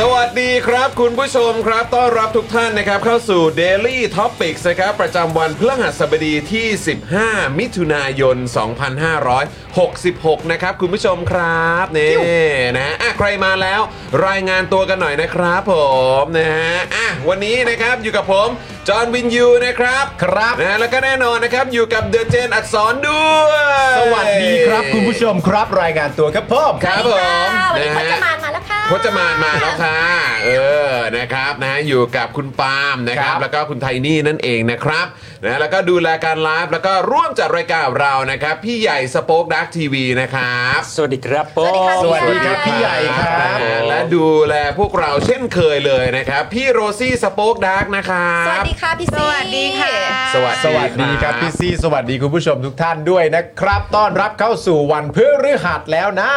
สวัสดีครับคุณผู้ชมครับ ต้อนรับทุกท่านนะครับ เข้าสู่ Daily Topics นะครับ ประจำวันพฤหัสบดีที่ 15 มิถุนายน 2566 นะครับ คุณผู้ชมครับนี่นะฮะอ่ะใครมาแล้วรายงานตัวกันหน่อยนะครับผมนะฮะอ่ะวันนี้นะครับอยู่กับผม จอห์นวินยูนะครับครับนะฮะแล้วก็แน่นอนนะครับอยู่กับเดอะเจนอักษรด้วย สวัสดีครับคุณผู้ชมครับรายงานตัวครับผม ครับผม วันนี้พจมานมาแล้วค่ะ พจมานมาแล้วค่ะ เออ นะครับนะอยู่กับคุณปาล์มนะครับ แล้วก็คุณไทนี่นั่นเองนะครับนะแล้วก็ดูแลการไลฟ์แล้วก็ร่วมจัดรายการกับเรานะครับ พี่ใหญ่สป็อคดักทีวีนะครับ สวัสดีครับผม สวัสดีครับ พี่ใหญ่ครับ นะฮะและดูแลพวกเราเช่นเคยเลยนะครับ พี่โรซี่สป็อคดักนะครับ สวัสดีค่ะพี่ซี สวัสดีค่ะ สวัส ส ดี วัสดีครับพี่ซี่สวัสดีคุณผู้ชมทุกท่านด้วยนะครับ ต้อนรับเข้าสู่วันพฤหัสแล้วนะครับ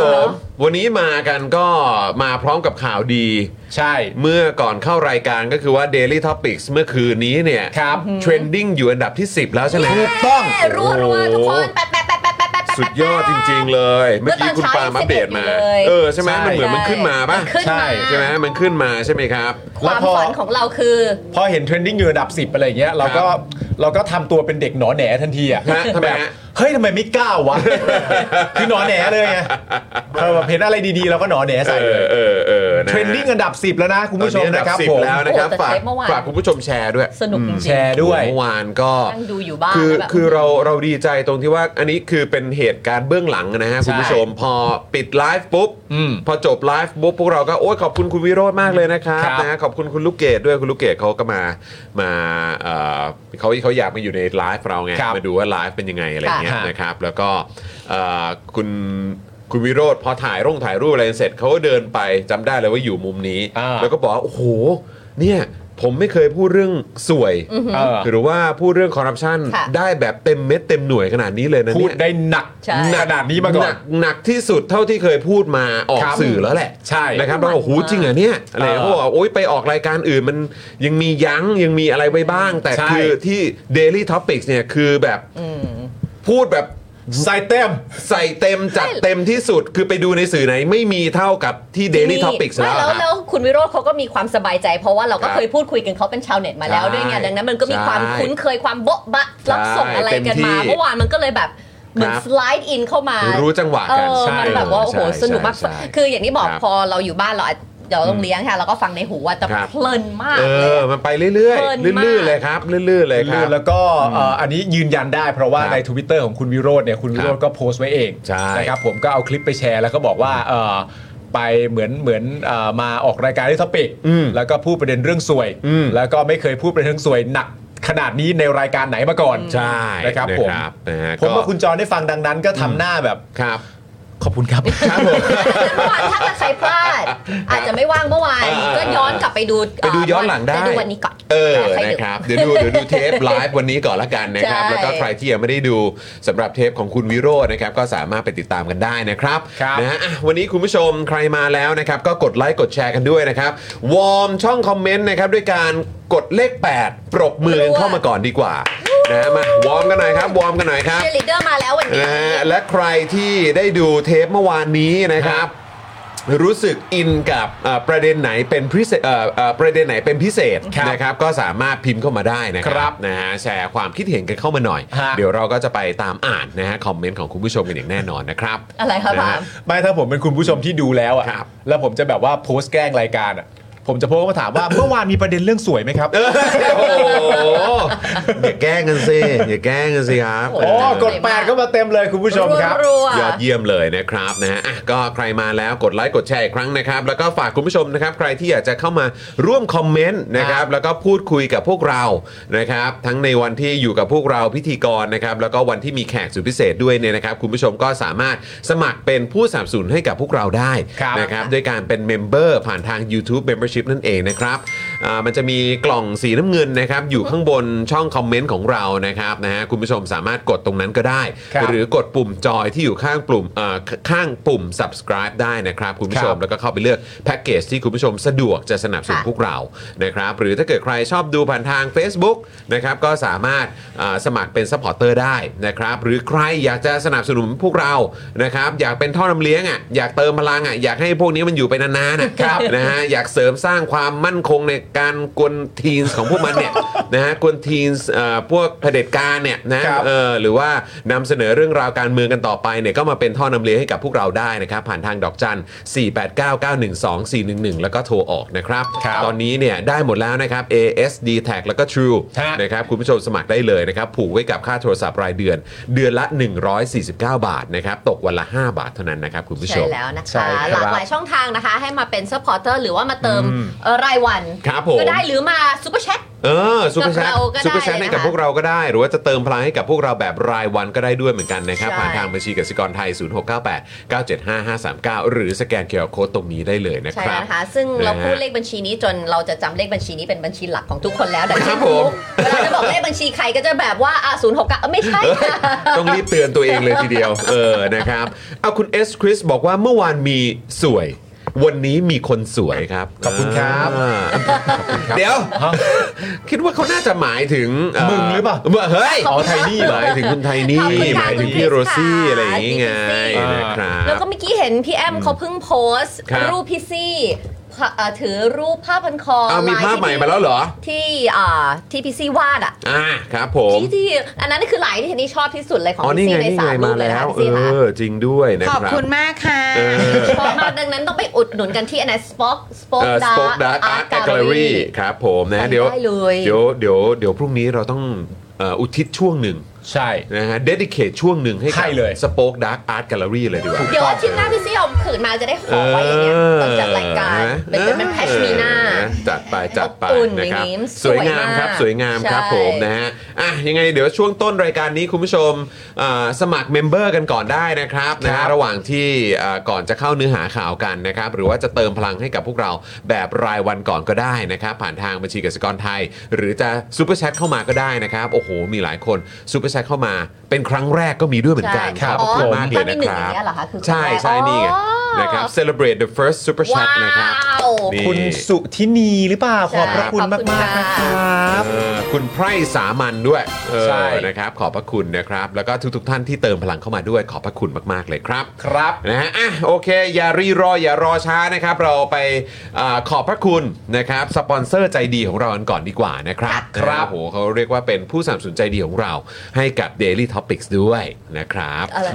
ผมวันนี้มากันก็มาพร้อมกับข่าวดี ใช่ เมื่อก่อนเข้ารายการก็คือว่า Daily Topics เมื่อคืนนี้เนี่ย ครับ เทรนดิ้งอยู่อันดับที่ 10 แล้วใช่ไหม ถูกต้อง รัวรัวๆทุกคนแปะแปะแปะแปะแปะแปะแปะ สุดยอดจริง ๆ เลย เมื่อกี้คุณปาล์มอัปเดตมา เออ ใช่ไหม ใช่ มันเหมือนมันขึ้นมาป่ะ ขึ้น ใช่ มา ใช่ไหมมันขึ้นมาใช่ไหมครับ ความฝันของเราคือ พอเห็นเทรนดิ้งอยู่อันดับ 10 อะไรอย่างเงี้ยเราก็เราก็ทำตัวเป็นเด็กหนอแหนทันทีอ่ะ ฮะทำไม แบบ ฮะ เฮ้ยทำไมไม่กล้าวะ คือหนอแหนเลยไงเออแบบเห็นอะไรดีๆเราก็หนอแหน เอ ใส่เลย อเออเออนะ เทรนดิ้งอันดับ 10 แล้วนะ คุณ ตอน ผู้ชม นี้อันดั นะครับ บ สิบ ผม แล้วนะครับ โอ้แต่ ฝาก เทปเมื่อวาน ฝากคุณผู้ชมแชร์ด้วย สนุกจริง แชร์ด้วย เมื่อวานก็ ๆนั่งดูอยู่บ้าน คือ แบบ คือเราเราดีใจตรงที่ว่าอันนี้คือเป็นเหตุการณ์เบื้องหลังนะฮะคุณผู้ชมพอปิดไลฟ์ปุ๊บ อืม พอจบไลฟ์ปุ๊บพวกเราก็โอ้ยขอบคุณคุณวิโรจน์มากเลยนะครับ ครับ นะฮะขอบคุณคุณลูกเกดด้วยคุณลูกเกดเขาก็มามาเอ่อเขาเขาอยากมาอยู่ในไลฟ์เราไง ครับ มาดูว่าไลฟ์เป็นยังไงอะไรเงี้ย ค่ะ นะครับ แล้วก็เอ่อคุณคุณวิโรธพอถ่ายร่งถ่ายรูปอะไรเสร็จเขาก็เดินไปจำได้เลยว่าอยู่มุมนี้ อ่า แล้วก็บอกว่าโอ้โหเนี่ยผมไม่เคยพูดเรื่องสวย เออ หรือว่าพูดเรื่องคอร์รัปชันได้แบบเต็มเม็ดเต็มหน่วยขนาดนี้เลยนะ พู เนี่ ด ย ได้หนัก ใช่ หนักขนาดนี้มาก่อ ห น กหนักที่สุดเท่าที่เคยพูดมาออก ครับ สื่อแล้วแหละ ใช่ นะครับ หนั เรา ก โอ้โห มาก จริงเหรอเนี่ยอะไร เออ เขาบอกว่าโอ๊ยไปออกรายการอื่นมันยังมียั้งยังมีอะไรไว้บ้าง แต่ ใช่ คือที่ Daily Topics เนี่ยคือแบบพูดแบบ ใส่เต็ม ใส่เต็มจัดเต็มที่สุด คือไปดูในสื่อไหนไม่มีเท่ากับที่ Daily Topics ไม่ แล้ว แล้อะวครับ แล้วคุณวิโรจน์เขาก็มีความสบายใจ เพราะว่าเรา ค ก็ รับ เคยพูดคุยกันเขาเป็นชาวเน็ตมาแล้ว ใช่ ด้วยไงดังนั้นมันก็มีความ ใช่ คุ้นเคยความโบ๊ะบะรับส่งอะไรกันมา ใช่ เมื่อวานมันก็เลยแบบเหมือน ครับ สไลด์อินเข้ามา รู้จังหวะ เอ กัน อ ใช่ มันแบบว่าโอ้โห ใช่ สนุกมาก ใช่ใช่ คืออย่างที่บอก ครับ พอเราอยู่บ้านเราอาจเราต้องเลี้ยงค่ะเราก็ฟังในหูว่าแต่ ครับ เพลินมาก เอ เลย อ อะ มันไปเรื่อย เพลินมาก ๆลื่นๆเลยครับลื่นๆเลยค ลื่ รับ นแล้วก็เอ่ออันนี้ยืนยันได้เพราะว่า ครับ ใน Twitter ของคุณวิโรจน์เนี่ยคุณวิโรจน์ก็โพสต์ไว้เอง ใช่ นะครับผมก็เอาคลิปไปแชร์แล้วก็บอกว่าเอ่อไปเหมือนเหมือนเอ่อมาออกรายการที่ท็อปิก อืม แล้วก็พูดประเด็นเรื่องสวย อืม แล้วก็ไม่เคยพูดประเด็นเรื่องสวยหนักขนาดนี้ในรายการไหนมาก่อน ใช่ นะครับผม นะฮะ ผมว่า ก็ คุณจรได้ฟังดังนั้นก็ทำหน้าแบบ ครับ ขอบคุณครับ ครับผม เมื่อวานถ้าเกิดใครพลาด อาจจะไม่ว่างเมื่อวาน อ่า ก็ย้อนกลับไปดู ไปดูย้อนหลังได้ ปดูวันนี้ก่อน เออ ใครดู นะครับ เดี๋ยวดู เดี๋ยวดูเท ปไลฟ์วันนี้ก่อนละกันนะครับ ใช่ แล้วก็ใครที่ยังไม่ได้ดูสำหรับเทปของคุณวิโรจน์นะครับ ก็สามารถไปติดตามกันได้นะครับ ครับ นะฮะอ่ะวันนี้คุณผู้ชมใครมาแล้วนะครับ ก็กดไลค์ กดแชร์กันด้วยนะครับ วอร์มช่องคอมเมนต์นะครับ ด้วยการกดเลข 8 ปรบมือกันเข้ามาก่อนดีกว่า นะฮะมาวอร์มกันหน่อยครับ วอร์มกันหน่อยครับ เชียร์ลีดเดอร์มาแล้ววันนี้ นะฮะและใครที่ได้ดูเทปเมื่อวานนี้นะครับ รู้สึกอินกับเอ่อประเด็นไหนเป็นพิเศษเอ่อเอ่อประเด็นไหนเป็นพิเศษ ครับ นะครับก็สามารถพิมพ์เข้ามาได้นะค ครั รับบ นะฮะแชร์ความคิดเห็นกันเข้ามาหน่อย ฮะ เดี๋ยวเราก็จะไปตามอ่านนะฮะคอมเมนต์ของคุณผู้ชมกันอย่างแน่นอนนะครับ อะไรครับ นฮ ปาล์ม ไม่ถ้าผมเป็นคุณผู้ชมที่ดูแล้วอ่ะ ครับ แล้วผมจะแบบว่าโพสต์แกล้งรายการอ่ะผมจะโพสต์มาถามว่า เมื่อวานมีประเด็นเรื่องสวยไหมครับ เออโอ้โหอย่าแกล้งกันสิอย่าแกล้งกันสิครับ โอ้ โอ้กดแปดก็มาเต็มเลยคุณผู้ชมครับ รัวๆ ยอดเยี่ยมเลยนะครับนะฮะอ่ะก็ใครมาแล้วกดไลค์กดแชร์อีกครั้งนะครับ แล้วก็ฝากคุณผู้ชมนะครับ ใครที่อยากจะเข้ามาร่วมคอมเมนต์นะครับ แล้วก็พูดคุยกับพวกเรานะครับ ทั้งในวันที่อยู่กับพวกเราพิธีกรนะครับ แล้วก็วันที่มีแขกสุดพิเศษด้วยเนี่ยนะครับ คุณผู้ชมก็สามารถสมัครเป็นผู้สนับสนุนให้กับพวกเราได้ ครับ นะครับ ด้วยการเป็นเมมเบอร์ผ่านทาง YouTube Membership นั่นเองนะครับอ่ามันจะมีกล่องสีน้ำเงินนะครับ อยู่ข้างบนช่องคอมเมนต์ของเรานะครับนะฮะคุณผู้ชมสามารถกดตรงนั้นก็ได้ ครับ หรือกดปุ่มจอยที่อยู่ข้างปุ่มเอ่อขข้างปุ่ม subscribe ได้นะครับ คุณผู้ชมแล้วก็เข้าไปเลือกแพ็กเกจที่คุณผู้ชมสะดวกจะสนับสนุน ค่ะ พวกเรานะครับ หรือถ้าเกิดใครชอบดูผ่านทาง Facebook นะครับ ก็สามารถอ่าสมัครเป็น supporter ได้นะครับ หรือใครอยากจะสนับสนุนพวกเรานะครับ อยากเป็นท่อนำเลี้ยงอ่ะอยากเติมพลังอ่ะอยากให้พวกนี้มันอยู่ไปนานๆ อ่ะนะฮะอยากเสริมสร้างความมั่นคงในการกวนทีนของพวกมันเนี่ย นะฮะกวนทีนพวกเผด็จการเนี่ยนะ ครับ เออหรือว่านำเสนอเรื่องราวการเมืองกันต่อไปเนี่ยก็มาเป็นท่อนำเลี้ยงให้กับพวกเราได้นะครับ ผ่านทางดอกจัน 489912411 แล้วก็โทรออกนะครับ ครับ ตอนนี้เนี่ยได้หมดแล้วนะครับ ASD tag แล้วก็ True ฮะ นะครับคุณผู้ชมสมัครได้เลยนะครับ ผูกไว้กับค่าโทรศัพท์รายเดือน เดือนละ 149 บาทนะครับ ตกวันละ 5 บาทเท่านั้นนะครับคุณผู้ช ใช่ ม แล้วนะ ใช่ คะ ครับ หลากหลายช่องทางนะคะ ให้มาเป็นซัพพอร์เตอร์หรือว่ามาเติม อืม เอ่อรายวัน ครับผม ก็ได้หรือมาซูเปอร์แชท เออซูเปอร์แชท กับเราก็ได้ ซูเปอร์แชทให้กับ นะคะ พวกเราก็ได้ หรือว่าจะเติมพลังให้กับพวกเราแบบรายวันก็ได้ด้วยเหมือนกันนะครับ ใช่ ผ่านทางบัญชีกสิกรไทย 0698 975 539 หรือสแกนเคอร์โคดตรงนี้ได้เลยนะ ใช่ ครั แล้ บ วนะคะ ซึ่งเรา นะฮะ พูดเลขบัญชีนี้จนเราจะจำเลขบัญชีนี้เป็นบัญชีหลักของทุกคนแล้วแต่ ครั ที่ บผ รู้ ม เวลาจะบอกเลขบัญชีใครก็จะแบบว่าอ่ะศูนย์หกเก้าไม่ใช่ค่ะ ต้องรีบเตือนตัวเองเลยทีเดียว เออนะครับเอาคุณเอสคริสบอกว่าเมื่อวานมีสวย วันนี้มีคนสวยครับ ขอบคุณครับ อ่าเดี๋ยว คิดว่าเขาน่าจะหมายถึง มึงหรือเปล่า เฮ้ย อ๋อไทนี่เหรอ หมายถึงคุณไทนี่ ขอบคุณหค่ะมายถึง คุณ พี่โรซี่ คริสค่ะ อะไรอย่างงี้ไง พี่คริส นะครับ แล้วก็เมื่อกี้เห็นพี่แอมเขาเพิ่งโพสต์ ครับ รูปพี่ซี่พะเอ่อถือรูปผ้าพันคอ เอามี ลย ภาพ ที่ ใหม่มาแล้วเหรอ ที่อ่าที่พี่ซี่วาดอ่ะ อ่าครับผม ที่ที่อันนั้นคือหลายที่เทนนี่ชอบที่สุดเลยของ อ๋อ พี่ นี่ ซี่ ไง ใน นี่ สา ไง มรู มา ปเลย แล้ นะ ว คะ เอ พี่ซี่ค่ะ อ จริงด้วยนะ ขอบ ครับ คุณมากค่ะ เออ ชอบมากดังนั้นต้องไปอุดหนุนกันที่อันไหนสป็อกสป็อก เอ่อ ดา Spoke Dark อาร์ Art ตแกลเลอ Gallery รี่ ครับผมนะ ไป เดี๋ยว ได้เลย เดี๋ยวเดี๋ยวเดี๋ยวพรุ่งนี้เราต้องเอ่ออุทิศช่วงหนึ่ง ใช่ นะฮะ dedicate ช่วงหนึ่งให้ ให้เลย สป็อกดาร์กอาร์ตแกลเลอรี่เลยดีกว่า เดี๋ยวอาทิตย์หน้าพี่ซี่เอาผืนมาจะได้ขอไว้อย่างเงี้ยตอนจัดรายการเป็นเป็นเป็นแพชมีน่า จัดไปจัดไป อบอุ่น นะครับ อย่างนี้ สวยงามครับส ส ว วยงางยาม ม ครับ ใช่ ผมนะฮะอ่ะยังไงเดี๋ยวช่วงต้นรายการนี้คุณผู้ชมอ่าสมัครเมมเบอร์กันก่อนได้นะครับนะฮะระหว่างที่อ่าก่อนจะเข้าเนื้อหาข่าวกันนะครับหรือว่าจะเติมพลังให้กับพวกเราแบบรายวันก่อนก็ได้นะครับ ผ่านทางบัญชีกสิกรไทย หรือจะซูเปอร์แชทเข้ามาก็ได้นะครับโอ้โห มีหลายคนซูเปอร์แชทเข้ามาเป็นครั้งแรกก็มีด้วยเหมือนกัน ใช่ ครับ อ๋ ขอ อบ คุณมากเลยนะ มีหคนึ่งอ รับ ย่างเงี้ยเหรอคะคือ ใช่ใช่นี่ไง อ๋อ นะครับ celebrate the first super chat ว้า นะครับ ว นี่ คุณสุทินีหรือเปล่า ขอบพระคุณ ขอบคุณ มากๆ ค่ะ นะครับ เออคุณไพร่สามัญด้วยเออ ใช่ นะครับ ขอบพระคุณนะครับ แล้วก็ทุก ๆ ท่านที่เติมพลังเข้ามาด้วย ขอบพระคุณมาก ๆ เลยครับ ครับ นะฮะอ่ะโอเค อย่ารีรอ อย่ารอช้านะครับ เราไปอาขอบพระคุณนะครับ สปอนเซอร์ใจดีของเรากันก่อนดีกว่านะครับ ครับ นะโอ้โหเขาเรียกว่าเป็นผู้สนับสนุนใจดีของเรา ให้กับ Daily Topics ด้วยนะครับ อะไร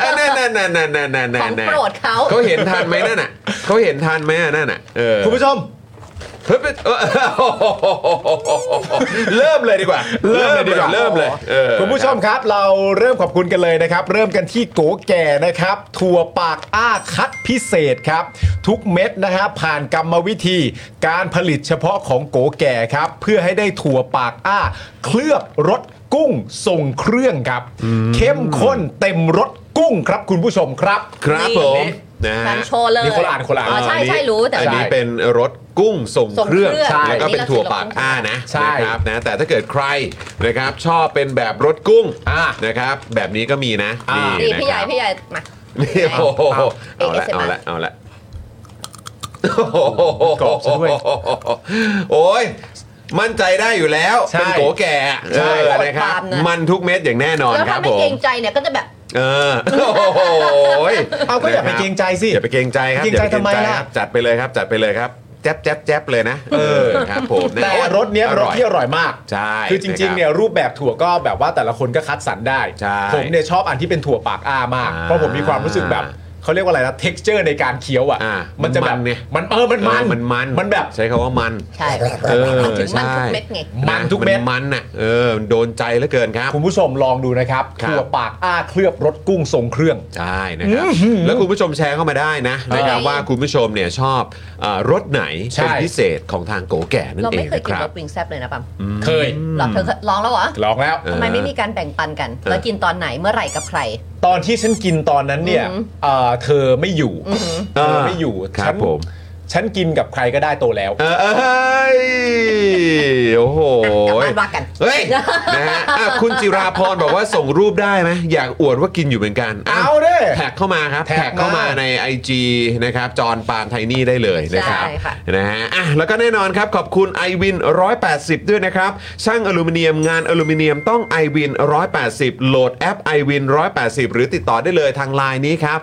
เออนั่นนั่นนั่นนั่นนั่นนั่น ของโปรดเขา เขาเห็นทันไหมนั่นน่ะเขาเห็นทันไหมอ่ะนั่นน่ะเออ คุณผู้ชม เฮ้ยเป็นเออเริ่มเลยดีกว่า เริ่มเลยดีกว่า เริ่มเลยเออ คุณผู้ชมครับเราเริ่มขอบคุณกันเลยนะครับ เริ่มกันที่โกแก่นะครับ ถั่วปากอ้าคัดพิเศษครับ ทุกเม็ดนะฮะผ่านกรรมวิธี การผลิตเฉพาะของโกแก่ครับ เพื่อให้ได้ถั่วปากอ้า เคลือบรสกุ้งทรงเครื่องครับ เข้มข้นเต็มรส กุ้งครับคุณผู้ชมครับ ครับ นี่ ผมนะฮะ การโชว์เลย นี่คนละอันคนละอัน อ๋อใช่ใช่รู้แต่ อันนี้เป็นรถกุ้งส่ง ส่ง เค เครื่ รื่อ อง งใช่ แล้วก็เป็นถั่วปากอ้านะ ใช่ นะครับนะแต่ถ้าเกิดใครนะครับชอบเป็นแบบรถกุ้ง อ่า นะครับแบบนี้ก็มีนะ อ่า ี่ นะ พี่ให ค ญ่ รับ พี่ใหญ่มา นี่โอ้โหเอาละ เอา เอา ละ ละเอาละโอ้โห กรอบซะด้วย โอ้ยมั่นใจได้อยู่แล้ว ใช่ เป็นโกแก่ ใช่ เออนะครับ กดตามนะ มันทุกเม็ดอย่างแน่นอน แล้ว ครั ถ้า บ ไม่ ผม เกรงใจเนี่ยก็จะแบบ เออโอ้โห เอาก็อย่าไปเกรงใจสิ อย่าไปเกรงใจครับ เกรงใจ อย่าป ทำไมล่ะ ครับจัดไปเลยครับจัดไปเลยครับแจ๊บแจ๊บแจ๊บเลยนะเออครับผมนะ แต่รสเนี้ย อ เป็นรสที่อร่อยมาก ใช่ คือจริงๆเนี่ยรูปแบบถั่วก็แบบว่าแต่ละคนก็คัดสรรได้ ใช่ ผมเนี่ยชอบอันที่เป็นถั่วปากอ้ามาก อ่า เพราะผมมีความรู้สึกแบบเขาเรียกว่าอะไรนะ texture ในการเคี้ยวอ่ะ อ่ามั มันจะแบบ มันเนี่ย มันเออมันมัน มันมัน มันแบบ ใช้คำว่ามัน ใช่ เออ ถึงมันทุกเม็ดไง ใช่ มันทุกเม็ด มันน่ะเออมันโดนใจเหลือเกินครับ คุณผู้ชมลองดูนะครับ ครับ ถั่วปากอ้าเคลือบรสกุ้งทรงเครื่อง ใช่นะครับแล้วคุณผู้ชมแชร์เข้ามาได้นะนะครับว่าคุณผู้ชมเนี่ยชอบเอ่อรสไหน ใช่ เป็นพิเศษของทางโกแก่นั่น เรา เอ ไม่ ง เคย นะ กิ คน รั ร บ สวิงแซบเลยนะปั๊ม เคย หรอเธอเคยลองแล้วเหรอ ลองแล้ว อ ทำไมไม่มีการแบ่งปันกัน เออ แล้วกินตอนไหนเมื่อไหร่กับใคร ตอนที่ฉันกินตอนนั้นเนี่ย อือหือ เอ่อเธอไม่อยู่เธอไม่อยู่ ครั ฉั บ น ผม ฉันกินกับใครก็ได้โตแล้ว เอ้ยโอ้โห กลับบ้านว่ากัน เฮ้ยนะฮะอ่ะคุณจิราพรบอกว่าส่งรูปได้ไหมอยากอวดว่ากินอยู่เหมือนกัน เอา ว เด้ แท็กเข้ามาครับ แท็ก แท็กเข้ามา มา ใน IG นะครับจอนปาล์มไทนี่ได้เลยนะครับ ใช่ค่ะ นะฮะอ่ะแล้วก็แน่นอนครับ ขอบคุณ i w วิน180 ด้วยนะครับ ช่างอลูมิเนียมงานอลูมิเนียมต้อง i w วิน180 โหลดแอป i w วิน180 หรือติดต่อได้เลยทางไลน์นี้ครับ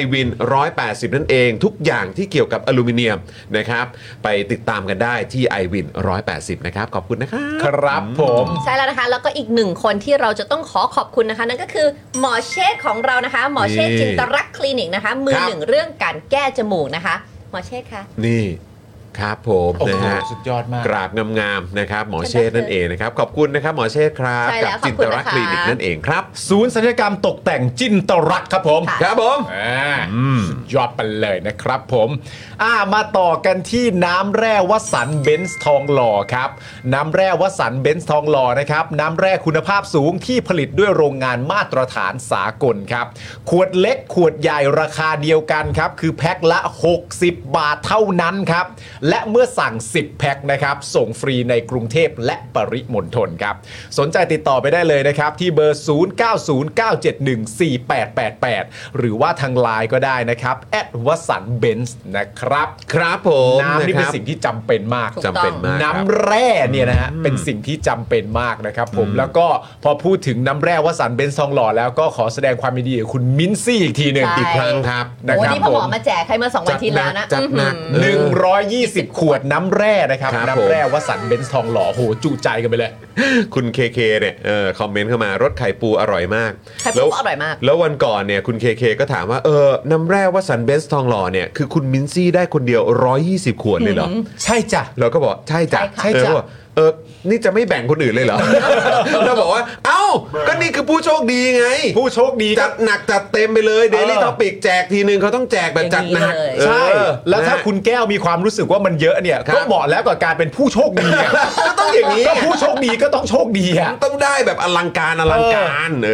i w วิน180 นั่นเอง ทุกอย่างที่เกี่ยวกับอลูมิเนียมนะครับไปติดตามกันได้ที่ i w วิน180 นะครับ ขอบคุณนะครับ ครับผม ใช่แล้วนะคะ แล้วก็อีกหนึ่งคนที่เราจะต้องขอขอบคุณนะคะ นั่นก็คือหมอเชษฐ์ของเรานะคะ หมอเชษฐ์ นี่ จินตรักษณ์คลินิกนะคะ มือ ครับ หนึ่งเรื่องการแก้จมูกนะคะ หมอเชษฐ์คะ นี่ครับผม โอ้ นะ โห ฮะ สุดยอดมาก กราบงามๆนะครับหมอเชษฐ์นั่นเองนะครับ ขอบคุณนะครับ หมอเชษฐ์ครับ ใช่ กั แล้วขอบ จิน คุณ ตรักษณ์คลินิก นะคะ นั่นเองครับ ศูนย์ศัลยกรรมตกแต่งจินตรักครับผม ค่ะ ครับผม อ่าสุดยอดไปเลยนะครับผมอ่ามาต่อกันที่น้ำแร่วสันเบนซ์ทองหล่อครับ น้ำแร่วสันเบนซ์ทองหล่อนะครับ น้ำแร่คุณภาพสูงที่ผลิตด้วยโรงงานมาตรฐานสากลครับ ขวดเล็กขวดใหญ่ราคาเดียวกันครับ คือแพ็คละ 60 บาทเท่านั้นครับ และเมื่อสั่ง 10 แพ็คนะครับ ส่งฟรีในกรุงเทพและปริมณฑลครับ สนใจติดต่อไปได้เลยนะครับ ที่เบอร์ 0909714888 หรือว่าทางไลน์ก็ได้นะครับแอดวสันเบนส์นะครับ ครับผม น้ำนี่ ะ เป็น ครับ สิ่งที่จำเป็นมาก ถูก จำเป็นมากครับ น้ำแร่เนี่ยนะฮะเป็นสิ่งที่จำเป็นมากนะครับผมแล้วก็พอพูดถึงน้ำแร่วสันเบนซ์ทองหล่อแล้วก็ขอแสดงความยินดีกับคุณมิ้นท์ซี่อีกทีหนึ่ง ใช่ อีกครั้งครับนะ โอ้ ครับ นี่พ่อ ผ หมอ ม มาแจกให้เมื่อสองวันที่แล้วนะ จัดหนักจัดหนัก อื้อหือ เออ 120 ขวดน้ำแร่นะครับ ครับ น้ำแร่วสันต์เบนซ์ทองหล่อโหจุใจกันไปเลย คุณเคเคเนี่ยเออคอมเมนต์เข้ามารสไข่ปูอร่อยมาก ไข่ปู แล้ว ก็อร่อยมาก แล้ววันก่อนเนี่ยคุณเคเคก็ถามว่าเออน้ำแร่วัสันเบนซ์ทองหล่อเนี่ยคือคุณมินซี่ได้คนเดียว 120 ขวดเลยเหรอ ใช่จ้ะ เราก็บอกใช่จ้ะ ใช่ค่ะ เออบอกเออนี่จะไม่แบ่งคนอื่นเลยเหรอ เราบอกว่า เอ้าก็นี่คือผู้โชคดีไง ผู้โชคดีค จั รับ ดหนักจัดเต็มไปเลยเดลี่ เออ ท็อปิกแจกทีนึงเขาต้องแจกแบบจัดหนัก อเออย่างนี้เลยใช่ แล้วถ้า นะ คุณแก้วมีความรู้สึกว่ามันเยอะเนี่ย ครับ ก็เหมาะแล้วกับการเป็นผู้โชคดีอะ ก็ต้องอย่างนี้ ก็ผู้โชคดีก็ต้องโชคดีอะ ต้องได้แบบอลังการอลังการเอ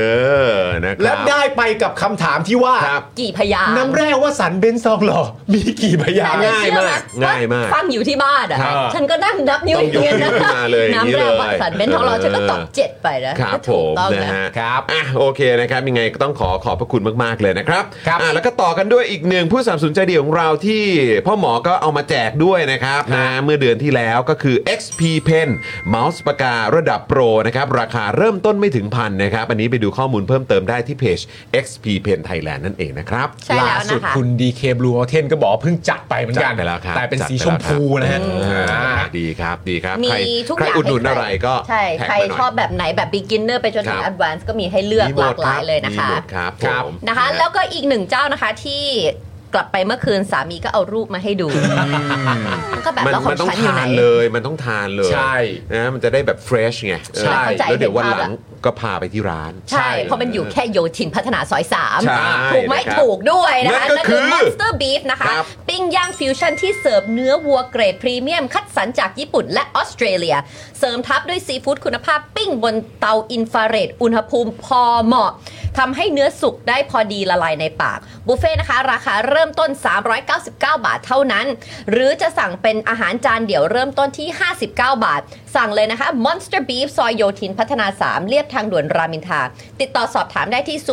อนะค และ รับ ได้ไปกับคำถามที่ว่า ครับ กี่พยางค์ น้ำแร่วสันต์เบนซ์ทองหล่อมีกี่พยางค์ ง่ายมาก เชื่อไห ง่ายมาก ฟังอยู่ที่บ้านอ่ะ ครับ ฉันก็นั่งนับนิ้ว ต้องยก เงี้ นิ้วขึ้นมาเลยอย่างนี้ น้ำแร่ เลย บัตสันเบนทองเราฉันก็ตอบ เออ เจ็ดไปนะครับ ก็ ผ ถูก ม ต้อง นะฮะ ครับ อ่ะโอเคนะครับยังไงก็ต้องขอขอบพระคุณมาก ๆ เลยนะครับ ครับ อ่ะแล้วก็ต่อกันด้วยอีกหนึ่งผู้สนับสนุนใจดีของเราที่พ่อหมอก็เอามาแจกด้วยนะครับนะเมื่อเดือนที่แล้วก็คือ XP Pen เมาส์ปากการะดับโปรนะครับราคาเริ่มต้นไม่ถึงพันนะครับ อันนี้ไปดูข้อมูลเพิ่มเติมได้ที่เพจ XP Pen Thailand นั่นเองนะครับ ใช่แล้วนะคะ าสุดคุณดีเคบลูโอเทนก็บอกว่าเพิ่งจัดไปเหมือน จั กั ด น ไปแล้วครับ แต่เป็น จัด สี ไแล้ ชม วครับ พูนะฮะ อ่า อ่า ดีครับดีครับ มี ใคร ทุก ใคร อย่าง อุดหนุนอะไรก็ ใช่ แท็ก ใคร มาหน่อย ชอบแบบไหนแบบ beginner ไปจนถึ ค ง รับ advanced ก็มีให้เลือก มี ห ม ลา ด กหลายเลยนะคะ มีหมดครับ ครับ ผม นะคะแล้วก็อีกหนึ่งเจ้านะคะที่ กลับไปเมื่อคืนสามีก็เอารูปมาให้ดูก็แบบ มัน แล้วขอ มั ง นต้อง ฉันอยู่ ทา ไหน นเลยมันต้องทานเลย ใช่ นะมันจะได้แบบเฟรชไง ใช่เข้าใจ แล้วเดี๋ยววันหลังก็พาไปที่ร้าน ใช่ เพราะมันอยู่แค่โยธินพัฒนาซอยสาม ใช่ ถูกไหม นะครับ ถูกด้วยนะ นั่นก็คะคือ Monster Beef นะคะ ครับ ปิ้งย่างฟิวชั่นที่เสิร์ฟเนื้อวัวเกรดพรีเมียม คัดสรรจากญี่ปุ่นและออสเตรเลีย เสริมทับด้วยซีฟู้ดคุณภาพปิ้งบนเตาอินฟราเรดอุณหภูมิพอเหมาะทำให้เนื้อสุกได้พอดีละลายในปาก บุฟเฟ่ต์นะคะ ราคาเริ่มต้น 399 บาทเท่านั้น หรือจะสั่งเป็นอาหารจานเดี่ยวเริ่มต้นที่ 59 บาท สั่งเลยนะคะ Monster Beef ซอยโยธินพัฒนา 3 เรียบทางด่วนรามอินทราติดต่อสอบถามได้ที่ 099-369-4241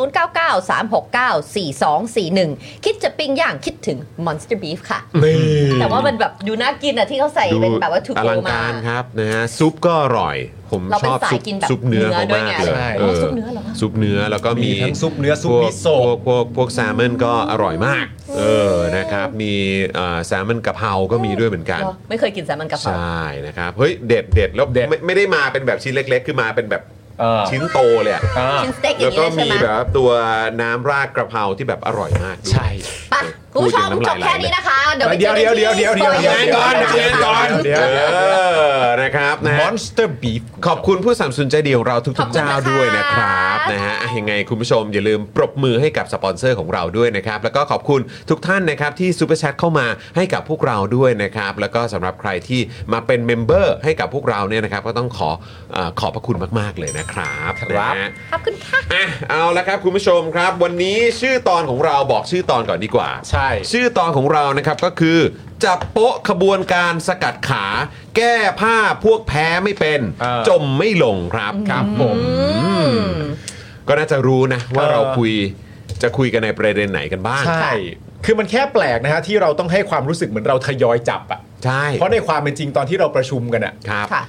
คิดจะปิ้งย่างคิดถึง Monster Beef ค่ะ นี่ แต่ว่ามันแบบดูน่ากินอ่ะที่เขาใส่ ดู เป็นแบบว่าถูก อลัง มา การครับนะฮะซุปก็อร่อย ผม เรา ช เป็น อบ สาย ซุป กินแบบ ซุปเนื้อเขา เนื้อด้วย มาก ไง เลย ใช่ เออ ซุปเนื้อเหรอ ซุปเนื้อแล้วก็ มี มี ทั้งซุปเนื้อซุพปวก มิโซะ พวกพวกพวกแซลมอนก็อร่อยมาก เออนะครับ มีอ่าแซลมอนกะเพราก็มีด้วยเหมือนกัน เหรอไม่เคยกินแซลมอนกะเพ ใช ร่านะครับเฮ้ยเด็ดเด็ดแล้วเด็ดไม่ไม่ได้มาเป็นแบบชิ้นเล็ก ๆ คือมาเป็นแบบ เออ ชิ้นโตเลยอะ อ่า ชิ้นสเต็กอ แล้ ย่าว ง ก็ นี้มีเลยใช่ไหม แบบว่าตัวน้ำราดกระเพราที่แบบอร่อยมากด้วย ใช่ ไปะคุณผู้ชม พูด จ อย่าง บ น้ำลายไหล แค่นี้นะคะ เดี๋ยวไป เดี๋ยว จอกัน เดี๋ยว ที่ทำงานก่อนทำงาซอเดี๋ยวเดี๋ยวนก่อนเดี๋ยวเออนะครับนะ Monster Beef ขอบคุณผู้สามสนุนใจดีของเราทุก ขอบ ๆ คุณ เจ้า นะคะ ด้วยนะครับนะฮะอ่ะยังไงคุณผู้ชมอย่าลืมปรบมือให้กับสปอนเซอร์ของเราด้วยนะครับ แล้วก็ขอบคุณทุกท่านนะครับที่ซูเปอร์แชทเข้ามาให้กับพวกเราด้วยนะครับ แล้วก็สำหรับใครที่มาเป็นเมมเบอร์ให้กับพวกเราเนี่ยนะครับ ก็ต้องขอเอ่อขอบพระคุณมากๆเลยนะครับ ครับ นะฮะ ขอบคุณค่ะ อ่ะเอาละครับคุณผู้ชมครับ วันนี้ชื่อตอนของเราบอกชื่อตอนก่อนดีกว่า ใช่ ชื่อตอนของเรานะครับก็คือ จับโป๊ะขบวนการสกัดขา แก้ผ้าพวกแพ้ไม่เป็น เออ จมไม่ลงครับ ครับผม ก็น่าจะรู้นะ ว่า เออ เราคุยจะคุยกันในประเด็นไหนกันบ้าง ใช่ คือมันแค่แปลกนะฮะที่เราต้องให้ความรู้สึกเหมือนเราทยอยจับอ่ะ ใช่ เพราะในความเป็นจริงตอนที่เราประชุมกันอ่ะ ครับ ค่ะ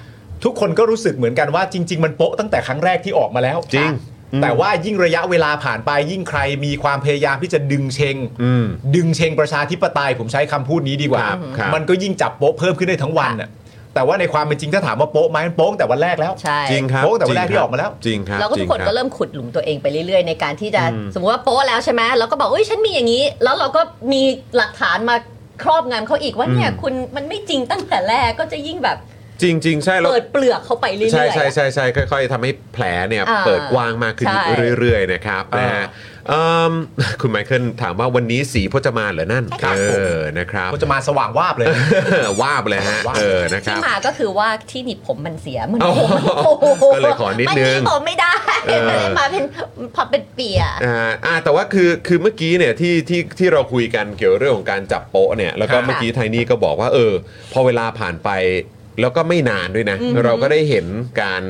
ทุกคนก็รู้สึกเหมือนกันว่าจริง ๆ มันโป๊ะตั้งแต่ครั้งแรกที่ออกมาแล้ว จริง อืมแต่ว่ายิ่งระยะเวลาผ่านไปยิ่งใครมีความพยายามที่จะดึงเชง อืม ดึงเชงประชาธิปไตยผมใช้คำพูดนี้ดีกว่า ครับครับ มันก็ยิ่งจับโป๊ะเพิ่มขึ้นได้ทั้งวันน่ะแต่ว่าในความเป็นจริงถ้าถามว่าโป๊ะไหมมันโป๊ะตั้งแต่วันแรกแล้ว ใช่ จริงครับ โป๊ะแต่วันแรกที่ จ ออกมาแล้ว จริงครับ แล้วก็ทุกคน จริงรับ ก็เริ่มขุดหลุมตัวเองไปเรื่อยๆ ในการที่จะสมมติว่าโป๊ะแล้วใช่ไหมแล้วก็บอกเอ้ยฉันมีอย่างนี้ แล้วเราก็มีหลักฐานมาครอบงำเขาอีกว่าเนี่ยคุณมันไม่จริงตั้งแต่แรกก็จะยิ่งแบบ จริงจริงๆใช่แล้ว เปิดเปลือกเขาไปเรื่อยๆ ใช่ใช่ใช่ใช่ค่อยๆทำให้แผลเนี่ย อ่า เปิดกว้างมากขึ้น ใช่ เรื่อยๆนะครับนะฮะเอิ่ม คุณไมเคิลถามว่าวันนี้สีพจมานเหรอนั่น ครับผม เออนะครับ ก็จะมาสว่างวาบเลย วาบเลยฮะ วาบ เออนะค ที่ รับ มาก็คือว่าที่หนีบผมมันเสียมัน อ๋อ โอ้โห ก็เลยขอนิดนึง มันหบผมไม่ได้ เออ มันเลยมาเป็นพอเป็นเปีย อ่าอ่าแต่ว่าคือคือเมื่อกี้เนี่ยที่ที่ที่เราคุยกันเกี่ยวเรื่องของการจับโป๊ะเนี่ยแล้วก็ ค่ะ เมื่อกี้ไทนี่ก็บอกว่าเออ พอเวลาผ่านไปแล้วก็ไม่นานด้วยนะ เราก็ได้เห็นการ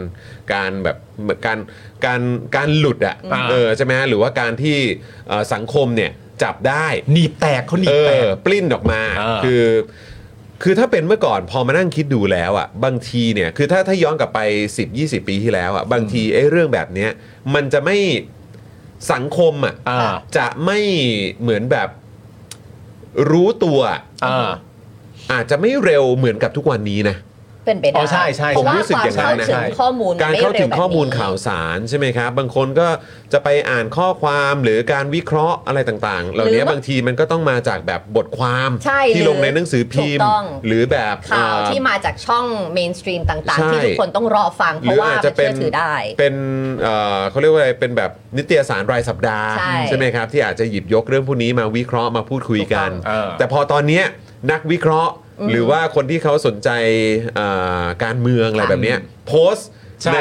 การแบบเหมือนการการการหลุดอะ่ะเออใช่ไหมฮะหรือว่าการที่เอ่อสังคมเนี่ยจับได้ หนีบแตกเขาหนี เอบ แตก อปลิ้นออกมา อ่า คือ คือถ้าเป็นเมื่อก่อนพอมานั่งคิดดูแล้วอ่ะ บางทีเนี่ย คือถ้าถ้าย้อนกลับไป 10 20 ปีที่แล้วอ่ะ บางทีไอ้เรื่องแบบเนี้ย มันจะไม่สังคมอ่ะ อ่า จะไม่เหมือนแบบรู้ตัว อ่า อาจจะไม่เร็วเหมือนกับทุกวันนี้นะ เป็นไปได้ อ๋อใช่ใช่ เพาะผว่ามรู้สึกอย่างนั้ ควม นนะ เข้าถึงข้อมูล การ ไม่ เข้าถึง ร็วแบบ ข้อมูล นี้ ข่าวสารใช่ไหมครับ บางคนก็จะไปอ่านข้อความหรือการวิเคราะห์อะไรต่างๆ เหล่าหรือบนี้างทีมันก็ต้องมาจากแบบบทความ ใช่ ที่ หรืลงอในหนังสือพิมพ์ ถูกต้อง หรือแบบ ข่าว เอ่อ ที่มาจากช่องเมนสตรีมต่าง ใช่ ๆ ที่ทุกคนต้องรอฟัง เพราะว่ามันเชื่อถือได้ เป็นเอ่อเขาเรียกว่าอะไรเป็นแบบนิตยสารรายสัปดาห์ ใช่ ไหมครับ ที่อาจจะหยิบยกเรื่องพวกนี้มาวิเคราะห์มาพูดคุยกัน ถูกต้องเออ แต่พอตอนเนี้ยนักวิเคราะห์ หรือว่าคนที่เขาสนใจเอ่อการเมืองอะไร ค่ะ แบบเนี้ยโพสต์ ใช่ ใน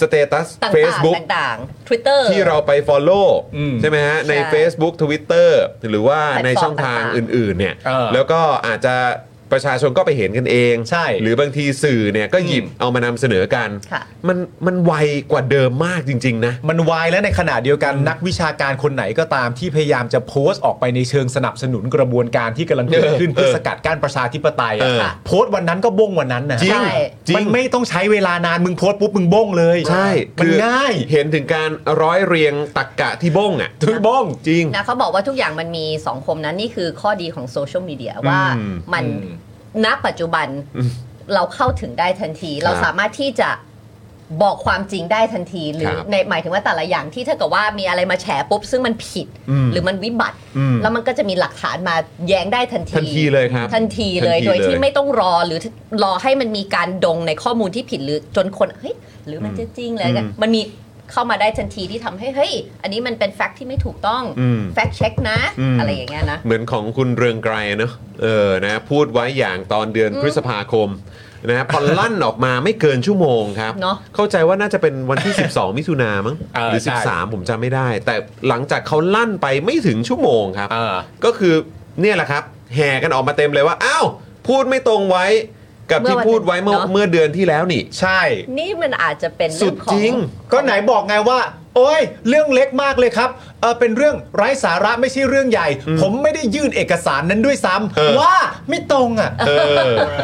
สเตตัส ต่าง Facebook ๆต่างๆ Twitter ที่เราไป Follow อืม ใช่ไหมฮะ ใน ใช่ Facebook Twitter หรือว่า แพลตฟอร์ม ในช่องทาง ต่างๆ อื่น ๆ เนี่ย เออ แล้วก็อาจจะประชาชนก็ไปเห็นกันเอง ใช่ หรือบางทีสื่อเนี่ยก็หยิบ อืม เอามานำเสนอกัน ค่ะ มันมันไวกว่าเดิมมากจริง ๆ นะ มันวายและในขณะเดียวกันนักวิชาการคนไหนก็ตามที่พยายามจะโพสต์ออกไปในเชิงสนับสนุนกระบวนการที่กำลังเกิดขึ้น เออ เพื่อสกัดกั้นประชาธิปไตย เอ อะ อ ค่ะโพสต์วันนั้นก็บ้งวันนั้นนะ จริง ใช่ จริ มัน ง ไม่ต้องใช้เวลานานมึงโพสต์ปุ๊บมึงบ้งเลย ใช่ มัน คือ ง่าย เห็นถึงการร้อยเรียงตักกะที่บ้งอ่ะ ถึงบ้ง จริง นะเขาบอกว่าทุกอย่างมันมีสองคมนั้นนี่คือข้อดีของโซเชียลมีเดียว่า อืม มันณปัจจุบันเราเข้าถึงได้ทันที เรา ครับ สามารถที่จะ บอกความจริงได้ทันทีหรื ค อ รับ ในหมายถึงว่าแต่ละอย่างที่ถ้าเกิดว่ามีอะไรมาแฉปุ๊บ ซึ่งมันผิด อืม หรือมันวิบัติ อืม แล้วมันก็จะมีหลักฐานมาแย้งได้ทันที ทันทีเลยครับ ทันทีเลย ทันที โดยที่ เลย ไม่ต้องรอหรือรอให้มันมีการดงในข้อมูลที่ผิดหรือจนคนเฮ้ยหรือมันจะจริงเลย อืม มันมีเข้ามาได้ทันทีที่ทำให้เฮ้ยอันนี้มันเป็นแฟกต์ที่ไม่ถูกต้อง อืม แฟกต์เช็คนะ อืม อะไรอย่างเงี้ยนะ เหมือนของคุณเรืองไกรเนอะเออนะพูดไว้อย่างตอนเดือนพฤษภาคมนะฮะพอลั่นออกมาไม่เกินชั่วโมงครับ เนอะ เข้าใจว่าน่าจะเป็นวัน ที่ 12 มิถุนามั้ง เออ หรือ ใช่ 13 ผมจำไม่ได้ แต่หลังจากเขาลั่นไปไม่ถึงชั่วโมงครับ เออ ก็คือเนี่ยแหละครับ แห่กันออกมาเต็มเลยว่าอ้าวพูดไม่ตรงไว้ กับที่พูดไว้เมื่อ เนอะ เมื่อเดือนที่แล้วนี่ ใช่ นี่มันอาจจะเป็น สุ เรื่ดองขอ จ ง ริง ก็ไหนบอกไงว่า โอ้ย เรื่องเล็กมากเลยครับเออเป็นเรื่องไร้สาระไม่ใช่เรื่องใหญ่ ผมไม่ได้ยื่นเอกสารนั้นด้วยซ้ เออ ำว่าไม่ตรงอ่ะ เออ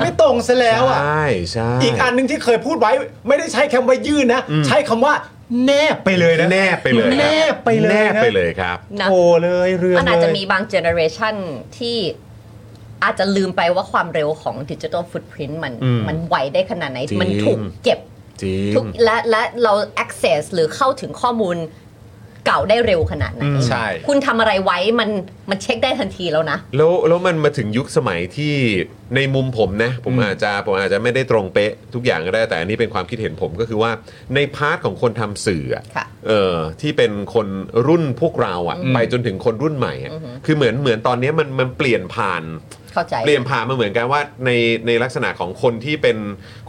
ไม่ตรงซะแล้วอ่ะ ใช่ใช่ อีกอันหนึ่งที่เคยพูดไว้ไม่ได้ใช้คำว่ายื่นนะ ใช้คำว่าแนบไปเลยนะ แนบไปเลยครับ แนบไปเลยนะ แนบไปเลยครับ นะ โอ้เลยเรื่อง มันอาจจะ เลย มีบางเจเนอเรชันที่อาจจะลืมไปว่าความเร็วของดิจิทัลฟุตพิ i n t มัน อืม มันไวได้ขนาดไหน จริง มันถูกเก็บ จริง ทุกและและเรา access หรือเข้าถึงข้อมูลเก่าได้เร็วขนาดไหน ใช่ คุณทำอะไรไว้มันมันเช็คได้ทันทีแล้วนะ แล้วแล้วมันมาถึงยุคสมัยที่ในมุมผมนะ ผมอาจจะผมอาจจะไม่ได้ตรงเป๊ะทุกอย่างก็ได้แต่อันนี้เป็นความคิดเห็นผมก็คือว่าในพาร์ทของคนทำสื่ออะ ค่ะ เออที่เป็นคนรุ่นพวกเราอะไปจนถึงคนรุ่นใหม่อะ อือฮึ คือเหมือนเหมือนตอนเนี้ยมันมันเปลี่ยนผ่าน เข้าใจ เปลี่ยนผ่านมาเหมือนกันว่าในในลักษณะของคนที่เป็น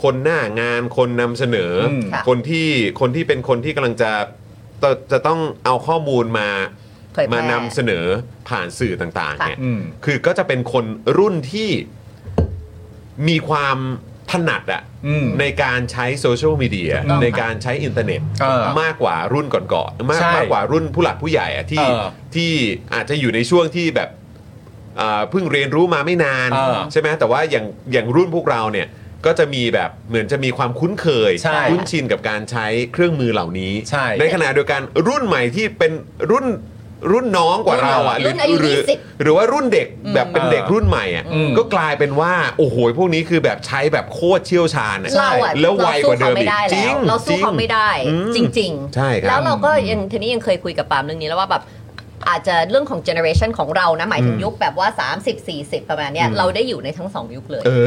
คนหน้างานคนนำเสนออ มค่ะ คนที่คนที่เป็นคนที่กำลังจะจะจะต้องเอาข้อมูลมา เผยแพร่ มานำเสนอผ่านสื่อต่างๆเนี่ย อืม คือก็จะเป็นคนรุ่นที่มีความถนัดอะ อืม ในการใช้โซเชียลมีเดีย ถูกต้อง ในการใช้อินเทอร์เน็ต เออ มากกว่ารุ่นก่อนๆมาก ใช่ มากกว่ารุ่นผู้หลักผู้ใหญ่อะที่ เออ ที่อาจจะอยู่ในช่วงที่แบบ อ่าเพิ่งเรียนรู้มาไม่นาน เออ ใช่ไหมแต่ว่าอย่างอย่างรุ่นพวกเราเนี่ยก็จะมีแบบเหมือนจะมีความคุ้นเคย ใช่ คุ้นชินกับการใช้เครื่องมือเหล่านี้ ใช่ ขณะเดียวกันรุ่นใหม่ที่เป็นรุ่นรุ่นน้องกว่าเราอ่ะ รุ่นอายุ หรื ยี่สิบ หรือว่ารุ่นเด็กแบบเป็น เออ เด็กรุ่นใหม่อ่ะ อืม ก็กลายเป็นว่าโอ้โหพวกนี้คือแบบใช้แบบโคตรเชี่ยวชาญอะ เราอะ แล้วไว เรา ก สู้ ว่าเดิ เขา ม ไม่ อีก ได้ จริ แล้ ง วเราสู้ จง เขาไม่ได้ อืม จริงๆ ใช่ครับ แล้วเราก็ยังทีนี้ยังเคยคุยกับปาล์มเรื่องนี้แล้วว่าแบบอาจจะเรื่องของเจเนอเรชันของเรานะหมายถึงยุคแบบว่า 30 40 ประมาณเนี้ยเราได้อยู่ในทั้งสองยุคเลย เออ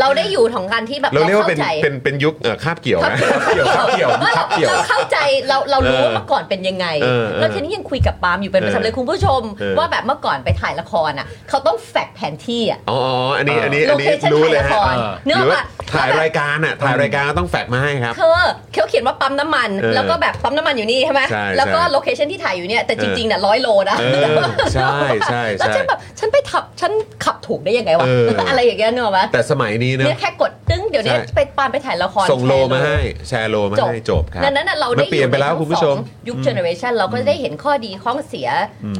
เราได้อยู่ของการที่แบบ เราเรียกว่า เข้า เป็น ใจ เป็นเป็นยุคเอ่อคาบเกี่ยวนะ เกี่ยวครับเกี่ยวครับเกี่ยว เราเข้าใจเราเรารู้ เออ ว่าเมื่อก่อนเป็นยังไง เออเออ แล้วทีนี้ยังคุยกับปาล์มอยู่เป็นประจำเลยคุณผู้ชม เออ ว่าแบบเมื่อก่อนไปถ่ายละครอ่ะเขาต้องแฟกแผนที่อ่ะ อ๋ออ๋ออันนี้อันนี้ โล อัน เค นี้ ชั่น รู้เลถ่ายย ละค ฮะ ร เออ เนื้ ห อ รือว่า ปะ ถ่ายรายการอ่ะถ่ายรายการก็ต้องแฟกมาให้ครับ เธอเขาเขียนว่าปั๊มน้ำมัน เออ แล้วก็แบบปั๊มน้ำมันอยู่นี่ใช่ไหม ใช่ แล้วก็ ใช่ โลเคชั่นที่ถ่ายอยู่เนี่ยแต่ เออ จริงๆน่ะร้อยโลนะ เออใช่ใช่ แล้ว ใช่ ฉันแบบฉันไปขับฉันขับถูกได้ยังไงวะ เออ อะไรอย่างเงี้ยเนกอะวะ แต่สมัยนี้เน เนี่ อะ ยแค่กดตึ้งเดี๋ยวนี้ ใช่ ไปปาล์มไปถ่ายละคร ส่งโลมา แชร์ ให้แชร์โลมา จบ ให้จบครับ ดังนั้นนะเรานได้เปลี่ยนไปแล้ว อ คุณ ใน ผู้ชม ทั้งสองยุคเจเนอเรชันเราก็ได้เห็นข้อดีข้อเสีย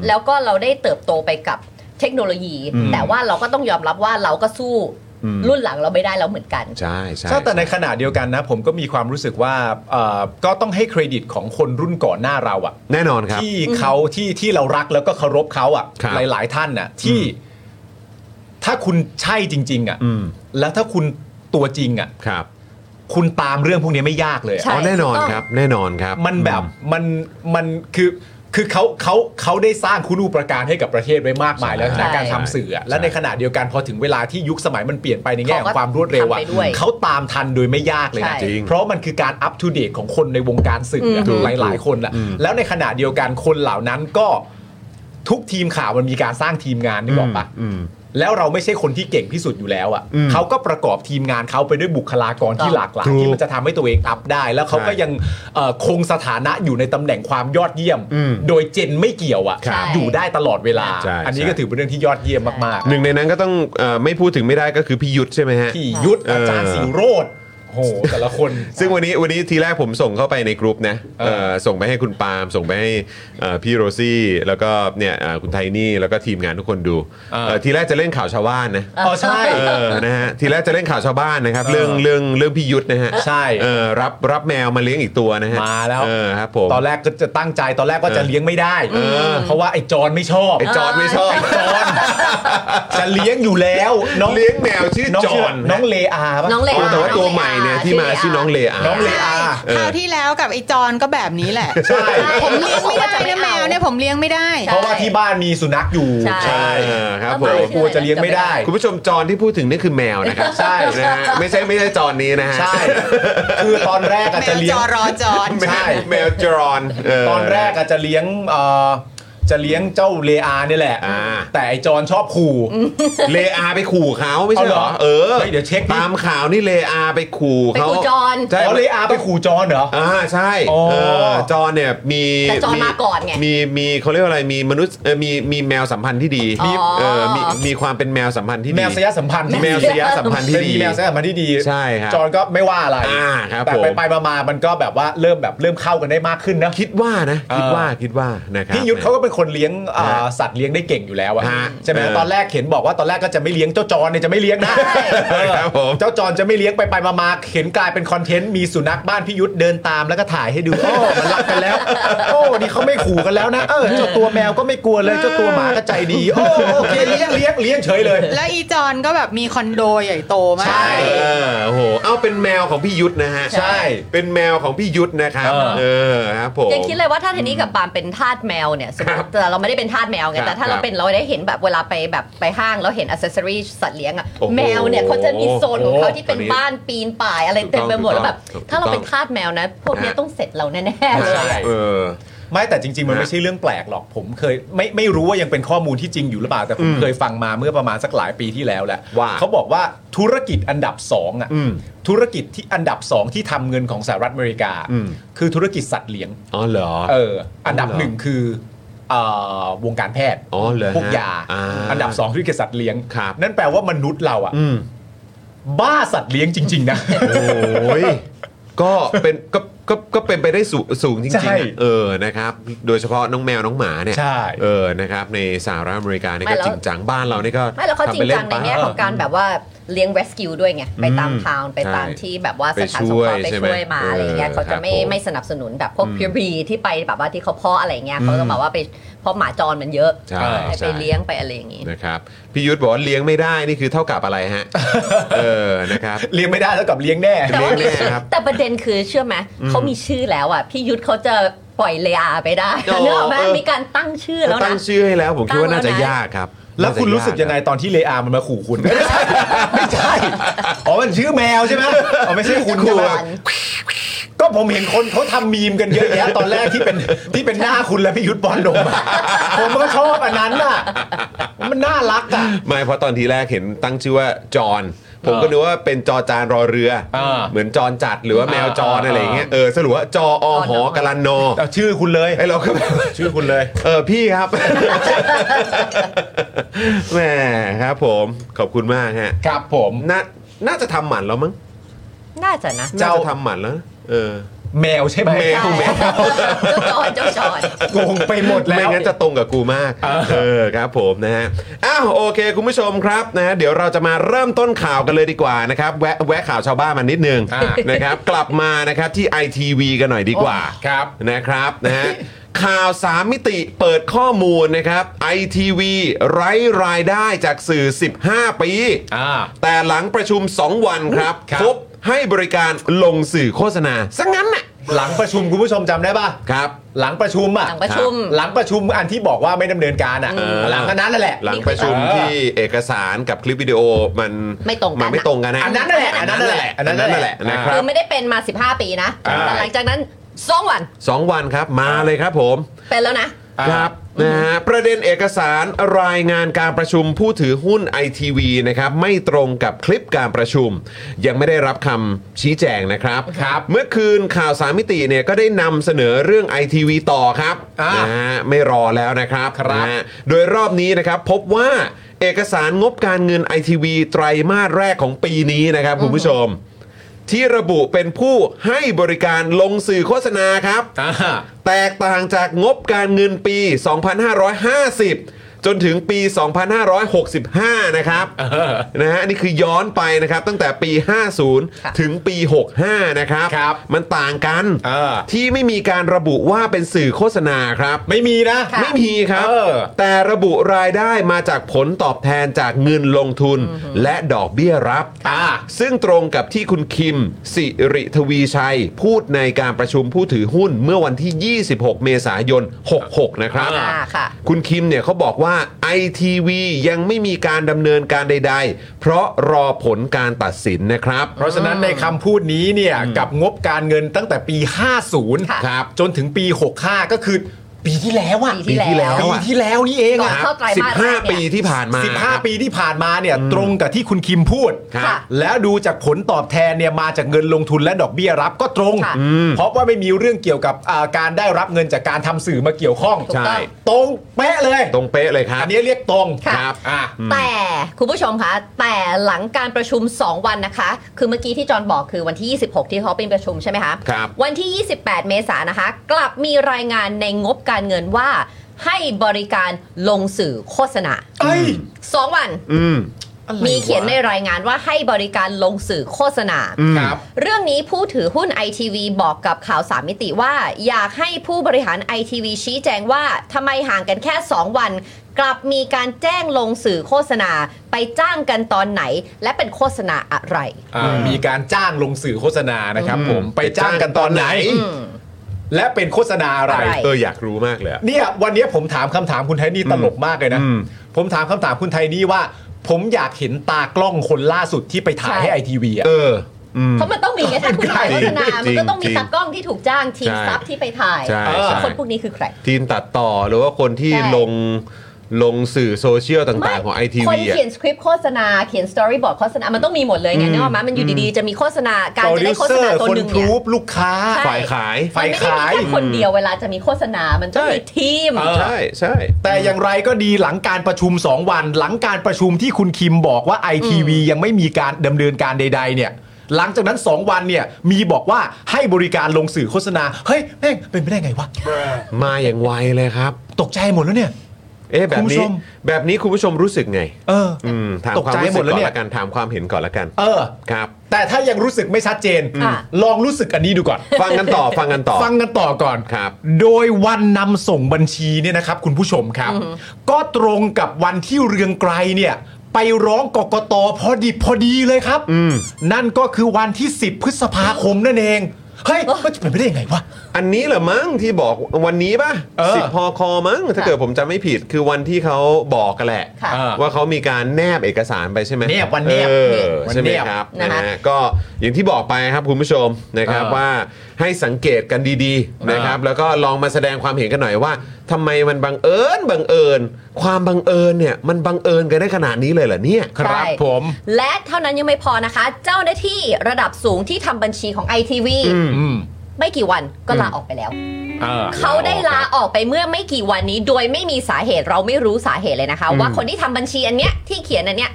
แล้วก็เราได้เติบโตไปกับเทคโนโลยี อืม แต่ว่าเราก็ต้องยอมรับว่าเราก็สู้ อืม รุ่นหลังเราไม่ได้แล้วเหมือนกัน ใช่ใช่ ใช่แต่ในขณะเดียวกันนะ ผมก็มีความรู้สึกว่าเอ่อก็ต้องให้เครดิตของคนรุ่นก่อนหน้าเราอ่ะ แน่นอนครับ ที่เขาที่ที่เรารักแล้วก็เคารพเขาอ่ะ ครับ หลาย ๆ ท่านน่ะที่ถ้าคุณใช่จริง ๆ อ่ะ อืม แล้วถ้าคุณตัวจริง อ่ะ ครับ คุณตามเรื่องพวกนี้ไม่ยากเลยอะ ใช่ อ๋อแน่นอนครับ แน่นอนครับ มันแบบมันมันคือคือเขาเขาเขาได้สร้างคุณูปการให้กับประเทศไว้มากมายแล้วนะการทำสื่ออะและในขณะเดียวกันพอถึงเวลาที่ยุคสมัยมันเปลี่ยนไปในแง่ของความรวดเร็วอ่ะ เขาก็ทำไปด้วย เขาตามทันโดยไม่ยากเลย ใช่ นะเพราะมันคือการอัปทูเดตของคนในวงการสื่ออะหลาย ๆ คนอ่ะแล้วในขณะเดียวกันคนเหล่านั้นก็ทุกทีมข่าวมันมีการสร้างทีมงานนึกออกปะ อืม แล้วเราไม่ใช่คนที่เก่งที่สุดอยู่แล้วอะ่ะ อืม เขาก็ประกอบทีมงานเขาไปด้วยบุคลากรที่หลากหลาย ถูก ที่มันจะทำให้ตัวเองอัพได้ แล้วเขาก็ยังเอ่อคงสถานะอยู่ในตำแหน่งความยอดเยี่ยม อืม โดยเจนไม่เกี่ยว ครั อะ่ะ บ อยู่ได้ตลอดเวลา ใช่ อันนี้ ใช่ ก็ถือเป็นเรื่องที่ยอดเยี่ยมมาก หนึ่งในนั้นก็ต้องเอ่อไม่พูดถึงไม่ได้ก็คือพี่ยุทธใช่ไหมฮะ ๆพี่ยุทธ เอออ อาจารย์สิโรธโหแต่ละคน ซึ่งวันนี้วันนี้ทีแรกผมส่งเข้าไปในกรุ๊ปนะ เออ เอ่อส่งไปให้คุณปาล์มส่งไปให้เอ่อพี่โรซี่แล้วก็เนี่ยเอ่อคุณไทนี่แล้วก็ทีมงานทุกคนดู เออ เอ่อทีแรกจะเล่นข่าวชาวบ้านนะ อ๋อใช่ เออ นะฮะ ทีแรกจะเล่นข่าวชาวบ้านนะครับ เรื่อง เออ เรื่อง เรื่องพี่ยุทธนะฮะ ใช่ เออ รับ รับแมวมาเลี้ยงอีกตัวนะฮะ มาแล้ว เออ ครับผม ตอนแรกก็จะตั้งใจตอนแรกว่าจะเลี้ยงไม่ได้ อ เพราะว่าไอ้จอนไม่ชอบ ไอ้จอนไม่ชอบ จอนจะเลี้ยงอยู่แล้วน้อง เลี้ยงแมวชื่อ น้อง จ ชื่ อ อน น้องเลอาปะ น้องเล โอ้แต่ว่า น้ง ตัว อา ใหม่ ไงที่มาชื่อน้องเลอา น้องเลอา เออ คราวที่แล้วกับไอ้จอนก็แบบนี้แหละ ใช่ ผมเลี้ยงไม่ได้นะแมวเนี่ยผมเลี้ยงไม่ได้ เพราะว่าที่บ้านมีสุนัขอยู่ ใช่ เออครับผ ต้นไม้ ม ชื่อ กลัวจะเลี้ยงไม่ได้ คุณผู้ชมจอนที่พูดถึงนี่คือแมวนะครับ ใช่ นะฮะไม่ใช่ไม่ใช่จอนนี้นะฮะ ใช่ คือตอนแรกอาจ แม จะ ว เลี้ จ ยง อรอจ อน แมว ใช่ แมวจรอนเ ตอนแรกอาจจะเลี้ยงเอ่อจะเลี้ยงเจ้าเลอาเนี่ยแหละ อ่า แต่ไอจอนชอบขู่ เลอาไปขู่เขาไม่ใช่เหรอ เอาเหรอ เออ เฮ้ยเดี๋ยวเช็คดิ ตามข่าวนี่เลอาไปขู่เขา ไปขู่จอน ใช่ อ๋อเลอาไปขู่จอนเหรอ อ่าใช่ อ๋อ เออจอนเนี่ยมี แต่จอนมาก่อนไง มีมีเขาเรียกว่าอะไรมีมนุษย์เออมีมีแมวสัมพันธ์ที่ดี อ๋อ มีเออมีมีความเป็นแมวสัมพันธ์ที่ดี แมวสยสัมพันธ์ที่ แม ดี วสยสัมพันธ์ที่ เป็น ดี แมวสยสัมพันธ์ที่ดี ใช่ครับ จอนก็ไม่ว่าอะไร อ่าครับ แต่ ผม ไปไปๆมาๆมันก็แบบว่าเริ่มแบบเริ่มเข้ากันได้มากขึ้นนะ คิดว่านะคิดว่าคิดว่านะครับ พี่ยุทธเขาก็เป็นคนเลี้ยงอ่า ฮะ สัตว์เลี้ยงได้เก่งอยู่แล้วอะ ฮะ ใช่ไหม เออ ตอนแรกเห็นบอกว่าตอนแรกก็จะไม่เลี้ยงเจ้าจรเนี่ยจะไม่เลี้ยงนะเออ ครับผม เจ้าจรจะไม่เลี้ยงไปไปมามาเห็นกลายเป็นคอนเทนต์มีสุนัขบ้านพี่ยุทธเดินตามแล้วก็ถ่ายให้ดูโอ้ มันรักกันแล้วโอ้นี่เขาไม่ขู่กันแล้วนะเออ เจ้าตัวแมวก็ไม่กลัวเลยเจ้าตัวหมาก็ใจดีโอ้โอเคเลี้ยงเลี้ยงเลี้ยงเฉยเลย แล้วอีจอนก็แบบมีคอนโดใหญ่โตมา ใช่ ก เออโอ้โหเอาเป็นแมวของพี่ยุทธนะฮะ ใช่ เป็นแมวของพี่ยุทธนะครับ เออ เออครับผม ยังคิดเลยว่าถ้าเทนนี่กับปาล์มเป็นทาสแมวเนี่ยสมม ครั ติ บ แต่เราไม่ได้เป็นทาสแมวไง ครับ แต่ถ้าเราเป็นเราได้เห็นแบบเวลาไปแบบไปห้างแล้วเห็นอัซเซอรี่สัตว์เลี้ยงอะ โอ้โห แมวเนี่ยเขาจะมีโซนของเขาที่เป็น โอ้โห บ้านปีนป่ายอะไรเต็มไปหมด ถูกต้แล้วแบ อง บ ถูกต้อง ถ้าเราเป็นทาสแมวนะพวกเนี้ยต้องเสร็จเราแน่ๆเลยอะ เออ ไม่แต่จริง ๆ มันไม่ใช่เรื่องแปลกหรอกผมเคยไม่ไม่รู้ว่ายังเป็นข้อมูลที่จริงอยู่หรือเปล่าแต่ผมเคยฟังมาเมื่อประมาณสักหลายปีที่แล้วแหละ ว่า เขาบอกว่าธุรกิจอันดับสองอ่ะ อืม ธุรกิจที่อันดับสองที่ทำเงินของสหรัฐอเมริกา อืม คือธุรกิจสัตว์เลี้ยง อ๋อเหรอ เอออันดับ อ๋อเหรอ หนึ่งคือเอ่อวงการแพทย์ อ๋อเหรอฮะ พวกยา อ่าน ดับสองธุรกิจสัตว์เลี้ยง ครับ นั่นแปลว่ามนุษย์เราอ่ะ อืม บ้าสัตว์เลี้ยงจริง ๆ นะ โอ้ยก็เป็นก็ก็ก็เป็นไปได้สูสูงจ ใช่ ริงๆอะเออนะครับ โดยเฉพาะน้องแมวน้องหมาเนี่ย ใช่ เออนะครับในสหรัฐอเมริกานี่ ไม่ ก็ แล้ว จริงจังบ้านเรานี่ก็ ไม่แล้วเขาจริ ทำป ง ล่ จังใน ไป แง่ของการแบบว่าเลี้ยง rescue ด้วยไงไปตาม อืม ทาวน์ไปตาม ใช่ ที่แบบว่า ไป สถานสงเคราะช่วยห์ไป ใช่ไหม ช่วยมาอะไรอย่างเงี้ย เออ เขา ครั จะ บ ไม่ ผม ไม่สนับสนุนแบบพวกพิรีที่ไปแบบว่าที่เขาเพาะอะไรอย่างเงี้ยเขาต้องแบบว่าไปเพาะหมาจรมันเยอะ ใช่ ให้ ใช่ ไปเลี้ยงไปอะไรอย่างงี้ นะครับพี่ยุทธบอกว่าเลี้ยงไม่ได้นี่คือเท่ากับอะไรฮะ เออนะครับ เลี้ยงไม่ได้แล้วกับเลี้ยงแน่ แต่ว่า เลี้ยงแน่ครับ แต่ประเด็นคือเชื่อไหมเขามีชื่อแล้วอ่ะพี่ยุทธเขาจะปล่อยเลอาไปได้ โอ้ เนกอะแม เออ มีการตั้งชื่อแล้ว ตั้ นะ งชื่อให้แล้ว ผมคิดว่าน่าจะ ตั้งแล้วนะ ยากครับ แล้วคุณรู้สึกยังไงตอนที่เลอา มันมาขู่คุณ ไม่ใช่ไม่ใช่อ๋อมันชื่อแมวใช่ไหมอ๋อไม่ใช่คุณใช่ไหมก็ผมเห็นคนเขาทำมีมกันเยอะแยะตอนแรกที่เป็นที่เป็นหน้าคุณและพี่ยุทธบอลดมอะผมก็ชอบอันนั้นน่ะ มันน่ารักอ่ะ ไม่เพราะตอนทีแรกเห็นตั้งชื่อว่าจอนผมก็นึกว่าเป็นจอจานรอเรืออาเหมือนจอนจัดหรือว่าแมวจอน อ่า อะไรอย่างเงี้ยเออสรุปว่าจออหอกลันนอ เอาชื่อคุณเลย ไอเราก็ แบบ ชื่อคุณเลย เออพี่ครับ แหมครับผมขอบคุณมากฮะ ครับผม น่าน่าจะทำหมันแล้วมั้ง น่าจะนะ น่า เจ้า จะทำหมันแล้ว เออ แมวใช่ไหม แม เจ้า ว ใช่เจ้าจอนเจ้าจอน งงไปหมดแล้ว ไม่งั้นจะตรงกับกูมาก เออครับผมนะฮะ อ้าวโอเค คุณผู้ชมครับนะฮะเดี๋ยวเราจะมาเริ่มต้นข่าวกันเลยดีกว่านะครับ แวะแวะข่าวชาวบ้านมานิดนึง อ่า นะครับ กลับมานะครับที่ ITV กันหน่อยดีกว่า ครับ นะครับนะฮะ ข่าว 3 มิติเปิดข้อมูลนะครับ ITV ไร้รายได้จากสื่อ 15 ปี อ่า แต่หลังประชุม 2 วันครับ ครับ พบให้บริการลงสื่อโฆษณาซะงั้นน่ะ หลังประชุมคุณผู้ชมจำได้ป่ะ ครับ หลังประชุมอ่ะ หลังประชุม หลังประชุมอันที่บอกว่าไม่ดำเนินการอ่ะ ม หลังอันนั้นนั่นแหละ หลังประชุมที่เอกสารกับคลิปวิดีโอมัน ไม่ตรงกัน มันไม่ตรงกันนะ อันนั้นนั่นแหละอันนั้นนั่นแหละ อันนั้นนั่นแหละ อันนั้ นะ นคนั่นแหละรั คื บ อไม่ได้เป็นมา 15 ปีนะ อ่า แต่หลังจากนั้น 2 วัน สองวันครับมาเลยครับผม เป็นแล้วนะ ครับนะฮะประเด็นเอกสารรายงานการประชุมผู้ถือหุ้นไอทีวีนะครับไม่ตรงกับคลิปการประชุม ยังไม่ได้รับคำชี้แจงนะครับ ครับ เมื่อคืนข่าวสามมิติเนี่ยก็ได้นำเสนอเรื่อง ITV ต่อครับ อ่าน นะฮะไม่รอแล้วนะครับ ครับ นะฮะโดยรอบนี้นะครับพบว่าเอกสารงบการเงิน ITV ไตรมาสแรกของปีนี้นะครับคุณผู้ชม ที่ระบุเป็นผู้ให้บริการลงสื่อโฆษณาครับ อ่า แตกต่างจากงบการเงินปี 2550 จนถึงปี 2565 นะครับนะฮะอันนี่คือย้อนไปนะครับ ตั้งแต่ปี ค่ะ 50 ถึงปี 65 นะครับ ครับ มันต่างกัน เออ ที่ไม่มีการระบุว่าเป็นสื่อโฆษณาครับ ไม่มีนะ ไม่มีครับ เออ แต่ระบุรายได้มาจากผลตอบแทนจากเงินลงทุนและดอกเบี้ยรับ อ่า ซึ่งตรงกับที่คุณคิม สิริทวีชัย พูดในการประชุมผู้ถือหุ้นเมื่อวันที่ 26 เมษายน 66 นะครับ อ่าค่ะ คุณคิมเนี่ยเขาบอกว่า ITV ยังไม่มีการดำเนินการใดๆ เพราะรอผลการตัดสินนะครับ เพราะฉะนั้นในคำพูดนี้เนี่ยกับงบการเงินตั้งแต่ปี 50 ครับ จนถึงปี 65 ก็คือปีที่แล้วอะ ปีที่แล้ว ปี อะ ที่แล้วนี่เอง ก่ อะ นเข้าไตรมาสแรก15 ปีเนี่ยที่ผ่านมา 15 ปีที่ผ่านมาเนี่ยตรงกับที่คุณคิมพูด ครั ค่ะ บ แล้วดูจากผลตอบแทนเนี่ยมาจากเงินลงทุนและดอกเบี้ยรับก็ตรง ค่ะ อืม เพราะว่าไม่มีเรื่องเกี่ยวกับอ่าการได้รับเงินจากการทำสื่อมาเกี่ยวข้อง ถูกต้อง ตรงเป๊ะเลย ตรงเป๊ะเลยครับ อันนี้เรียกตรง ค่ะ ครับ อ่ะ แต่คุณผู้ชมคะแต่หลังการประชุม 2 วันนะคะ คือเมื่อกี้ที่จอห์นบอกคือวันที่ 26 ที่เขาเป็นประชุมใช่ไหมคะ ครับ วันที่ 28 เมษายนนะคะ กลับมีรายงานในงบการเงินว่า ให้บริการลงสื่อโฆษณา เอ้ย สองวัน อืม มีเขียนในรายงานว่าให้บริการลงสื่อโฆษณา อืม ครับ เรื่องนี้ผู้ถือหุ้น ITV บอกกับข่าวสามมิติว่า อยากให้ผู้บริหาร ITV ชี้แจงว่าทำไมห่างกันแค่ 2 วัน กลับมีการแจ้งลงสื่อโฆษณา ไปจ้างกันตอนไหน และเป็นโฆษณาอะไร อ่ามีการจ้างลงสื่อโฆษณานะครับผมไปจ้างกันตอนไหน และเป็นโฆษณาอะไร อะไร เอออยากรู้มากเลยอะ เนี่ยวันเนี้ยผมถามคำถามคุณไทนี่ตลกมากเลยนะ อืม ผมถามคำถามคุณไทนี่ว่า ผมอยากเห็นตากล้องคนล่าสุดที่ไปถ่ายให้ ใช่ ไอทีวีอ่ะ เอออืม เพราะมันต้องมีไงถ้าคุณถ่ายโฆษณา จริ มัน ง ก็ต้องมี จริง ตากล้องที่ถูกจ้างทีม ใช่ ซับที่ไปถ่าย ใช่ เออ ใช่ คนพวกนี้คือใคร ทีมตัดต่อหรือว่าคนที่ ใช่ ลงลงสื่อโซเชียลต่างๆ ของไอที คน วีอ่ะ เขียนสคริปต์โฆษณาเขียนสตอรี่บอร์ดโฆษณา มันต้องมีหมดเลยไง อืม นึกออกไหมมันอยู่ดีๆจะมีโฆษณาการจะได้โฆษณาตัว คน หนึ่ง ทู เนี่ย บลูกค้า ใช่ ฝ่ายขาย มันไม่ได้มีแค่คนเดียวเวลาจะมีโฆษณา มันต้องมีทีม เออ ใช่ใช่ แต่อย่างไรก็ดีหลังการประชุม 2 วัน หลังการประชุมที่คุณคิมบอกว่า ITV ยังไม่มีการดำเนินการใด ๆ เนี่ย หลังจากนั้น 2 วันเนี่ยมีบอกว่าให้บริการลงสื่อโฆษณา เฮ้ยแม่งเป็นไปได้ไงวะ มาอย่างไวเลยครับ ตกใจหมดแล้วเนี่ย เอ๊ะแบบ คุณผู้ นี้ ชม แบบนี้คุณผู้ชมรู้สึกไง เออ อืมถาม ตก ความ ใจ รู้ หม สึ ด ก แล้ว ก่อ เนี่ น ย ละกันถามความเห็นก่อนละกัน เออ ครับ แต่ถ้ายังรู้สึกไม่ชัดเจน อ่ะ ลองรู้สึกอันนี้ดูก่อน ฟังกันต่อฟังกันต่อ ฟังกันต่อก่อน ครับ โดยวันนำส่งบัญชีเนี่ยนะครับ คุณผู้ชมครับ ก็ตรงกับวันที่เรืองไกรเนี่ย ไปร้องกกตพอดีพอดีเลยครับ นั่นก็คือวันที่ 10 พฤษภาคมนั่นเอง เฮ้ยมันจะเป็นไปได้ยังไงวะ อันนี้เหรอมั้งที่บอกวันนี้ป่ะ เออ สิบพอคอมั้งถ้าเกิดผมจำไม่ผิดคือวันที่เขาบอกกันแหละ ค่ะ เออ ว่าเขามีการแนบเอกสารไปใช่ไหม แนบวันแนบ เออ วันแนบ ใช่ไหมครับ วั นะ นแนบ ฮะก็อย่างที่บอกไปครับคุณผู้ชมนะครับ เออ ว่าให้สังเกตกันดีๆนะครับแล้วก็ลองมาแสดงความเห็นกันหน่อยว่าทำไมมันบังเอิญบังเอิญ ความบังเอิญเนี่ยมันบังเอิญกันได้ขนาดนี้เลยเหรอเนี่ย ครับ ใช่ ผม และเท่านั้นยังไม่พอนะคะ เจ้าหน้าที่ระดับสูงที่ทำบัญชีของ ITV อืม ไม่กี่วันก็ลาออกไปแล้ว เออ เขาได้ลาออกไปเมื่อไม่กี่วันนี้ โดยไม่มีสาเหตุเราไม่รู้สาเหตุเลยนะคะ ว่าคนที่ทำบัญชีอันเนี้ยที่เขียนอันเนี้ย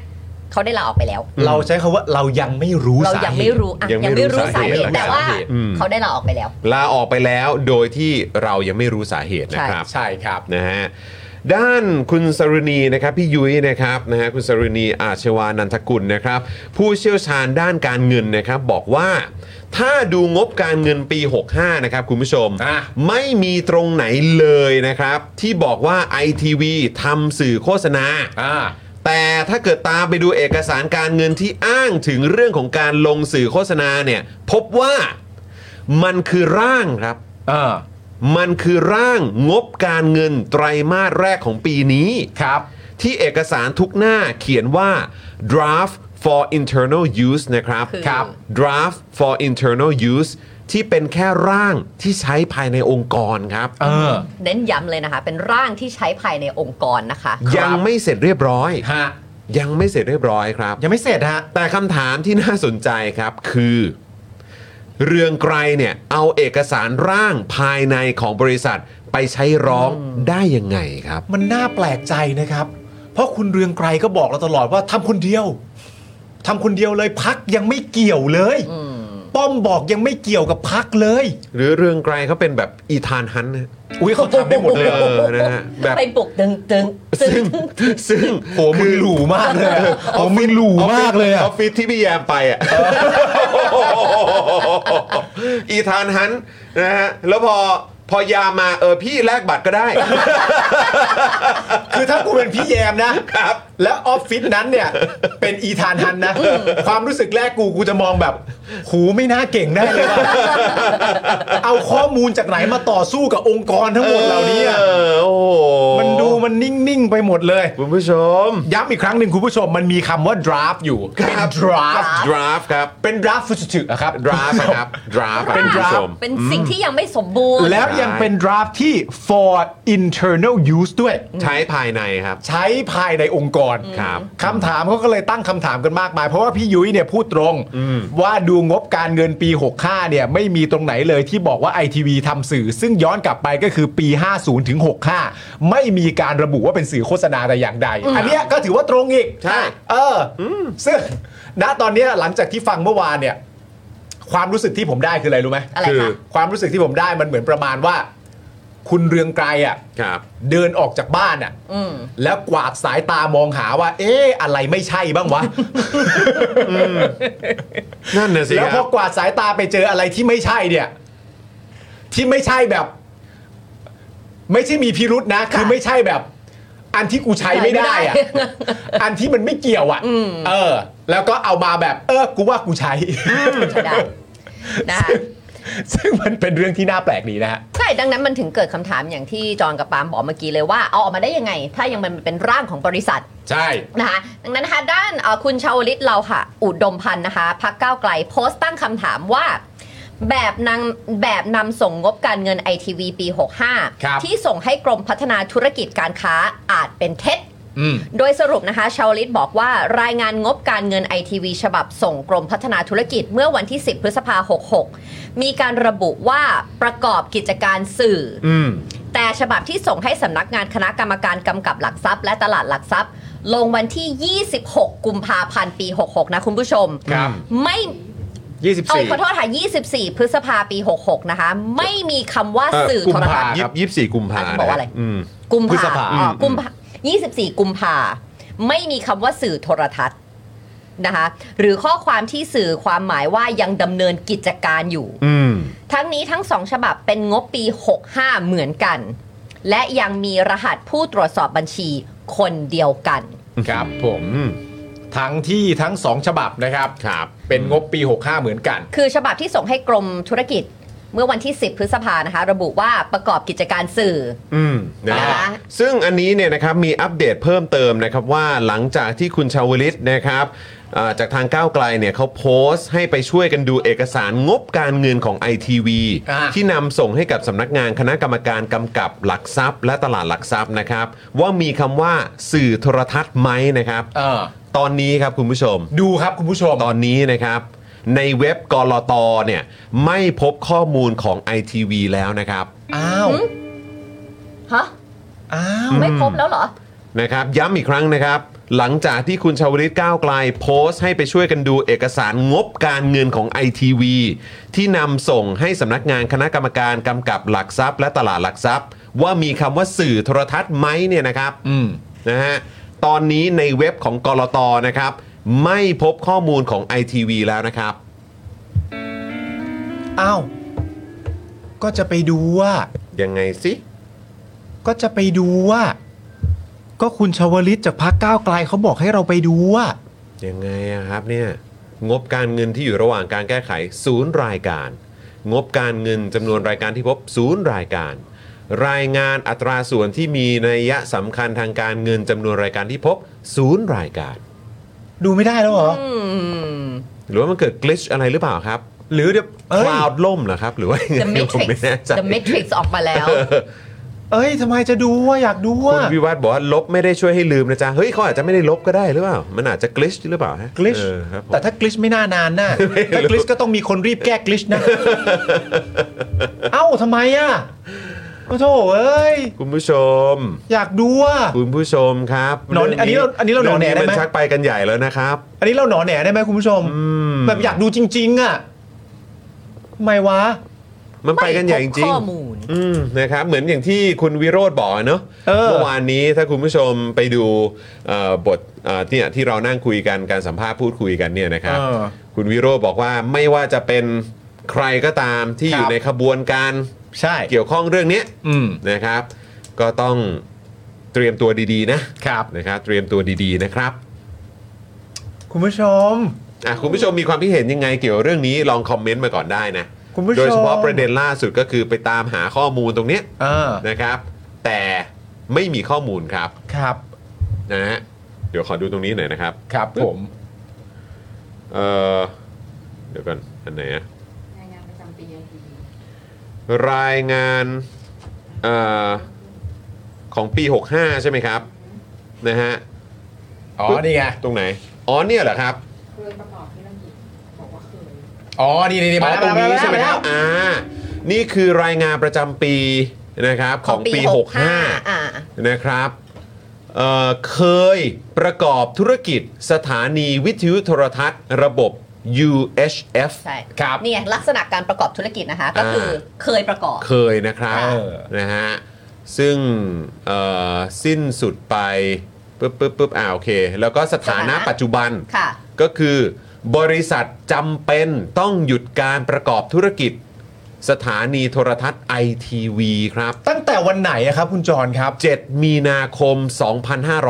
เขาได้ลาออกไปแล้ว เราใช้คำว่าเรายังไม่รู้ เรา สา ยัง เห ไม่ ตุ รู้อ่ะ ยังไม่รู้สาเหตุหลัก แต่ว่า สาเหตุอืม เขาได้ลาออกไปแล้ว ลาออกไปแล้วโดยที่เรายังไม่รู้สาเหตุนะครับ ใช่ครับ นะฮะด้านคุณสรุณีนะครับพี่ยุ้ยนะครับนะฮะคุณสรุณีอาชวานันทกุลนะครับ ผู้เชี่ยวชาญด้านการเงินนะครับ บอกว่า ถ้าดูงบการเงินปี 65 นะครับ คุณผู้ชม อ่ะ ไม่มีตรงไหนเลยนะครับ ที่บอกว่า ITV ทำสื่อโฆษณา อ่า แต่ถ้าเกิดตามไปดูเอกสารการเงินที่อ้างถึงเรื่องของการลงสื่อโฆษณาเนี่ยพบว่ามันคือร่างครับ เออ มันคือร่างงบการเงินไตรมาสแรกของปีนี้ ครับ ที่เอกสารทุกหน้าเขียนว่า draft for internal use นะครับ คือ draft for internal use ที่เป็นแค่ร่างที่ใช้ภายในองค์กรครับ เออ เน้นย้ำเลยนะคะ เป็นร่างที่ใช้ภายในองค์กรนะคะ ยังไม่เสร็จเรียบร้อย ฮะ ยังไม่เสร็จเรียบร้อยครับ ยังไม่เสร็จฮะ แต่คำถามที่น่าสนใจครับคือ เรืองไกรเนี่ยเอาเอกสารร่างภายในของบริษัทไปใช้ร้องได้ยังไงครับ มันน่าแปลกใจนะครับ เพราะคุณเรืองไกรก็บอกเราตลอดว่าทำคนเดียวทำคนเดียวเลยพักยังไม่เกี่ยวเลย ป้อมบอกยังไม่เกี่ยวกับพักเลย หรือเรืองไกรเขาเป็นแบบอีธานฮันต์นะ อุ้ยเขาทำได้หมดเลย เออนะฮะแบบ ไปปลุกตึงตึงตึง ซึ่งซึ่ง โอ้มึงหลูมากเลยอะโอ้มึงหลูมากเลย อ อะ อฟฟิศที่พี่แยมไปอ่ะอีธานฮันต์นะฮะแล้วพอพอยามมาเออพี่แลกบัตรก็ได้ คือถ้ากูเป็นพี่แยมนะครับ และออฟฟิศนั้นเนี่ย เป็นอีธานฮันนะ ความรู้สึกแรกกูกูจะมองแบบ หูไม่น่าเก่งได้เลย ว่ะเอาข้อมูลจากไหนมาต่อสู้กับองค์กรทั้งหมดเหล่านี้อะ ออโอ้โห มันดูมันนิ่ง ๆ ไปหมดเลย คุณผู้ชม ย้ำอีกครั้งหนึ่งคุณผู้ชมมันมีคำว่า draft อยู่ เป็น draft draft ครับ เป็น draft ฟุตสึอะครับ draft ครับ draft ครับ เป็น คุณผู้ชม เป็นสิ่งที่ยังไม่สมบูรณ์ แล้วยังเป็น draft ที่ for internal use ด้วย ใช้ภายในครับ ใช้ภายในองค์กร ครับ คำถามเขาก็เลยตั้งคำถามกันมากมาย เพราะว่าพี่ยุ้ยเนี่ยพูดตรง ว่าดูงบการเงินปี 65 เนี่ย ไม่มีตรงไหนเลยที่บอกว่าไอทีวีทำสื่อ ซึ่งย้อนกลับไปก็คือปี 50 ถึง 65 ไม่มีการระบุว่าเป็นสื่อโฆษณาแต่อย่างใด อันเนี้ยก็ถือว่าตรงอีก ใช่ เอออซึ่งณตอนเนี้ยหลังจากที่ฟังเมื่อวานเนี่ย ความรู้สึกที่ผมได้คืออะไรรู้ไหม อะไรคะ ความรู้สึกที่ผมได้มันเหมือนประมาณว่า คุณเรืองไกรอ่ะ ครับ เดินออกจากบ้านอ่ะ อืม แล้วกวาดสายตามองหาว่า เอ๊ะ อะไรไม่ใช่บ้าง วะ นั่นน่ะสิ แล้ว ค พ รั อบ กวาดสายตาไปเจออะไรที่ไม่ใช่เนี่ย ที่ไม่ใช่แบบ ไม่ใช่มีพิรุษนะ คือไม่ใช่แบบ อันที่กูใช้ไม่ได้อะ ใช้ไม่ได้ อันที่มันไม่เกี่ยวอ่ะเออ แล้วก็เอามาแบบ เออ กูว่ากูใช้ ใช่ได้ นะคะ ซึ่งมันเป็นเรื่องที่น่าแปลกดีนะฮะ ใช่ ดังนั้นมันถึงเกิดคำถามอย่างที่จอห์นกับปาล์มบอกเมื่อกี้เลยว่าเอาออกมาได้ยังไง ถ้ายังมันเป็นร่างของบริษัท ใช่ นะคะดังนั้นนะคะด้านเอ่อคุณชาวลิตเราค่ะ อุดมพันธ์นะคะพักก้าวไกลโพสต์ตั้งคำถามว่า แบบนำแบบนำส่งงบการเงินไอทีวีปี ครับ 65 ที่ส่งให้กรมพัฒนาธุรกิจการค้าอาจเป็นเท็จ อืม โดยสรุปนะคะชาวลิตบอกว่ารายงานงบการเงินไอทีวีฉบับส่งกรมพัฒนาธุรกิจเมื่อวันที่ 10 พฤษภาคม66 มีการระบุว่าประกอบกิจการสื่ออแต่ฉบับที่ส่งให้สำนักงานคณะกรรมการกำกับหลักทรัพย์ และตลาดหลักทรัพย์ ลงวันที่ 26 กุมภาพันธ์ปี 66 นะคุณผู้ชม ครับ ไม่ ยี่สิบ เอย สี่ ขอโทษค่ะ 24 พฤษภาปี 66 นะคะ ไม่มีคำว่าสื่อ เอ่อกุ โท ม ร ภา ทัศน์ ยี่สิบสี่กุมภา อ่ะบอกว่าอะไร อืม กุม พฤษ ภา ภา อ๋ออ ม กุมภายี่สิบสี่กุมภาไม่มีคำว่าสื่อโทรทัศน์นะคะ หรือข้อความที่สื่อความหมายว่ายังดำเนินกิจการอยู่ อืม ทั้งนี้ทั้งสองฉบับเป็นงบปี 65 เหมือนกัน และยังมีรหัสผู้ตรวจสอบบัญชีคนเดียวกัน ครับ ผม ทั้งที่ทั้งสองฉบับนะครับ ครับ เป็นงบปี 65 เหมือนกัน คือฉบับที่ส่งให้กรมธุรกิจเมื่อวันที่ 10 พฤษภานะคะ ระบุว่าประกอบกิจการสื่อ อืมนะฮะ นะคะ ซึ่งอันนี้เนี่ยนะครับมีอัปเดตเพิ่มเติมนะครับว่าหลังจากที่คุณชาวลิตนะครับอ่าจากทางก้าวไกลเนี่ยเขาโพสต์ให้ไปช่วยกันดูเอกสารงบการเงินของ ITV อ่า ที่นำส่งให้กับสำนักงานคณะกรรมการกำกับหลักทรัพย์ และตลาดหลักทรัพย์นะครับ ว่ามีคำว่าสื่อโทรทัศน์ไหมนะครับ เออ ตอนนี้ครับคุณผู้ชม ดูครับคุณผู้ชม ตอนนี้นะครับ ในเว็บกลตเนี่ยไม่พบข้อมูลของ ITV แล้วนะครับ อ้าว ฮะ อ้าว ไม่ครบแล้วเหรอ นะครับย้ำอีกครั้งนะครับ หลังจากที่คุณชาวลิตก้าวไกลโพสต์ให้ไปช่วยกันดูเอกสารงบการเงินของ ITV ที่นำส่งให้สำนักงานคณะกรรมการกำกับหลักทรัพย์ และตลาดหลักทรัพย์ ว่ามีคำว่าสื่อโทรทัศน์ไหมเนี่ยนะครับ อืม นะฮะตอนนี้ในเว็บของกลตนะครับ ไม่พบข้อมูลของ ITV แล้วนะครับ อ้าว ก็จะไปดูว่า ยังไงสิ ก็จะไปดูว่า ก็คุณชวลิตจากพักก้าวไกลเขาบอกให้เราไปดูว่า ยังไงอะครับเนี่ยงบการเงินที่อยู่ระหว่างการแก้ไขศูนย์รายการ งบการเงินจำนวนรายการที่พบศูนย์รายการ รายงานอัตราส่วนที่มีนัยยะสำคัญทางการเงินจำนวนรายการที่พบศูนย์รายการ ดูไม่ได้แล้วเหรอ อืม หรือว่ามันเกิด glitch อะไรหรือเปล่าครับ หรือเดี๋ยวเอ้ ค ย ลาวด์ล่ม เหรอครับ หรือว่ายังไง The ผมไม่ Matrix แน่ใจ The Matrix ออกมาแล้ว เอ้ยทำไมจะดูว่าอยากดู คุ ว่า ณวิวัฒน์บอกว่าลบไม่ได้ช่วยให้ลืมนะจ๊ะเฮ้ยเขาอาจจะไม่ได้ลบก็ได้หรือเปล่า มันอาจจะ glitch หรือเปล่าฮะ กลิช เออครับผม แต่ถ้ากลิชไม่น่านานน่ะถ้ากลิชก็ต้องมีคนรีบแก้กลิชนะ เอ้าทำไมอ่ะโอ้โถเอ้ย คุณผู้ชม อยากดูว่า คุณผู้ชมครับ นอนอันนี้เราอันนี้เรานอนแหน่ได้ไหม มันชักไปกันใหญ่แล้วนะครับ อันนี้เราหนอแหน่ได้ไหมคุณผู้ชม อืม แบบอยากดูจริง ๆ อ่ะทำไมวะ มันไปกันใหญ่จ ไม่ ริ พบ ง ข้อ ๆ มูล อืมนะครับเหมือนอย่างที่คุณวิโรธบอกอะเนอะ เออ เมื่อวานนี้ถ้าคุณผู้ชมไปดูเอ่อบทเอ่อเนี่ยที่เรานั่งคุยกันการสัมภาษณ์พูดคุยกันเนี่ยนะครับ เออ คุณวิโรธบอกว่าไม่ว่าจะเป็นใครก็ตามที่ คอรับยู่ในขบวนการ ใช่ เกี่ยวข้องเรื่องเนี้ย อืม นะครับ ก็ต้องเตรียมตัวดีๆนะครับ นะครับ เตรียมตัวดีๆนะครับ คุณผู้ชม อ่ะคุณผู้ชมมีความคิดเห็นยังไงเกี่ยวกับเรื่องนี้ลองคอมเมนต์มาก่อนได้นะ คุณผู้ชม โดยเฉพาะประเด็นล่าสุดก็คือไปตามหาข้อมูลตรงเนี้ย เออ นะครับแต่ไม่มีข้อมูลครับ ครับ นะฮะเดี๋ยวขอดูตรงนี้หน่อยนะครับ ครับผม เออเดี๋ยวก่อนอันไหนอะรายงานเอ่อของปี 65 ใช่ไหมครับนะฮะ อ๋อ นี่ไง ตรงไหนอ๋อเนี่ยเหรอครับ อ๋อ นี่นี่นี่ อ๋ มา อ แล้ว ตรงนี้ าแล้ว ใช่ไหมคมาแล้ รั ว บอ่านี่คือรายงานประจำปีนะครับของปี 65 อ่า นะครับเอ่อเคยประกอบธุรกิจสถานีวิทยุโทรทัศน์ระบบ UHF ใช่ ครับ นี่ไงลักษณะการประกอบธุรกิจนะคะ ก็คือเคยประกอบ เคยนะครับ เออ นะฮะซึ่งเอ่อสิ้นสุดไปปึ๊บปึ๊บปึ๊บอ่าโอเค แล้วก็สถานะ สถานะ ปัจจุบัน ค่ะ ก็คือบริษัทจำเป็นต้องหยุดการประกอบธุรกิจ สถานีโทรทัศน์ ITV ครับ ตั้งแต่วันไหนอะครับ คุณจรครับ 7 มีนาคม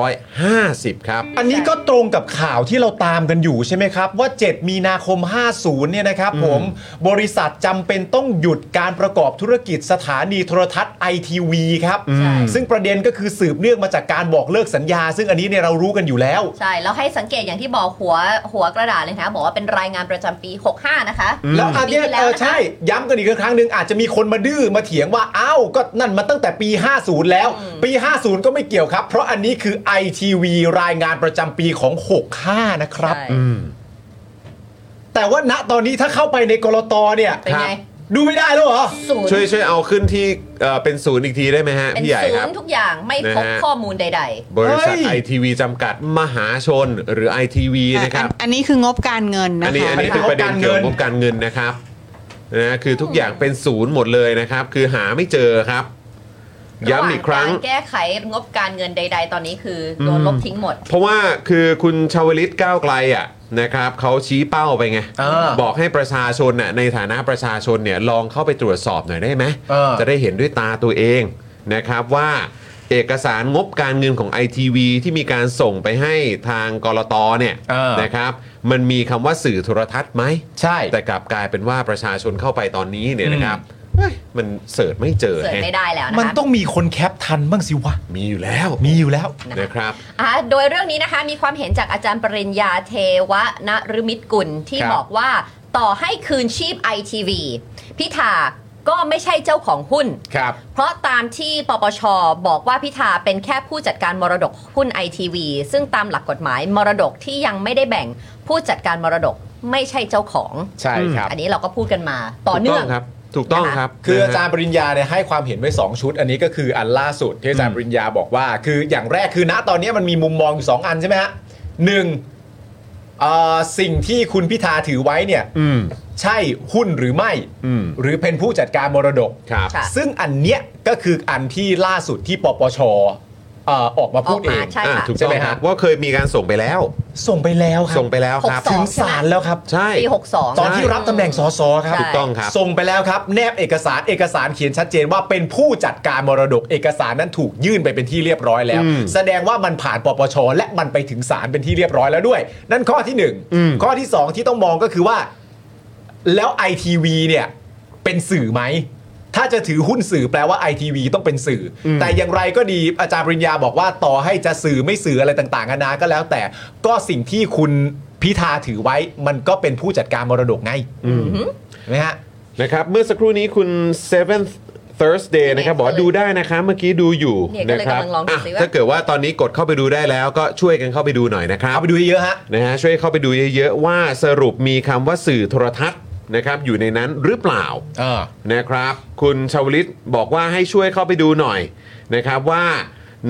2550 ครับ อันนี้ก็ตรงกับข่าวที่เราตามกันอยู่ใช่ไหมครับ ว่า 7 มีนาคม 50 เนี่ยนะครับผมบริษัทจำเป็นต้องหยุดการประกอบธุรกิจสถานีโทรทัศน์ไอทีวีครับ ใช่ ซึ่งประเด็นก็คือสืบเนื่องมาจากการบอกเลิกสัญญา ซึ่งอันนี้เนี่ยเรารู้กันอยู่แล้ว ใช่ แล้วให้สังเกตอย่างที่บอกหัวหัวกระดาษเลยนะ บอกว่าเป็นรายงานประจำปี 65 นะคะ แล้วอันเนี้ย ปีที่ เอ แล้ว อ นะคะ ใช่ย้ำกันอีกครั้งหนึ่งอาจจะมีคนมาดื้อมาเถียงว่าอ้าวก็นั่นมาตั้งแต่ปี 50 แล้ว ปี 50 ก็ไม่เกี่ยวครับ เพราะอันนี้คือ ITV รายงานประจำปีของ 65 นะครับ ใช่ แต่ว่าณตอนนี้ถ้าเข้าไปในกรตเนี่ย เป็นไง ครับดูไม่ได้แล้วเหรอ ศูนย์ ช่วยช่วยเอาขึ้นที่เอ่อเป็นศูนย์อีกทีได้ไหมฮะ เป็น พี่ใหญ่ ศู ครับ นย์ทุกอย่างไม่พบ นะฮะ ข้อมูลใด บริษัท เฮ้ ไอย ทีวีจำกัดมหาชนหรือ ITV นะครับ อันนี้คืองบการเงิน อั นะ นนี้ คะ อันนี้เป็นประเด็นเกี่ยวกับงบการเงินนะครับนะคือทุกอย่างเป็นศูนย์หมดเลยนะครับ คือหาไม่เจอครับ ๆ ย้ำอีกครั้ง ระหว่ากาแก้ไขงบการเงินใด ๆ ตอนนี้คือโดน อืม ลบทิ้งหมด เพราะว่าคือคุณชาวลิตก้าวไกลอ่ะนะครับเขาชี้เป้าไปไง เออ บอกให้ประชาชนน่ะในฐานะประชาชนเนี่ยลองเข้าไปตรวจสอบหน่อยได้ไหม เออ จะได้เห็นด้วยตาตัวเองนะครับว่าเอกสารงบการเงินของ ITV ที่มีการส่งไปให้ทางกรตเนี่ย เออ นะครับมันมีคำว่าสื่อโทรทัศน์ไหม ใช่ แต่กลับกลายเป็นว่าประชาชนเข้าไปตอนนี้เนี่ยนะครับเฮ้ยมันเสิร์ชไม่เจอ เสิร์ช แฮะ ไม่ได้แล้วนะคะ มันต้องมีคนแคปทันบ้างสิวะ มีอยู่แล้ว มีอยู่แล้ว นะครับ อ่าโดยเรื่องนี้นะคะมีความเห็นจากอาจารย์ปริญญาเทวะนรมิตกุลที่ ครับ บอกว่าต่อให้คืนชีพไอทีวีพิธาก็ไม่ใช่เจ้าของหุ้น ครับ เพราะตามที่ปปชบอกว่าพิธาเป็นแค่ผู้จัดการมรดกหุ้นไอทีวีซึ่งตามหลักกฎหมายมรดกที่ยังไม่ได้แบ่งผู้จัดการมรดกไม่ใช่เจ้าของ ใช่ อืม ครับ อันนี้เราก็พูดกันมาต่อเนื่อง ถูกต้ครับ ถูกต้อง นะคะ ครับ คืออาจาร นะฮะ ย์ปริญญาเนี่ยให้ความเห็นไว้ 2 ชุด อันนี้ก็คืออันล่าสุดที่อาจารย์ อื ป ม ริญญาบอกว่า คืออย่างแรกคือณตอนนี้มันมีมุมมองอยู่สองอันใช่ไหมฮะหนึ่งเอ่อสิ่งที่คุณพิธาถือไว้เนี่ย อืม ใช่หุ้นหรือไม่ อืม หรือเป็นผู้จัดการมรดก ครับ ค่ะ ซึ่งอันเนี้ยก็คืออันที่ล่าสุดที่ปปชเอ่อออกมาพูดเอง ออกมาใช่ ค่ะ อ่ะถูก ใช่ ต้อง ไหม ค ฮะ รับว่าเคยมีการส่งไปแล้ว ส่งไปแล้วครับ ส่งไปแล้วครับ หก ถึง สองใช่ไหม ศาลแล้วครับ ใช่ ปี 62 ตอนที่รับตำแหน่งสสครับ ถูกต้องครับ ส่งไปแล้วครับ แนบเอกสารเอกสารเขียนชัดเจนว่าเป็นผู้จัดการมรดกเอกสารนั้นถูกยื่นไปเป็นที่เรียบร้อยแล้ว อืม แสดงว่ามันผ่านปปชและมันไปถึงศาลเป็นที่เรียบร้อยแล้วด้วย นั่นข้อที่หนึ่ง อืม ข้อที่สองที่ต้องมองก็คือว่า แล้วไอทีวีเนี่ยเป็นสื่อไหม ถ้าจะถือหุ้นสื่อแปลว่า ITV ต้องเป็นสื่ออแต่อย่างไรก็ดีอาจารย์ปริญญาบอกว่าต่อให้จะสื่อไม่สื่ออะไรต่างๆนานาก็แล้วแต่ ก็สิ่งที่คุณพิธาถือไว้ มันก็เป็นผู้จัดการมรดกไงเห็นไหมฮะ นะครับ เมื่อสักครู่นี้คุณ Seventh Thursday เนี่ย นะครับ บอกว่า ก็เลย ดูได้นะครับ เมื่อกี้ดูอยู่นะเนี่ยก็เลย ครับ กำลังลองดู อ่ะ สิว่า ถ้าเกิดว่าตอนนี้กดเข้าไปดูได้แล้วก็ช่วยกันเข้าไปดูหน่อยนะครับ เอาไปดูเยอะๆฮะ นะฮะช่วยเข้าไปดูเยอะๆว่าสรุปมีคำว่าสื่อโทรทัศน์นะครับอยู่ในนั้นหรือเปล่า เออ นะครับ คุณชาวลิตบอกว่าให้ช่วยเข้าไปดูหน่อยนะครับว่า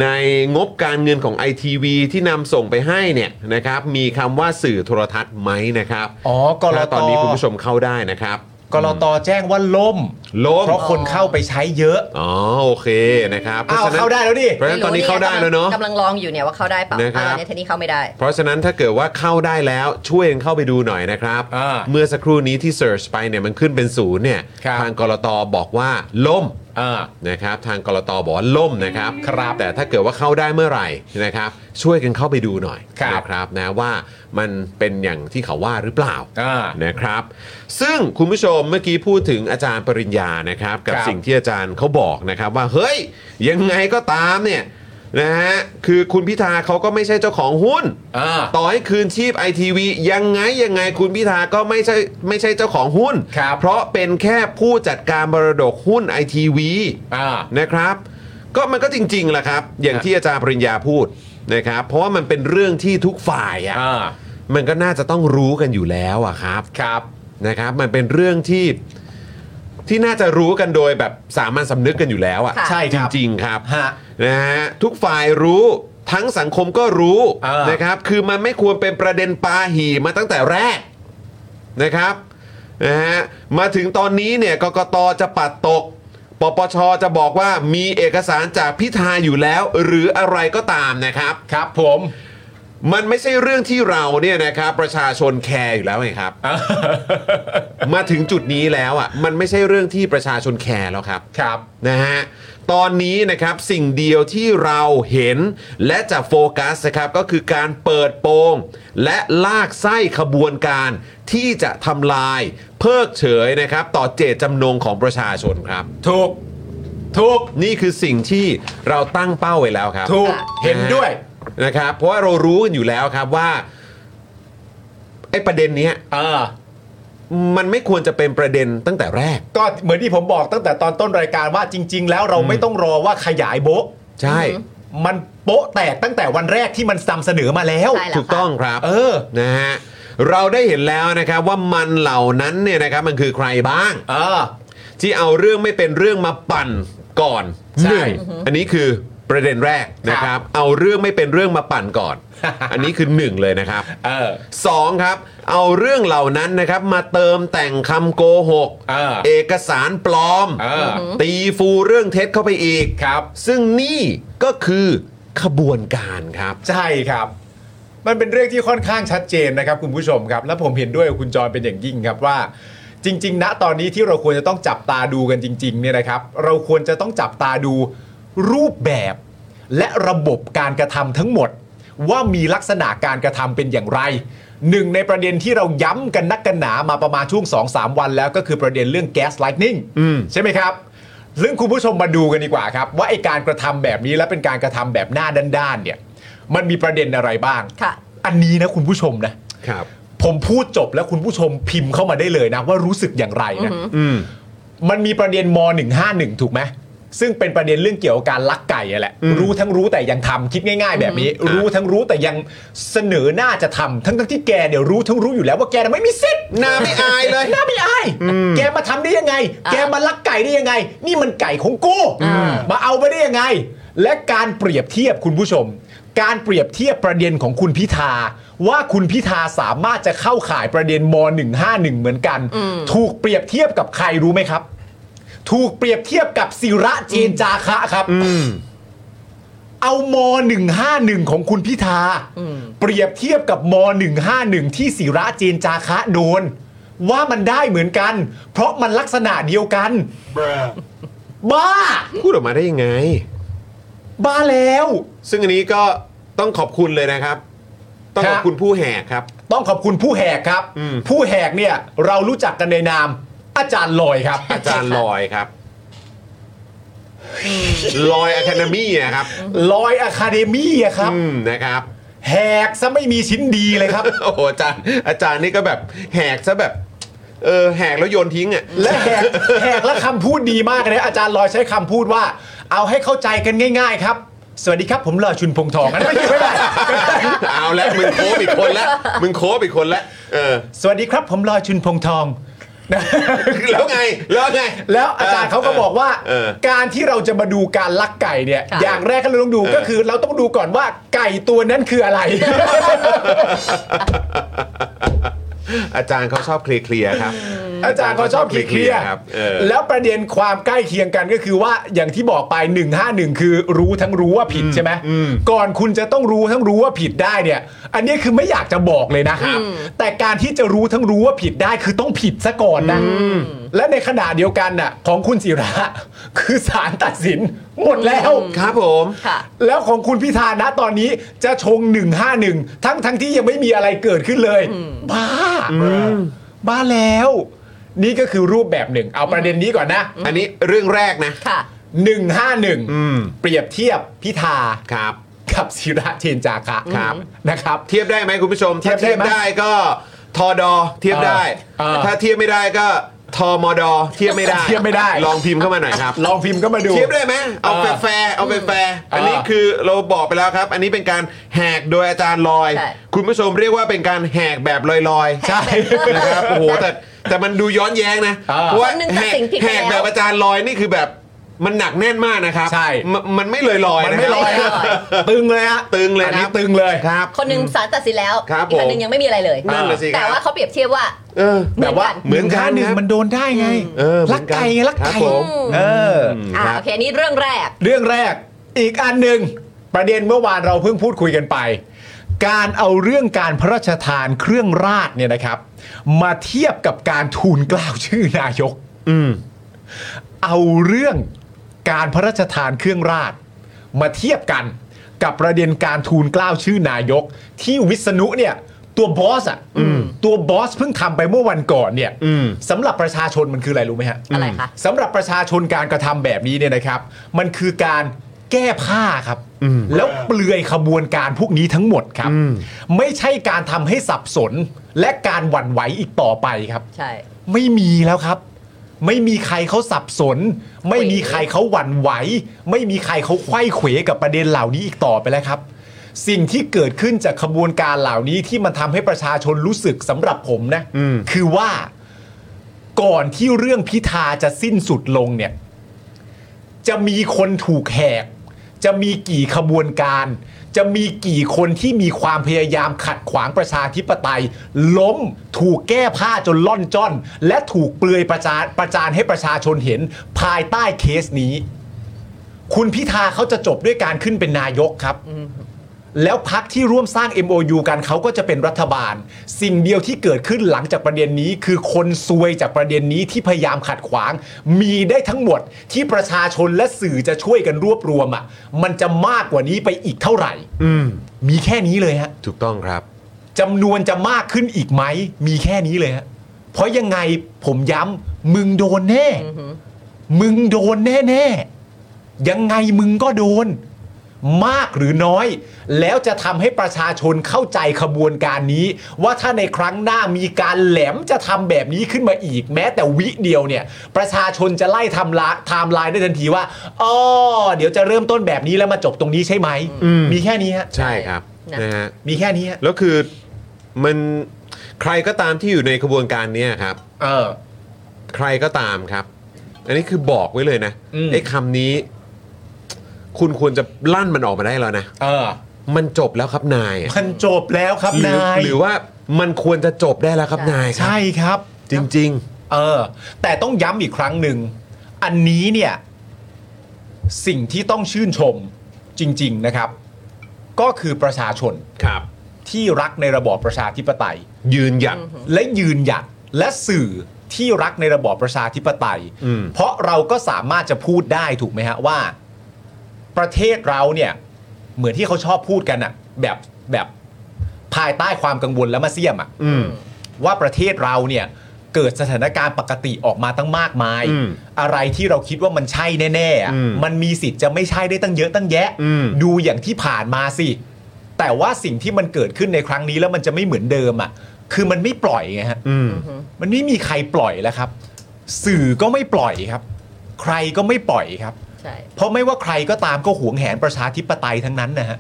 ในงบการเงินของ ITV ที่นำส่งไปให้เนี่ยนะครับมีคำว่าสื่อโทรทัศน์ไหมนะครับ อ๋อกลต ถ้าตอนนี้คุณผู้ชมเข้าได้นะครับ กรตแจ้งว่าล่ม ล้ม เพราะคนเข้าไปใช้เยอะ อ๋อโอเคนะครับ อ้าว พระฉะนั้น เข้าได้แล้วดิ เพราะฉะนั้นตอนนี้เข้าได้แล้วเนาะ กำลังลองอยู่เนี่ยว่าเข้าได้เปล่า นะครับ อ่าในทีนี้เข้าไม่ได้ เพราะฉะนั้นถ้าเกิดว่าเข้าได้แล้วช่วยเข้าไปดูหน่อยนะครับ อ่า เมื่อสักครู่นี้ที่ Search ไปเนี่ยมันขึ้นเป็นศูนย์เนี่ย ครับ ทางกรตบอกว่าล่ม อ่า นะครับทางกรตบอกว่าล่มนะครับ ครับ แต่ถ้าเกิดว่าเข้าได้เมื่อไหร่นะครับช่วยกันเข้าไปดูหน่อย ครับ นะครับนะว่ามันเป็นอย่างที่เขาว่าหรือเปล่า อ่า นะครับซึ่งคุณผู้ชมเมื่อกี้พูดถึงอาจารย์ปริญญานะครับกับ ครับ สิ่งที่อาจารย์เขาบอกนะครับว่าเฮ้ยยังไงก็ตามเนี่ยนะฮะคือคุณพิธาเขาก็ไม่ใช่เจ้าของหุ้น อ่า ต่อให้คืนชีพไอทีวียังไงยังไงคุณพิธาก็ไม่ใช่ไม่ใช่เจ้าของหุ้น ครับ เพราะเป็นแค่ผู้จัดการบรดกหุ้นไอทีวี อ่า นะครับก็มันก็จริงๆแหละครับ อย่าง ฮะ ที่อาจารย์ปริญญาพูดนะครับเพราะว่ามันเป็นเรื่องที่ทุกฝ่ายอะ อ่า มันก็น่าจะต้องรู้กันอยู่แล้วอะครับ ครับ นะครับมันเป็นเรื่องที่ที่น่าจะรู้กันโดยแบบสามัญสำนึกกันอยู่แล้วอะ ค่ะ ใช่ จ ครับ ริงๆครับ ฮะ นะฮะทุกฝ่ายรู้ทั้งสังคมก็รู้ เออ นะครับคือมันไม่ควรเป็นประเด็นปาหีมาตั้งแต่แรกนะครับนะฮะมาถึงตอนนี้เนี่ยกกตจะปัดตก ปปชจะบอกว่ามีเอกสารจากพิธาอยู่แล้ว หรืออะไรก็ตามนะครับ ครับผม มันไม่ใช่เรื่องที่เราเนี่ยนะครับประชาชนแคร์อยู่แล้วไงครับ มาถึงจุดนี้แล้วอ่ะมันไม่ใช่เรื่องที่ประชาชนแคร์แล้วครับ ครับ นะฮะตอนนี้นะครับสิ่งเดียวที่เราเห็นและจะโฟกัสนะครับก็คือการเปิดโปง และลากไส้ขบวนการ ที่จะทำลายเพิกเฉยนะครับต่อเจตจำนงของประชาชนครับ ถูก ถูก นี่คือสิ่งที่เราตั้งเป้าไว้แล้วครับ ถูก ค่ะ เห็นด้วย นะครับเพราะว่าเรารู้กันอยู่แล้วครับว่าไอ้ประเด็นเนี้ย เออ มันไม่ควรจะเป็นประเด็นตั้งแต่แรก ก็เหมือนที่ผมบอกตั้งแต่ตอนต้นรายการว่าจริง ๆ แล้วเราไม่ต้องรอว่าขยายโบ๊ะ ใช่ มันโป๊ะแตกตั้งแต่วันแรกที่มันนำเสนอมาแล้ว ใช่แล้ว ถูกต้องครับ เออ นะฮะเราได้เห็นแล้วนะครับว่ามันเหล่านั้นเนี่ยนะครับมันคือใครบ้าง เออ ที่เอาเรื่องไม่เป็นเรื่องมาปั่นก่อนหใช่นึ่งอันนี้คือประเด็นแรกนะค ครั รับบ เอาเรื่องไม่เป็นเรื่องมาปั่นก่อน อันนี้คือหนึ่งเลยนะครับ เออ สองครับ เอาเรื่องเหล่านั้นนะครับมาเติมแต่งคำโกหก เออ เอกสารปลอม เออ ตีฟูเรื่องเท็จเข้าไปอีก ครับ ซึ่งนี่ก็คือขบวนการครับ ใช่ครับ มันเป็นเรื่องที่ค่อนข้างชัดเจนนะครับคุณผู้ชมครับ และผมเห็นด้วยกับคุณจรเป็นอย่างยิ่งครับว่า จริง ๆ ณตอนนี้ที่เราควรจะต้องจับตาดูกันจริง ๆ เนี่ยนะครับ เราควรจะต้องจับตาดูรูปแบบ และระบบการกระทำทั้งหมด ว่ามีลักษณะการกระทำเป็นอย่างไรหนึ่งในประเด็นที่เราย้ำกันนักกันหนามาประมาณช่วง 2-3 วันแล้วก็คือประเด็นเรื่องแก๊สไลท์นิ่งใช่ไหมครับ เรื่องคุณผู้ชมมาดูกันดีกว่าครับ ว่าไอการกระทำแบบนี้และเป็นการกระทำแบบหน้าด้านๆเนี่ย มันมีประเด็นอะไรบ้าง ค่ะ อันนี้นะคุณผู้ชมนะ ครับ ผมพูดจบแล้วคุณผู้ชมพิมพ์เข้ามาได้เลยนะ ว่ารู้สึกอย่างไรนะ อืม มันมีประเด็นม .151 ถูกไหม ซึ่งเป็นประเด็นเรื่องเกี่ยวกับการลักไก่อะแหละ รู้ทั้งรู้แต่ยังทำคิดง่าย ๆ แบบนี้ รู้ทั้งรู้แต่ยังเสนอหน้าจะทำทั้งๆที่แกเดี๋ยวรู้ทั้งรู้อยู่แล้วว่าแกน่ะไม่มีสิทธิ์ หน้าไม่อายเลย หน้าไม่อายแกมาทำได้ยังไง อ่า แกมาลักไก่ได้ยังไง นี่มันไก่ของกู อ่าม มาเอาไปได้ยังไง และการเปรียบเทียบคุณผู้ชม การเปรียบเทียบประเด็นของคุณพิธา ว่าคุณพิธาสามารถจะเข้าข่ายประเด็นม .151 เหมือนกัน ถูกเปรียบเทียบกับใครรู้ไหมครับ ถูกเปรียบเทียบกับศิระเจนจาคะครับ เอาม .151 ของคุณพิธา เปรียบเทียบกับม .151 ที่ศิระเจนจาคะโดน ว่ามันได้เหมือนกัน เพราะมันลักษณะเดียวกัน บ้า พูดออกมาได้ยังไง บ้าแล้ว ซึ่งอันนี้ก็ต้องขอบคุณเลยนะครับ ต้องขอบ ครับ คุณผู้แหกครับ ต้องขอบคุณผู้แหกครับ อืม ผู้แหกเนี่ยเรารู้จักกันในนาม อาจารย์ลอยครับ อาจารย์ลอยครับ ลอยอะคาเดมี่ะครับ ลอยอะคาเดมี่ครับ อืมนะครับ แหกซะไม่มีชิ้นดีเลยครับ โอ้โหอาจารย์อาจารย์นี่ก็แบบแหกซะแบบ เออแหกแล้วโยนทิ้งอ่ะ และแหกแหกและคำพูดดีมากเลยอาจารย์ลอยใช้คำพูดว่า เอาให้เข้าใจกันง่าย ๆ ครับ สวัสดีครับผมลอยชุนพงษ์ทองอันนั้นไม่ใช่ไม่ได้ เอาละมึงโคบอีกคนละมึงโคบอีกคนละเออ สวัสดีครับผมลอยชุนพงษ์ทอง แล้วไงแล้วไง แล้วอาจารย์เขา ก็บอกว่า เออ การที่เราจะมาดูการลักไก่เนี่ย ค่ะ อย่างแรกก็เราต้องดูก็คือ เราต้องดูก่อนว่าไก่ตัวนั้นคืออะไร อาจารย์เขาชอบเคลียร์ๆครับ อาจารย์เขาชอบขีดเคลียร์ ครับเออ แล้วประเด็นความใกล้เคียงกันก็คือว่าอย่างที่บอกไป 151 คือรู้ทั้งรู้ว่าผิดใช่ไหมก่อนคุณจะต้องรู้ทั้งรู้ว่าผิดได้เนี่ย อันนี้คือไม่อยากจะบอกเลยนะแต่การที่จะรู้ทั้งรู้ว่าผิดได้คือต้องผิดซะก่อนนะและในขณะเดียวกันน่ะของคุณศิระ คือศาลตัดสินหมดแล้ว ครับผม ค่ะ แล้วของคุณพิธานะตอนนี้จะชง 151 ทั้งทั้งที่ยังไม่มีอะไรเกิดขึ้นเลย บ้า บ้าแล้ว นี่ก็คือรูปแบบหนึ่ง เอาประเด็นนี้ก่อนนะ อันนี้เรื่องแรกนะ ค่ะ อืม 151 เปรียบเทียบพิธา ครับ กับศิระเจนจาคะ ครับ นะครับ เทียบได้ไหมคุณผู้ชม ถ้า เที เที ย ย บบ ได้ไหม ได้ก็ทอดอเทียบได้ เออ ถ้าเทียบไม่ได้ก็ทอมอดอเทียบไม่ได้ เทียบไม่ได้ ลองพิมพ์เข้ามาหน่อยครับ ลองพิมพ์ก็มาดู เทียบได้ไหมเอา เออ แฟร์ๆเอาแฟร์ๆอันนี้ เออ คือเราบอกไปแล้วครับ อันนี้เป็นการแหกโดยอาจารย์ลอย ใช่ คุณผู้ชมเรียกว่าเป็นการแหกแบบลอยๆ ใช่ นะครับโอ้โหแต่แต่มันดูย้อนแย้งนะ อ่า เพราะว่า คนหนึ่ง แห ตัด ก สินผิด แห ไปแล้ว กแบบอาจารย์ลอยนี่คือแบบมันหนักแน่นมากนะครับ ใช่ มมันไม่ลอยลอยๆ มัน นะ ไม่ลอย ค อะ บ ตึงเลยฮะ ตึงเลย อัน ค นี้ รับ ตึงเลย ครับ คนหนึ่งสารตัดสินแล้ว ครับ อีกคนหนึ่ ผ ง ม ยังไม่มีอะไรเลย นั่นน่ะสิครับ แต่ว่าเขาเปรียบเทียบว่า เออ แบบว่า เหมือนกัน หนึ่ง ครับ มันโดนได้ไง เออเหมื รั อก นกัน ไก่ไงรัก ครับ ไก่ ผม เออ อ่าโอเคอันนี่เรื่องแรก เรื่องแรกอีกอันหนึ่งประเด็นเมื่อวานเราเพิ่งพูดคุยกันไป การเอาเรื่องการพระราชทานเครื่องราชเนี่ยนะครับ มาเทียบกับการทูลเกล้าวชื่อนายก อืม เอาเรื่องการพระราชทานเครื่องราช มาเทียบกันกับประเด็นการทูลเกล้าวชื่อนายก ที่วิษณุเนี่ยตัวบอสอ่ะตัวบอสเพิ่งทำไปเมื่อวันก่อนเนี่ยสำหรับประชาชนมันคืออะไรรู้ไหมฮะ อะไรคะ สำหรับประชาชนการกระทำแบบนี้เนี่ยนะครับ มันคือการแก้ผ้าครับ แล้วเปลือยขบวนการพวกนี้ทั้งหมดครับ ไม่ใช่การทำให้สับสนและการหวั่นไหวอีกต่อไปครับ ใช่ ไม่มีแล้วครับ ไม่มีใครเขาสับสน ไม่มีใครเขาหวั่นไหว ไม่มีใครเขาไขว้เขวกับประเด็นเหล่านี้อีกต่อไปแล้วครับ สิ่งที่เกิดขึ้นจากขบวนการเหล่านี้ที่มันทำให้ประชาชนรู้สึกสำหรับผมนะคือว่าก่อนที่เรื่องพิธาจะสิ้นสุดลงเนี่ย จะมีคนถูกแหก จะมีกี่ขบวนการ จะมีกี่คนที่มีความพยายามขัดขวางประชาธิปไตย ล้มถูกแก้ผ้าจนล่อนจ้อน และถูกเปลือยประจานประจานให้ประชาชนเห็นภายใต้เคสนี้ คุณพิธาเขาจะจบด้วยการขึ้นเป็นนายกครับ แล้วพักที่ร่วมสร้าง MOU กันเขาก็จะเป็นรัฐบาล สิ่งเดียวที่เกิดขึ้นหลังจากประเด็นนี้ คือคนซวยจากประเด็นนี้ที่พยายามขัดขวาง มีได้ทั้งหมดที่ประชาชนและสื่อจะช่วยกันรวบรวมอะ่ะ มันจะมากกว่านี้ไปอีกเท่าไหร่ อืม มีแค่นี้เลยฮะ ถูกต้องครับ จำนวนจะมากขึ้นอีกไหมมีแค่นี้เลยฮะเพราะยังไงผมย้ำมึงโดนแน่ มึงโดนแน่ๆ ยังไงมึงก็โดน มากหรือน้อย แล้วจะทำให้ประชาชนเข้าใจขบวนการนี้ ว่าถ้าในครั้งหน้ามีการแหลมจะทำแบบนี้ขึ้นมาอีก แม้แต่วิเดียวเนี่ย ประชาชนจะไล่ทำละไทม์ไลน์ได้ทันทีว่าอ๋อเดี๋ยวจะเริ่มต้นแบบนี้แล้วมาจบตรงนี้ใช่ไหม อืม มีแค่นี้ฮะ ใช่ครับ นะ นะฮะ มีแค่นี้ฮะ แล้วคือมันใครก็ตามที่อยู่ในขบวนการเนี้ยครับ เออ ใครก็ตามครับ อันนี้คือบอกไว้เลยนะ อืม ไอ้คำนี้ คุณควรจะลั่นมันออกมาได้แล้วนะ เออ มันจบแล้วครับนายอะ มันจบแล้วครับ หรือน าย หรือว่ามันควรจะจบได้แล้วครับนายครับ ใช่ครับ จริง เออ แต่ต้องย้ำอีกครั้งหนึ่ง อันนี้เนี่ย สิ่งที่ต้องชื่นชมจริง ๆนะครับ ก็คือประชาชน ๆ ครับ ที่รักในระบอบประชาธิปไตย ยืนหยัด และยืนหยัดและสื่อที่รักในระบอบประชาธิปไตย อืม เพราะเราก็สามารถจะพูดได้ถูกไหมฮะว่า ประเทศเราเนี่ย เหมือนที่เขาชอบพูดกันอะแบบแบบภายใต้ความกังวลและมาเสียมอะ อืม ว่าประเทศเราเนี่ยเกิดสถานการณ์ปกติออกมาตั้งมากมาย อืม อะไรที่เราคิดว่ามันใช่แน่ๆอะ อืม มันมีสิทธิ์จะไม่ใช่ได้ตั้งเยอะตั้งแยะ อืม ดูอย่างที่ผ่านมาสิ แต่ว่าสิ่งที่มันเกิดขึ้นในครั้งนี้แล้วมันจะไม่เหมือนเดิมอ่ะ คือมันไม่ปล่อยไงฮะ อืม มันไม่มีใครปล่อยแล้วครับ สื่อก็ไม่ปล่อยครับ ใครก็ไม่ปล่อยครับ ใช่ เพราะไม่ว่าใครก็ตามก็หวงแหนประชาธิปไตยทั้งนั้นนะฮะ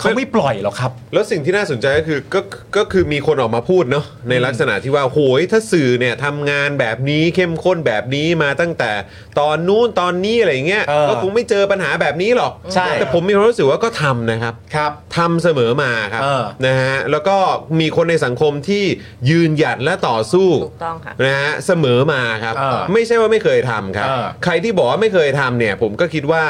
เขาไม่ปล่อยหรอกครับ แล้วสิ่งที่น่าสนใจก็คือก็ก็คือมีคนออกมาพูดเนาะในลักษณะที่ว่าโหยถ้าสื่อเนี่ยทำงานแบบนี้เข้มข้นแบบนี้มาตั้งแต่ตอนนู้นตอนนี้อะไรอย่างเงี้ย เออ ก็คงไม่เจอปัญหาแบบนี้หรอก ใช่ แต่ผมมีความรู้สึกว่าก็ทำนะครับ ครับ ทำเสมอมาครับ เออ นะฮะแล้วก็มีคนในสังคมที่ยืนหยัดและต่อสู้ ถูกต้องค่ะ นะฮะเสมอมาครับ เออ ไม่ใช่ว่าไม่เคยทำครับ เออ ใครที่บอกว่าไม่เคยทำเนี่ย ผมก็คิดว่า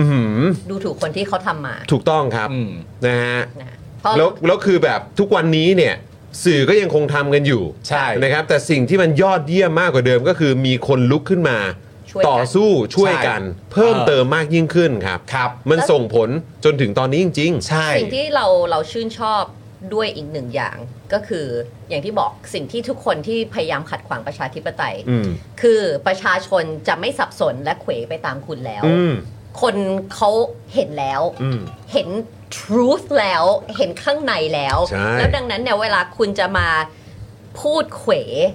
อือหือ ดูถูกคนที่เขาทำมา ถูกต้องครับ อืม นะฮะ นะเพราะ แล้วแล้วคือแบบทุกวันนี้เนี่ย สื่อก็ยังคงทำกันอยู่ ใช่ นะครับ แต่สิ่งที่มันยอดเยี่ยมมากกว่าเดิมก็คือมีคนลุกขึ้นมา ช่วยกัน ต่อสู้ช่วยกัน เพิ่มเติมมากยิ่งขึ้นครับ ครับ มันส่งผลจนถึงตอนนี้จริง ๆ ใช่ สิ่งที่เราเราชื่นชอบด้วยอีกหนึ่งอย่างก็คืออย่างที่บอกสิ่งที่ทุกคนที่พยายามขัดขวางประชาธิปไตย อืม คือประชาชนจะไม่สับสนและเขวไปตามคุณแล้ว อืม คนเขาเห็นแล้ว อืม เห็น truth แล้วเห็นข้างในแล้ว ใช่ แล้วดังนั้นเนี่ยเวลาคุณจะมาพูดเขว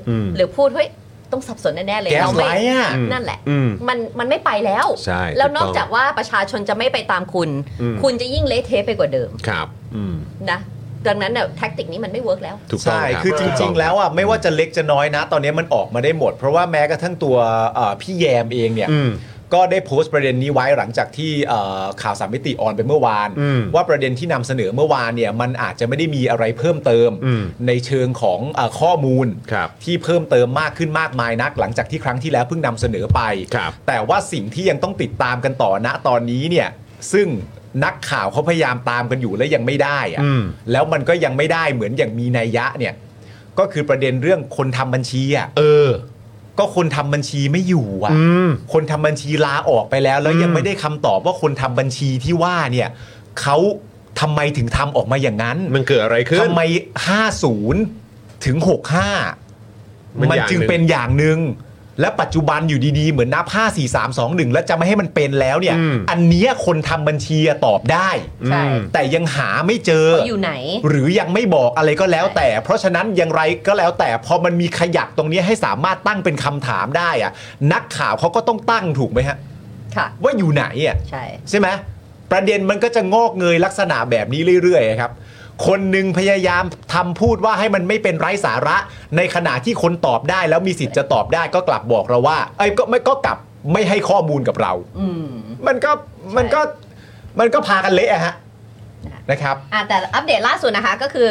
อืม หรือพูดเฮ้ยต้องสับสนแน่ ๆ เลย แก๊ส เรา ไล ไม่ ท์อ่ะ อืม นั่นแหละ อืม มันมันไม่ไปแล้ว ใช่ แล้วนอ ถู ก กต้อง จากว่าประชาชนจะไม่ไปตามคุณ อืม คุณจะยิ่งเละเทะไปกว่าเดิม ครับ อืม นะ ดังนั้นเนี่ยแท็กติกนี้มันไม่เวิร์กแล้ว ถูกต้อง ใช่ รับ คือจ ถูกต้ ริ ง ง ๆ แล้วอ่ะไม่ว่าจะเล็กจะน้อยนะ ตอนนี้มันออกมาได้หมด เพราะว่าแม้กระทั่งตัวเอ่อพี่แยมเองเนี่ย อืม ก็ได้โพสต์ประเด็นนี้ไว้หลังจากที่เอ่อข่าวสามมิติออนไปเมื่อวาน อืม ว่าประเด็นที่นำเสนอเมื่อวานเนี่ยมันอาจจะไม่ได้มีอะไรเพิ่มเติม อืม ในเชิงของเออข้อมูล ครับ ที่เพิ่มเติมมากขึ้นมากมายนัก หลังจากที่ครั้งที่แล้วเพิ่งนำเสนอไป ครับ แต่ว่าสิ่งที่ยังต้องติดตามกันต่อณตอนนี้เนี่ยซึ่งนักข่าวเขาพยายามตามกันอยู่และยังไม่ได้อะ อืม แล้วมันก็ยังไม่ได้เหมือนอย่างมีนัยยะเนี่ยก็คือประเด็นเรื่องคนทำบัญชีอ่ะ เออ ก็คนทำบัญชีไม่อยู่อ่ะ อืม คนทำบัญชีลาออกไปแล้ว แล้ว อืม ยังไม่ได้คำตอบว่าคนทำบัญชีที่ว่าเนี่ยเขาทำไมถึงทำออกมาอย่างนั้น มันเกิดอะไรขึ้น ทำไม 50 ถึง 65 มัน มัน อย่าง จึง หนึ่ง เป็นอย่างหนึ่งและปัจจุบันอยู่ดีๆ เหมือนนับ 5 4 3 2 1 แล้วจะไม่ให้มันเป็นแล้วเนี่ย อันเนี้ยคนทำบัญชีอะตอบได้ ใช่ แต่ยังหาไม่เจอ อยู่ไหน หรือยังไม่บอกอะไรก็แล้วแต่ เพราะฉะนั้นอย่างไรก็แล้วแต่พอมันมีขยักตรงนี้ให้สามารถตั้งเป็นคำถามได้อะนักข่าวเขาก็ต้องตั้งถูกไหมฮะ ค่ะ ว่าอยู่ไหนอ่ะ ใช่ ใช่ไหมประเด็นมันก็จะงอกเงยลักษณะแบบนี้เรื่อยๆครับ คนหนึ่งพยายามทำพูดว่าให้มันไม่เป็นไร้สาระ ในขณะที่คนตอบได้แล้วมีสิทธิ์จะตอบได้ก็กลับบอกเราว่าไอ้ยก็ไม่ก็กลับไม่ให้ข้อมูลกับเรา อืม มันก็มันก็มันก็พากันเละอะฮะนะครับ อ่ะแต่อัปเดตล่าสุดนะคะก็คือ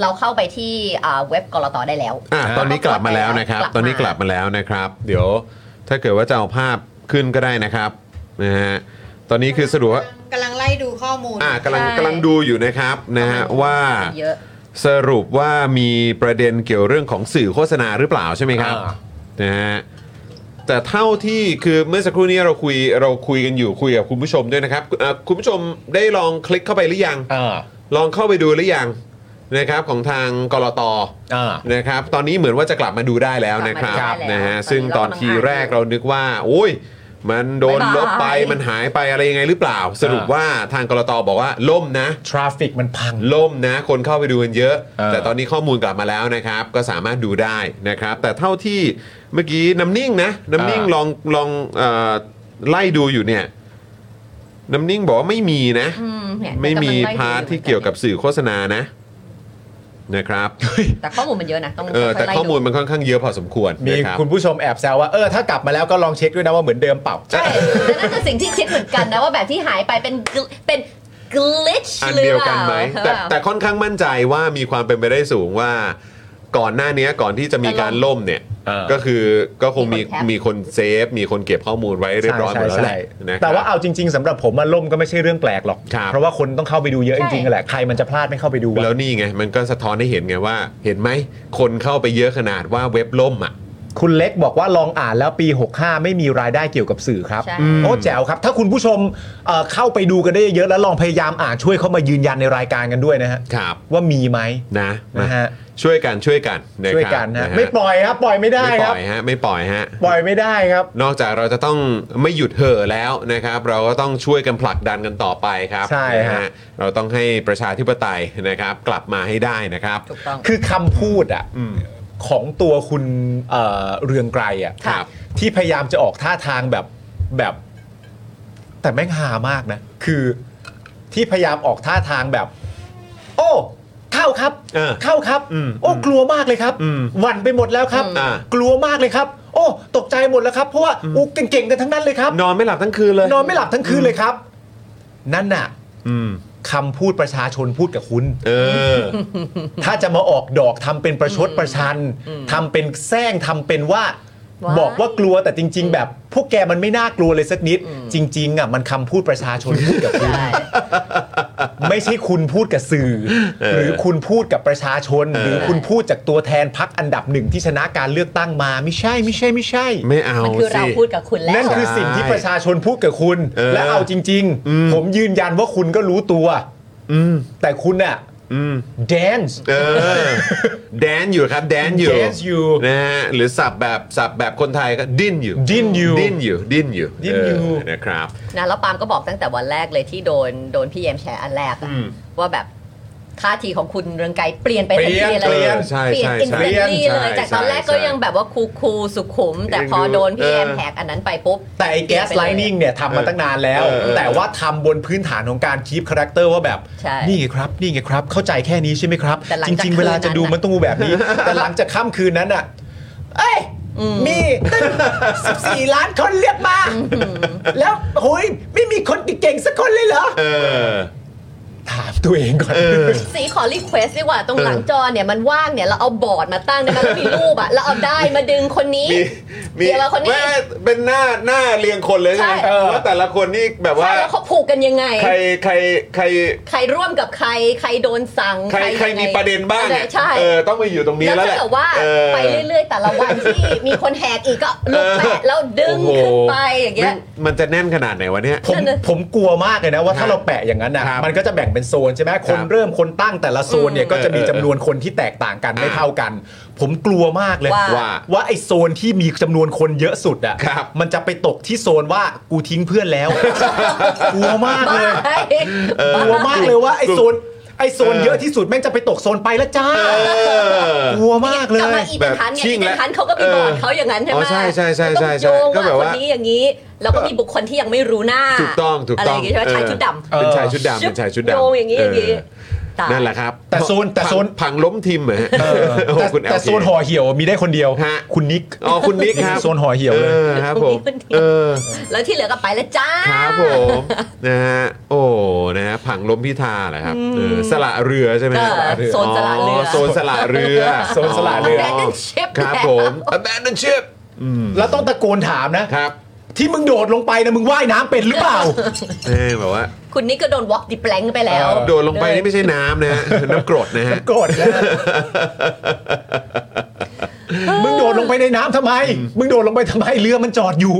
เราเข้าไปที่อ่าเว็บกรตได้แล้ว อ่ะตอนนี้กลับมาแล้วนะครับ กลับมา ตอนนี้กลับมาแล้วนะครับ เดี๋ยวถ้าเกิดว่าจะเอาภาพขึ้นก็ได้นะครับนะฮะตอนนี้คือสรุปว่าก ำลังไล่ดูข้อมูล อ่ะกำลังกำลังดูอยู่นะครับนะฮะว่า เยอะ สรุปว่ามีประเด็นเกี่ยวเรื่องของสื่อโฆษณาหรือเปล่าใช่ไหมครับ อ่า นะฮะแต่เท่าที่คือเมื่อสักครู่นี้เราคุยเราคุยกันอยู่คุยกับคุณผู้ชมด้วยนะครับเอ่อคุณผู้ชมได้ลองคลิกเข้าไปหรือยัง เออ ลองเข้าไปดูหรือยังนะครับของทางกรต เออ นะครับ ตอนนี้เหมือนว่าจะกลับมาดูได้แล้วนะครับ กลับมาดูได้แล้ว นะฮะ ตอนนี้ ซึ่งตอนทีแรกเรานึกว่าโอ้ยมันโดนลบไป บ๊ายบาย มันหายไปอะไรยังไงหรือเปล่า สรุปว่าทางกรตบอกว่าล่มนะ ทราฟิกมันพัง ล่มนะ คนเข้าไปดูกันเยอะ เออ แต่ตอนนี้ข้อมูลกลับมาแล้วนะครับ ก็สามารถดูได้นะครับ แต่เท่าที่เมื่อกี้น้ำนิ่งนะ น้ำนิ่ง เออ ลองลองเอ่อไล่ดูอยู่เนี่ย น้ำนิ่งบอกว่าไม่มีนะ อืมเนี่ย ไม่มี กำลังไล่ดู พาร์ทที่เกี่ยวกับสื่อโฆษณานะนะครับ แต่ข้อมูลมันเยอะนะต้อง เออแต่ ยๆไล่ ข้อมูล ดู มันค่อนข้างเยอะพอสมควร มี นะครับ คุณผู้ชมแอบแซวว่า เออ ถ้ากลับมาแล้วก็ลองเช็คด้วยนะว่าเหมือนเดิมเปล่า ใช่แต่นั่นคือสิ่งที่คิดเหมือนกันนะว่าแบบที่หายไปเป็น gl- เป็น glitch อัน หรือ เดียว เป กัน ล่า ไหมแต่แต่ค่อนข้างมั่นใจว่ามีความเป็นไปได้สูงว่าก่อนหน้านี้ก่อนที่จะมีการล่มเนี่ย เออ ก็คือก็คงมีมีคนเซฟ มีคนเก็บข้อมูลไว้เรียบร้อยหมดแล้วแหละนะครับ แต่ว่าเอาจริง ๆสำหรับผมอะล่มก็ไม่ใช่เรื่องแปลกหรอก ครับ เพราะว่าคนต้องเข้าไปดูเยอะจริงๆนั่นแหละใครมันจะพลาดไม่เข้าไปดูอะ แล้วนี่ไง มันก็สะท้อนให้เห็นไงว่า เห็นไหมคนเข้าไปเยอะขนาดว่าเว็บล่มอ่ะ คุณเล็กบอกว่าลองอ่านแล้วปี 65 ไม่มีรายได้เกี่ยวกับสื่อครับ ใช่ โอ้แจ๋วครับ ถ้าคุณผู้ชมเอ่อเข้าไปดูกันได้เยอะๆแล้วลองพยายามอ่านช่วยเข้ามายืนยันในรายการกันด้วยนะฮะ ครับ ว่ามีไหม นะมา นะฮะ ช่วยกันช่วยกันนะครับ ช่วยกันนะ ฮะ ไม่ปล่อยครับปล่อยไม่ได้ ไม่ป ครั ล่ บ อยฮะไม่ปล่อยฮะ ปล่อยไม่ได้ครับ นอกจากเราจะต้องไม่หยุดเห่อแล้วนะครับ เราก็ต้องช่วยกันผลักดันกันต่อไปครับ ใช่ฮะ นฮเราต้องให้ประชาธิปไตยนะครับ กลับมาให้ได้นะครับ ถูกต้อง คือคำพูดอ่ะของตัวคุณเอ่อเรืองไกรอ่ะ ครับ ที่พยายามจะออกท่าทางแบบแบบ แต่แม่งหามากนะ คือ ที่พยายามออกท่าทางแบบ โอ้เข้าครับ เออ เข้าครับ อืม โอ้กลัวมากเลยครับ อืม หวั่นไปหมดแล้วครับ อ่าก ลัวมากเลยครับ โอ้ ตกใจหมดแล้วครับเพราะว่าอุกเก่งๆกันทั้งนั้นเลยครับ นอนไม่หลับทั้งคืนเลย นอนไม่หลับทั้งคืนเลยครับ นั่นน่ะ อืม คำพูดประชาชนพูดกับคุณ เออ ถ้าจะมาออกดอกทำเป็นประชดประชันทำเป็นแซงทำเป็นว่า ว้าย บอกว่ากลัวแต่จริง ๆ แบบ พวกแกมันไม่น่ากลัวเลยสักนิด จริง ๆอ่ะมันคำพูดประชาชนพูดกับคุณ ใช่ ไม่ใช่คุณพูดกับสื่อ เออ หรือคุณพูดกับประชาชน เออ หรือคุณพูดจากตัวแทนพักอันดับหนึ่งที่ชนะการเลือกตั้งมา ไม่ใช่ไม่ใช่ไม่ใช่ ไม่เอา มันคือ สิ เราพูดกับคุณแล้ว นั่นคือสิ่งที่ประชาชนพูดกับคุณ เออ และเอาจริง อืม ๆ ผมยืนยันว่าคุณก็รู้ตัว อืม แต่คุณน่ะ อืม แดนซ์ เออ แดนอยู่ครับแดนอยู่ Dance อยู่ นะฮะหรือสับแบบสับแบบคนไทยก็ดิ้นอยู่ ดิ้นอยู่ ดิ้นอยู่ดิ้นอยู่ ดิ้นอยู่ เนะครับ นะแล้วปาล์มก็บอกตั้งแต่วันแรกเลยที่โดนโดนพี่เยมแชร์อันแรกอะ อืม ว่าแบบท่าทีของคุณเรืองไกรเปลี่ยนไปทันที เปลี่ยน เลย ใช่ เปลี่ยน ใช่ อิน ใช่ เทนลี่ ใช่ เลยจากตอนแรกก็ ใช่ ยังแบบว่าคูคูลๆสุขุม แต่พอโดนพี่เยมแหกอันนั้นไปปุ๊บ แต่ไอ้แก๊สไลนิ่งเนี่ยทำมาตั้งนานแล้ว เออเออ แต่ว่าทำบนพื้นฐานของการคีปคาแรคเตอร์ว่าแบบ ใช่ นี่ไงครับ นี่ไงครับ เข้าใจแค่นี้ใช่ไหมครับ แต่หลัง จ จาก ริง ๆ เวลาจะดู คืนนั้น มันต้องดูแบบ นี้ แต่หลังจากค่ำคืนนั้นอ่ะ เอ้ย มี ตั้ง14 ล้านคนเรียกมา แล้วโอ้ยไม่มีคนเก่งๆสักคนเลยเหรอ เออ ถามตัวเองก่อน เออ สีขอรีเควสดีกว่าตรงหลังจอเนี่ยมันว่างเนี่ยเราเอาบอร์ดมาตั้งได้ไหมแล้วมีรูปอะแล้วเอาได้มาดึงคนนี้ มีมี เดี๋ยวเราคนนี้ แม่เป็นหน้าหน้าเรียงคนเลยใช่ไหม ใช่ ว่าแต่ละคนนี่แบบว่า ใช่แล้วเขาผูกกันยังไง ใครใครใคร ใครร่วมกับใครใครโดนสั่ง ใครใครมี ยังไง ประเด็นบ้างเนี่ย ใช่ เออต้องไปอยู่ตรงนี้ แล้ว แล้วแหถ้าละ เกิดว่า เออ ไปเรื่อยๆ แต่ละวันที่ มีคนแหกอีกก็ลูกแปะแล้วดึง โอ้โห ขึ้นไปอย่างเงี้ย มันมันจะแน่นขนาดไหนวะเนี่ย ผม นั่นน่ะ ผมกลัวมากเลยนะว่าถ้าเราแปะอย่างนั้นน่ะ ครับ มันก็จะแบ่งเป็นโซนใช่ไหมคนเริ่มคนตั้งแต่ละโซนเนี่ยก็จะมีจำนวนคนที่แตกต่างกันไม่เท่ากัน ผมกลัวมากเลย ว่า ว่าไอโซนที่มีจำนวนคนเยอะสุดอ่ะ ครับ มันจะไปตกที่โซนว่ากูทิ้งเพื่อน แล้ว กลัวมากเลย บ้า กลัวมากเลยว่าไอโซนไอโซน เออ เยอะที่สุดแม่งจะไปตกโซนไปแล้วจ้า เออ กลัวมากเล กลับมาย อีเดนทันเนี่ยแบบอีชิ่ง เด แล้ น ว ทันเขาก็มีบอร์เอดอ เขาอย่างนั้นใช่ไห อ๋ ม อใช่ใช่ใช่ใช่ใช่ แล้ว ก็ ก็ แบ แบบ บ ว่า ว่าคนนี้อย่างนี้ แล้วก็มีบุคคลที่ยังไม่รู้หน้า ถูกต้องถูกต้อง อะไรอย่างงี้ใช่ไหม เออ ชายชุดด เออ เป็นชายชุดดำ ำ เป็นชายชุดดำ โยงอย่างนี้อย่างนี้ตายเนั่นแหละครับ แต่โซนแต่โซน พังพังล้มทีมเหรอฮะ เออ โอ้ แต่ คุณ LK แต่โซนห่อเหี่ยวมีได้คนเดียว ฮะ คุณนิก อ๋อคุณนิกครับ โซนห่อเหี่ยวเลย ออครับผมเออ แล้วที่เหลือก็ไปแล้วจ้า ครับผมนะฮะโอ้นะฮะผังล้มพิธาเหรอครับเออสละเรือใช่ไหม เออโซนสละเรืออ๋ โซนสละเรือ โซนสละเรือ Abandon ship ครับผม abandon ship แล้วต้องตะโกนถามนะ ครับ ที่มึงโดดลงไปนะมึงว่ายน้ำเป็นหรือเป ล่า เอ้ยแบบว่า คุณนี่ก็โดนวอล์กดิแปลงไปแล้ว เออ โดดลงไปนี่ไม่ใช่น้ำนะฮะน้ำกรดนะฮะ โกรธนะมึงโดดลงไปในน้ำทำไม มึงโดดลงไปทำไมเรือมันจอดอยู่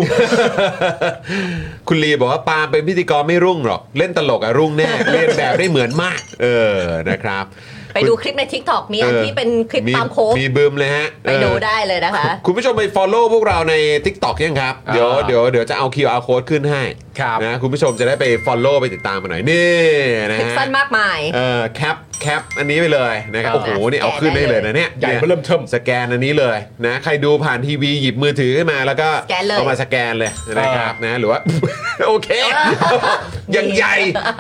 คุณลีบอกว่าปาล์มเป็นพิธีกรไม่รุ่งหรอก เล่นตลกอะรุ่งแน่เรียนแบบได้เหมือนมาก เออนะครับ ไปดูคลิปในทิกตอกมีอันที่เป็นคลิป มี ตามโค้ก มีบึมเลยฮะ ไปดู เออ ได้เลยนะคะ คุณผู้ชมไป follow พวกเราใน TikTok ยังครับ อ่า เดี๋ยวเดี๋ยวเดี๋ยวจะเอา QR code ขึ้นให้ ครับ นะคุณผู้ชมจะได้ไป follow ไปติดตามกันหน่อย นี่นะ คลิป ฮะ สั้นมากมาย เออแคปแคปอันนี้ไปเลยนะครับ ครับ โอ้โหนี่เอาขึ้นได้เลยนะเนี่ย ใหญ่เบิ่มเริ่มเทิ่ม สแกนอันนี้เลยนะใครดูผ่านทีวีหยิบมือถือขึ้นมาแล้วก็ สแกนเลย เอามาสแกนเลยนะครับนะหรือว่า โอเคอย่างใหญ่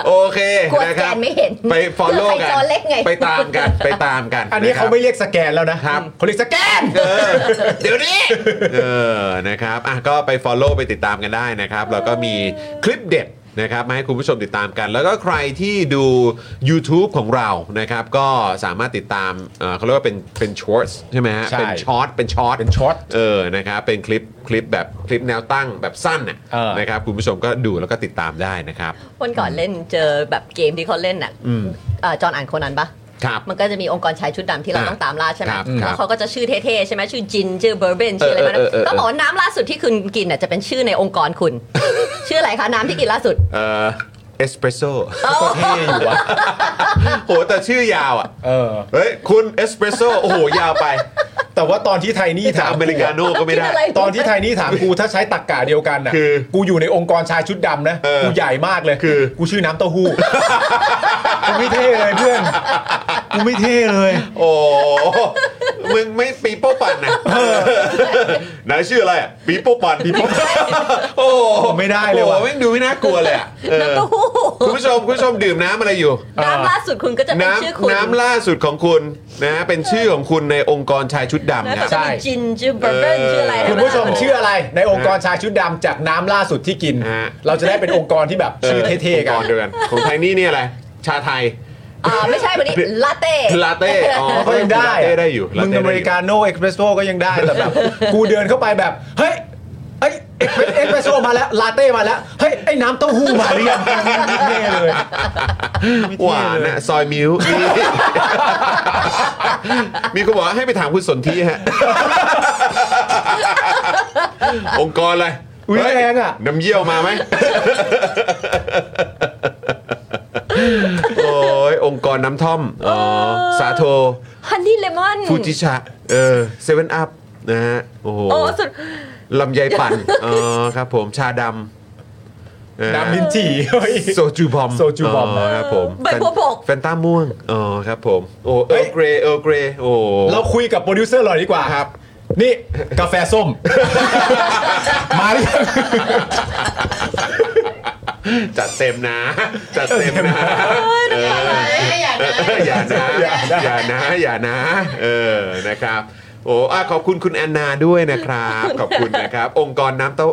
โอเค กลัว นะ แก ครับ นไม่เห็น ไป follow เผื่ กั อนใครจอเล็กไง ไปตามกันไปตามกัน อันนี้ ะครับ เขาไม่เรียกสแกนแล้วนะครับ เขาเรียกสแกน เออเดี๋ยวนี้ เออ นะครับ อ่ะ ก็ไป follow ไปติดตามกันได้นะครับ แล้วก็มีคลิปเด็ดนะครับมาให้คุณผู้ชมติดตามกัน แล้วก็ใครที่ดู YouTube ของเรา นะครับ ก็สามารถติดตาม เอ่อเขาเรียกว่าเป็น เป็นช็อตใช่ไหมฮะ ใช่ เป็นช็อต เป็นช็อต เป็นช็อต เออ นะครับ เป็นคลิป คลิปแบบ คลิปแนวตั้งแบบสั้นน่ะ เออ นะครับ คุณผู้ชมก็ดูแล้วก็ติดตามได้นะครับ วันก่อนเล่นเจอแบบเกมที่เขาเล่นน่ะ อืม เอ่อจอห์นอ่านโคนันปะ ครับ มันก็จะมีองค์กรชายชุดดำที่เรา อ่ะ ต้องตามล่าใช่ไหม ครับ แล้วเขาก็จะชื่อเท่ๆใช่ไหมชื่อจินชื่อเบอร์เบนชื่ออะเออไรมานะ เออเออ ก็บอกว่าน้ำล่าสุดที่คุณกินน่ะจะเป็นชื่อในองค์กร คุณ ชื่ออะไรคะน้ำที่กินล่าสุด เออเอสเปรสโซ่ ก็เท่อยู่วะ โห แต่ชื่อยาวอ่ะ เออ เฮ้ย คุณเอสเปรสโซ่โอ้โห ย าวไป แต่ว่าตอนที่ไทนี่ จะ ถาม อเมริกาโน่ก็ไม่ได้ กินอะไร ตอนที่ไทนี่ถามกูถ้าใช้ตักกะเดียวกันน่ะ คือ กูอยู่ในองค์กรชายชุดดำนะ เออ กูใหญ่มากเลย คือ กูชื่อน้ำเต้ าหู้ กูไม่เท่เลยเพื่อนกูไม่เท่เลย โอ้ มึงไม่ปีโป้ปั่นนะไหนายชื่ออะไรอะปีโป้ปั่นปีโป้ปั่น โอ้โห ไม่ได้เลยว่ะ โอ้โหแม่งดูไม่น่ากลัวเลยอะเออ น้ำเต้าหู้ คุณผู้ชมคุณผู้ชมดื่มน้ำอะไรอยู่ น้ำล่าสุดคุณก็จะเป็นชื่อคุณ น้ำน้ำล่าสุดของคุณนะเป็นชื่อของคุณในองค์กรชายชุด นะ ดำค แต่ รับ ใช่ จะมีจินชื่อบอร์เบิร์นชื่ออะไร คุณผู้ชม ให้น ชื่ออะไรในองค์กรชายชุดดำจากน้ำล่าสุดที่กิน ฮะ เราจะได้เป็นองค์กรที่แบบชื่อเท่ๆกั ก่ น อนเดือนของไทยนี่เนี่ยอะไร ชาไทย อ่าไม่ใช่วันนี้ลาเต้ ลาเต้อ๋อ ก็ยังได้ ลาเต้ได้อยู่ลา มึง เต้ อ ได้อยู่ เมริกาโน่เอ็กเพรสโซก็ยังได้แต่ แบบ กูเดินเข้าไปแบบ เฮ้ยไอ้เอ็กเพรสโซมาแล้ว ลาเต้มาแล้ว เฮ้ย ไอ้น้ำเต้าหู้มาหรือยังเท่เลย หวานนะซอยมิ้ว นี่มีคนบอกว่าให้ไปถามคุณสนธิฮะ องค์กรอะไร อุ๊ย เฮ้ย แรงอะ น้ำเยี่ยวมา ไหม โอ้ยองค์กรน้ำท่อมอ๋อสาโท ฮันนี่เลมอน ฟูจิชะเออเซเว่นอัพนะฮะ โอ้โห โอ้สุด ลำไยปั่นเออครับผมชาดำเออ น้ำลิ้นจี่เฮ้ย โซจูบอม โซจูบอม ครับผม ใบบัวบก แฟนต้าม่วงอ๋อครับผม โอ้เออเกรเออเกรโอ้ เราคุยกับโปรดิวเซอร์หน่อยดีกว่า ครับ นี่กาแฟส้ม มาหรือยัง จัดเต็ม นะ จัดเต็มนะเออ ไม่อยากได้ อย่านะอย่านะอย่านะ เออนะครับโอ้อะขอบคุณคุณแอนนาด้วยนะครับ ขอบคุณนะครับ องค์กรน้ำเต้า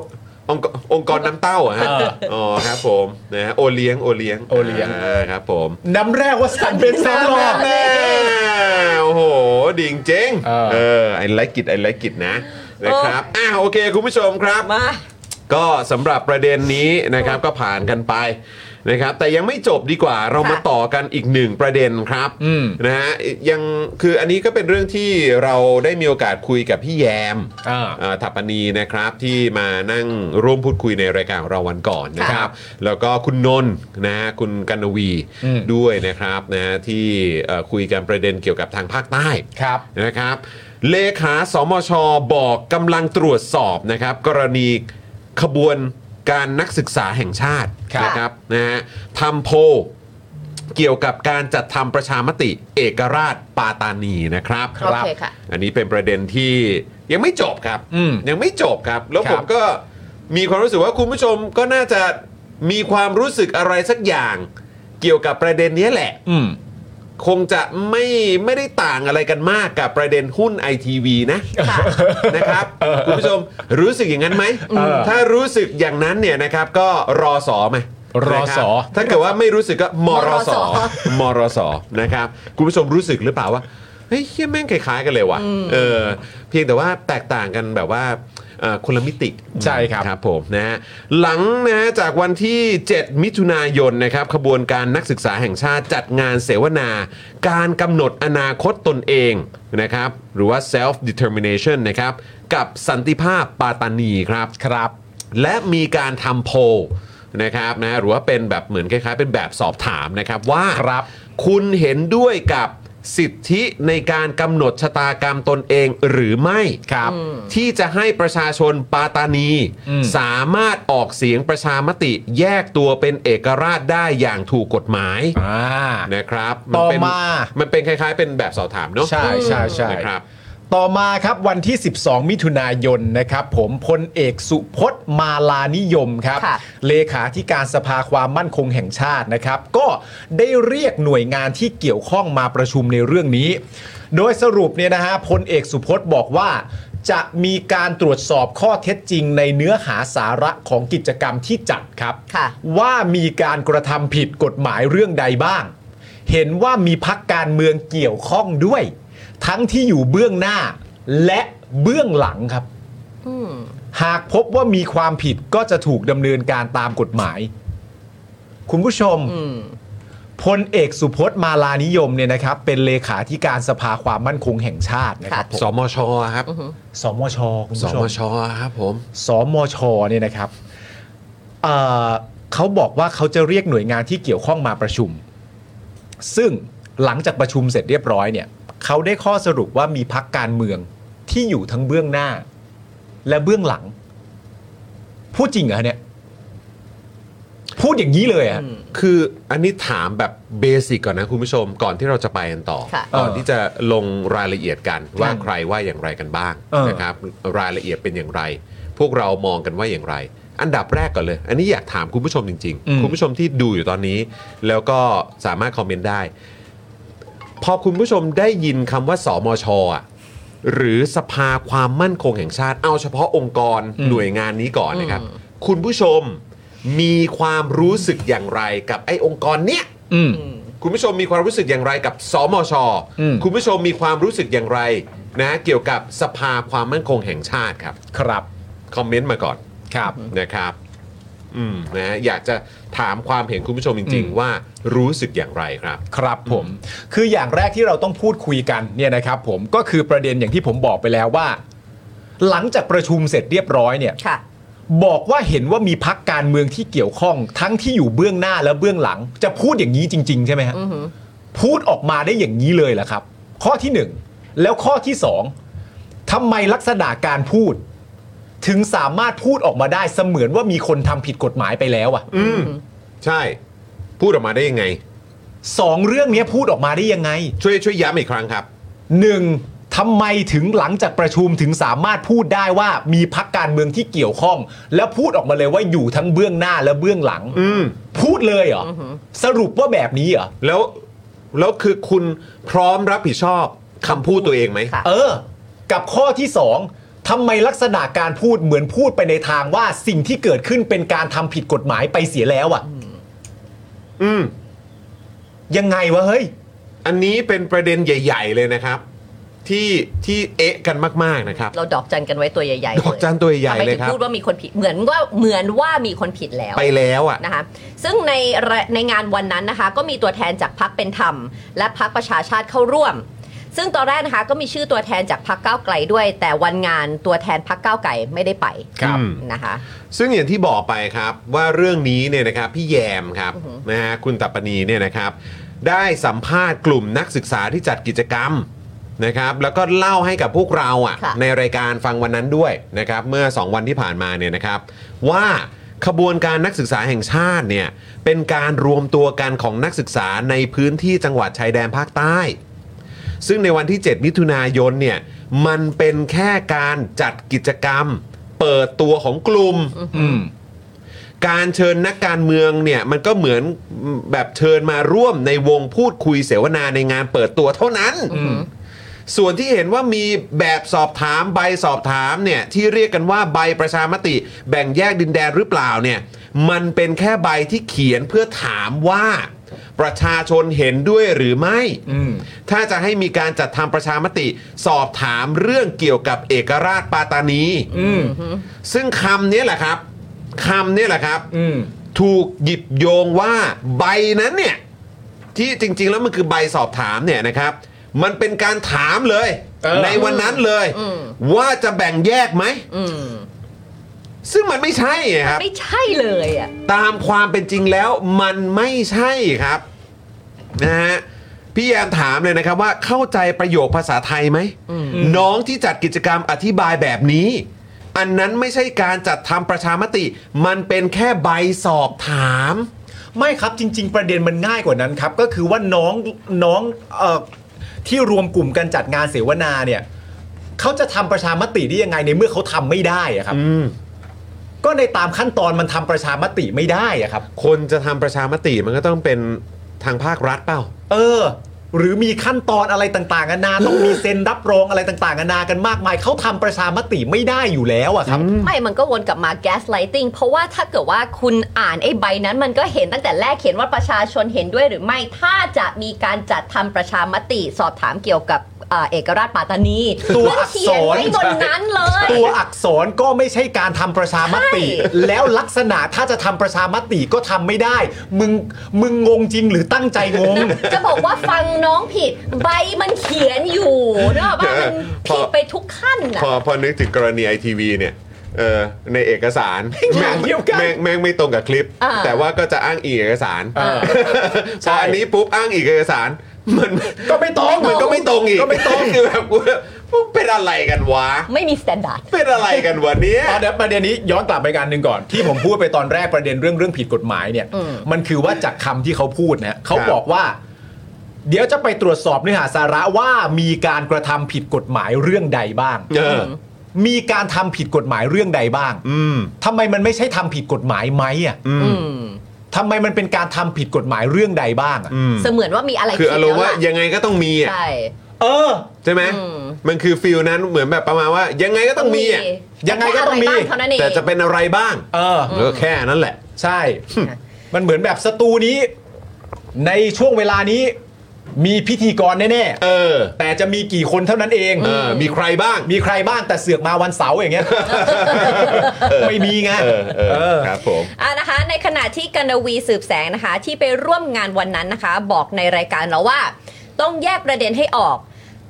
องค์กรองค์กรน้ำเต้าอะฮะ เออ อ๋อครับผมนะฮะโอเลี้ยงโอเลี้ยง โอเลี้ยง ออครับผม น้ำแรกว่าสันเป็นน้ำรอง แม่โอ้โห ดิ่งเจ๊ง เออ เออไอ้ไลกิจไอ้ไลกิจนะนะครับอ่ะโอเค คุณผู้ชมครับ มา ก็สำหรับประเด็นนี้นะครับก็ผ่านกันไปนะครับ แต่ยังไม่จบดีกว่าเรามา ค่ะ ต่อกันอีกหนึ่งประเด็นครับ อืม นะฮะยังคืออันนี้ก็เป็นเรื่องที่เราได้มีโอกาสคุยกับพี่แยม อ่า เอ่อถัปปณีนะครับที่มานั่งร่วมพูดคุยในรายการของเราวันก่อนนะครับ แล้วก็คุณนนท์นะฮะคุณกันนวี อืม ด้วยนะครับนะฮะที่เอ่อคุยกันประเด็นเกี่ยวกับทางภาคใต้ ครับ นะครับเลขาสมชบอกกำลังตรวจสอบนะครับ กรณีขบวนการนักศึกษาแห่งชาติ ครับ นะครับนะฮะทำโพลเกี่ยวกับการจัดทำประชามติเอกราชปาตานีนะครับ โอเคค่ะ อันนี้เป็นประเด็นที่ยังไม่จบครับ อืม ยังไม่จบครับ แล้ว ครั ผ บ มก็มีความรู้สึกว่าคุณผู้ชมก็น่าจะมีความรู้สึกอะไรสักอย่างเกี่ยวกับประเด็นนี้แหละ อืม คงจะไม่ไม่ได้ต่างอะไรกันมากกับประเด็นหุ้นไอทีวีนะ ค่ะ นะครับ คุณผู้ชมรู้สึกอย่างนั้นไหม ถ้ารู้สึกอย่างนั้นเนี่ยนะครับก็รอสอไหม รอสอ นะครับถ้าเกิดว่าไม่รู้สึกก็มรส มรส มรสนะครับคุณผู้ชมรู้สึกหรือเปล่าว่าเฮ้ยเหี้ยแม่งคล้ายๆกันเลยว่ะเออเพียงแต่ว่าแตกต่างกันแบบว่าเอ่อคนละมิติ ใช่ครับ ครับผมนะฮะหลังนะฮะจากวันที่ 7 มิถุนายนนะครับขบวนการนักศึกษาแห่งชาติจัดงานเสวนา การกำหนดอนาคตตนเองนะครับหรือว่า self determination นะครับกับสันติภาพปาตานีครับครับ และมีการทำโพลนะครับนะหรือว่าเป็นแบบเหมือนคล้ายๆ เป็นแบบสอบถามนะครับว่า ครับ คุณเห็นด้วยกับสิทธิในการกำหนดชะตากรรมตนเองหรือไม่ครับ ที่จะให้ประชาชนปาตานี อืม สามารถออกเสียงประชามติแยกตัวเป็นเอกราชได้อย่างถูกกฎหมาย อ่า นะครับ ต่อ เป็น มามั นเป็นคล้าย ๆ เป็นแบบสอบถามเนาะ ใช่ใช่ใช่ นะครับ ต่อมาครับวันที่ 12 มิถุนายนนะครับผมพลเอกสุพจน์มาลานิยมครับ ค่ะ เลขาธิการสภาความมั่นคงแห่งชาตินะครับ ก็ได้เรียกหน่วยงานที่เกี่ยวข้องมาประชุมในเรื่องนี้ โดยสรุปเนี่ยนะฮะพลเอกสุพจน์บอกว่า จะมีการตรวจสอบข้อเท็จจริงในเนื้อหาสาระของกิจกรรมที่จัดครับ ค่ะ ว่ามีการกระทำผิดกฎหมายเรื่องใดบ้าง เห็นว่ามีพักการเมืองเกี่ยวข้องด้วย ทั้งที่อยู่เบื้องหน้าและเบื้องหลังครับ อืม หากพบว่ามีความผิดก็จะถูกดำเนินการตามกฎหมาย คุณผู้ชม อืม พลเอกสุพจน์มาลานิยมเนี่ยนะครับ เป็นเลขาธิการสภาความมั่นคงแห่งชาตินะครับผม สมชครับ สมชคุณ ส ผู้ช ม ม ชครับผม สมชเนี่ยนะครับเอ่อเขาบอกว่าเขาจะเรียกหน่วยงานที่เกี่ยวข้องมาประชุม ซึ่งหลังจากประชุมเสร็จเรียบร้อยเนี่ยเขาได้ข้อสรุปว่ามีพักการเมืองที่อยู่ทั้งเบื้องหน้า และเบื้องหลัง พูดจริงเหรอเนี่ย พู พูดอย่างนี้เลยอ่ะ คืออันนี้ถามแบบเบสิกก่อนนะคุณผู้ชมก่อนที่เราจะไปกันต่อ ค่ะ ก่อนที่จะลงรายละเอียดกันว่าใครว่าอย่างไรกันบ้าง เออ นะครับรายละเอียดเป็นอย่างไร พวกเรามองกันว่าอย่างไร อันดับแรกก่อนเลย อันนี้อยากถามคุณผู้ชมจริง ๆ คุณผู้ชมที่ดูอยู่ตอนนี้ แล้วก็สามารถคอมเมนต์ได้ พอคุณผู้ชมได้ยินคำว่าสมชอะหรือสภาความมั่นคงแห่งชาติ เอาเฉพาะองค์กรหน่วยงานนี้ก่อนนะครับ คุณผู้ชมมีความรู้สึกอย่างไรกับไอ้องค์กรเนี้ย อืม คุณผู้ชมมีความรู้สึกอย่างไรกับสมช อืม คุณผู้ชมมีความรู้สึกอย่างไรนะเกี่ยวกับสภาความมั่นคงแห่งชาติครับ ครับ คอมเมนต์มาก่อน ครับ นะครับ อืมนะอยากจะถามความเห็นคุณผู้ชมจริง ๆ ว่ารู้สึกอย่างไรครับ ครับผม คืออย่างแรกที่เราต้องพูดคุยกันเนี่ยนะครับผม ก็คือประเด็นอย่างที่ผมบอกไปแล้วว่า หลังจากประชุมเสร็จเรียบร้อยเนี่ย ค่ะ บอกว่าเห็นว่ามีพักการเมืองที่เกี่ยวข้อง ทั้งที่อยู่เบื้องหน้าและเบื้องหลัง จะพูดอย่างนี้จริง ๆ ใช่ไหมฮะพูดออกมาได้อย่างนี้เลยเหรอครับ ข้อที่หนึ่งแล้วข้อที่สองทำไมลักษณะการพูด ถึงสามารถพูดออกมาได้เสมือนว่ามีคนทำผิดกฎหมายไปแล้วอะ อืมใช่ พูดออกมาได้ยังไง สองเรื่องเนี้ยพูดออกมาได้ยังไง ช่วยช่วยย้ำอีกครั้งครับ หนึ่งทำไมถึงหลังจากประชุมถึงสามารถพูดได้ว่ามีพักการเมืองที่เกี่ยวข้อง แล้วพูดออกมาเลยว่าอยู่ทั้งเบื้องหน้าและเบื้องหลังพูดเลยเหรอสรุปว่าแบบนี้เหรอ แล้วแล้วคือคุณพร้อมรับผิดชอบคำพูดตัวเองไหม ค่ะ เออ กับข้อที่สองทำไมลักษณะการพูดเหมือนพูดไปในทางว่าสิ่งที่เกิดขึ้นเป็นการทำผิดกฎหมายไปเสียแล้วอะ่ะ อืม ยังไงวะเฮ้ย อันนี้เป็นประเด็นใหญ่ ๆ เลยนะครับ ที่ที่เอะกันมาก ๆ นะครับ เราดอกจันกันไว้ตัวใหญ่ๆ ดอกจันตัวใหญ่ๆ ทำไม เลยคถึง รับ พูดว่ามีคนผิดเหมือนว่าเหมือนว่ามีคนผิดแล้ว ไปแล้วอ่ะ นะคะซึ่งในระในงานวันนั้นนะคะ ก็มีตัวแทนจากพักเป็นธรรม และพักประชาชาติเข้าร่วม ซึ่งตอนแรกนะคะก็มีชื่อตัวแทนจากพักก้าวไกลด้วย แต่วันงานตัวแทนพักก้าวไกลไม่ได้ไป ครับ นะคะ ซึ่งอย่างที่บอกไปครับว่าเรื่องนี้เนี่ยนะครับพี่แยมครับนะฮะคุณตัปปณีเนี่ยนะครับ ได้สัมภาษณ์กลุ่มนักศึกษาที่จัดกิจกรรมนะครับ แล้วก็เล่าให้กับพวกเรา ค่ะ อะ่ะในรายการฟังวันนั้นด้วยนะครับ เมื่อ 2 วันที่ผ่านมาเนี่ยนะครับ ว่าขบวนการนักศึกษาแห่งชาติเนี่ยเป็นการรวมตัวกันของนักศึกษาในพื้นที่จังหวัดชายแดนภาคใต้ ซึ่งในวันที่ 7 มิถุนายนเนี่ยมันเป็นแค่การจัดกิจกรรม เปิดตัวของกลุ่ม อืม การเชิญนักการเมืองเนี่ยมันก็เหมือนแบบเชิญมาร่วมในวงพูดคุยเสวนาในงานเปิดตัวเท่านั้น ส่วนที่เห็นว่ามีแบบสอบถามใบสอบถามเนี่ยที่เรียกกันว่าใบประชามติแบ่งแยกดินแดนหรือเปล่าเนี่ยมันเป็นแค่ใบที่เขียนเพื่อถามว่า ประชาชนเห็นด้วยหรือไม่ อืม ถ้าจะให้มีการจัดทำประชามติ สอบถามเรื่องเกี่ยวกับเอกราชปาตานี อืม ซึ่งคำเนี้ยแหละครับคำเนี้ยแหละครับ อืม ถูกหยิบโยงว่าใบนั้นเนี่ยที่จริง ๆ แล้วมันคือใบสอบถามเนี่ยนะครับ มันเป็นการถามเลย เออ ในวันนั้นเลย อืม ว่าจะแบ่งแยกไหม อืม ซึ่งมันไม่ใช่ไงครับ ไม่ใช่เลยอ่ะ ตามความเป็นจริงแล้วมันไม่ใช่ครับนะฮะพี่แยมถามเลยนะครับว่าเข้าใจประโยคภาษาไทยไหม น้องที่จัดกิจกรรมอธิบายแบบนี้ อันนั้นไม่ใช่การจัดทำประชามติ มันเป็นแค่ใบสอบถาม ไม่ครับจริง ๆ ประเด็นมันง่ายกว่านั้นครับ ก็คือว่าน้องน้องเอ่อที่รวมกลุ่มกันจัดงานเสวนาเนี่ยเขาจะทำประชามติได้ยังไงในเมื่อเขาทำไม่ได้อะครับ อืม ก็ในตามขั้นตอนมันทำประชามติไม่ได้อะครับ คนจะทำประชามติมันก็ต้องเป็นทางภาครัฐเปล่า เออ หรือมีขั้นตอนอะไรต่างๆนานาต้องมีเซ็นรับรองอะไรต่างๆนานากันมากมายเขาทำประชามติไม่ได้อยู่แล้วอะครับ ไม่มันก็วนกลับมา gaslighting เพราะว่าถ้าเกิดว่าคุณอ่านไอ้ใบนั้นมันก็เห็นตั้งแต่แรกเขียนว่าประชาชนเห็นด้วยหรือไม่ ถ้าจะมีการจัดทำประชามติสอบถามเกี่ยวกับเอ่อเอกราชปาตานี ตัว มัน อักษร เขียนไว้บนนั้นเลย ตัวอักษรก็ไม่ใช่การทำประชามติ ใช่ แล้วลักษณะถ้าจะทำประชามติก็ทำไม่ได้ มึงมึงงงจริงหรือตั้งใจง ง จะบอกว่าฟังน้องผิด ใบมันเขียนอยู่เนอะว่ามัน พอ ผิดไปทุกขั้นอ่ะ พอพอนึกถึงกรณีไอทีวีเนี่ยเออในเอกสาร อย่างเดียวกัน แม่งแม่งไม่ตรงกับคลิป อ่า แต่ว่าก็จะอ้างอีกเอกสาร พออันนี้ปุ๊บอ้างอีกเอกสารมัน ก็ไม่ตรง มันก็ไม่ตรงอีก ก็ไม่ตรง คือแบบกู มึงเป็นอะไรกันวะ ไม่มีสแตนดาร์ด เป็นอะไรกันวะเนี่ย เอาเดี๋ยวประเด็นนี้ย้อนกลับไปการหนึ่งก่อน ที่ผมพูดไปตอนแรกประเด็นเรื่องเรื่องผิดกฎหมายเนี่ย อืม มันคือว่าจากคำที่เขาพูดนะฮะเขา ครับ บอกว่า เดี๋ยวจะไปตรวจสอบเนื้อหาสาระว่ามีการกระทำผิดกฎหมายเรื่องใดบ้าง เออ มีการทำผิดกฎหมายเรื่องใดบ้าง อืม ทำไมมันไม่ใช่ทำผิดกฎหมายไหมอ่ะ อืม ทำไมมันเป็นการทำผิดกฎหมายเรื่องใดบ้างอะ อืม เสมือนว่ามีอะไร คืออารมณ์ว่า ผิดแล้วล่ะ ยังไงก็ต้องมีอ่ะ ใช่ เออ ใช่ไหม อืม มันคือฟิลนั้นเหมือนแบบประมาณว่า ยังไงก็ต้องมีอ่ะ ยังไงก็ต้องมี แต่ะรบ้าเท่านั้นเอง แต่จะเป็นอะไรบ้าง เออ ก็แค่นั้นแหละ ใช่ มันเหมือนแบบสตูนี้ ในช่วงเวลานี้ มีพิธีกรแน่ๆ เออ แต่จะมีกี่คนเท่านั้นเอง เออ มีใครบ้าง มีใครบ้างแต่เสือกมาวันเสาร์อย่างเงี้ย ไม่มีไง เออ เอ เอ อ อ ครับผม อ่ะนะคะในขณะที่กนวีสืบแสงนะคะ ที่ไปร่วมงานวันนั้นนะคะ บอกในรายการเราว่า ต้องแยกประเด็นให้ออก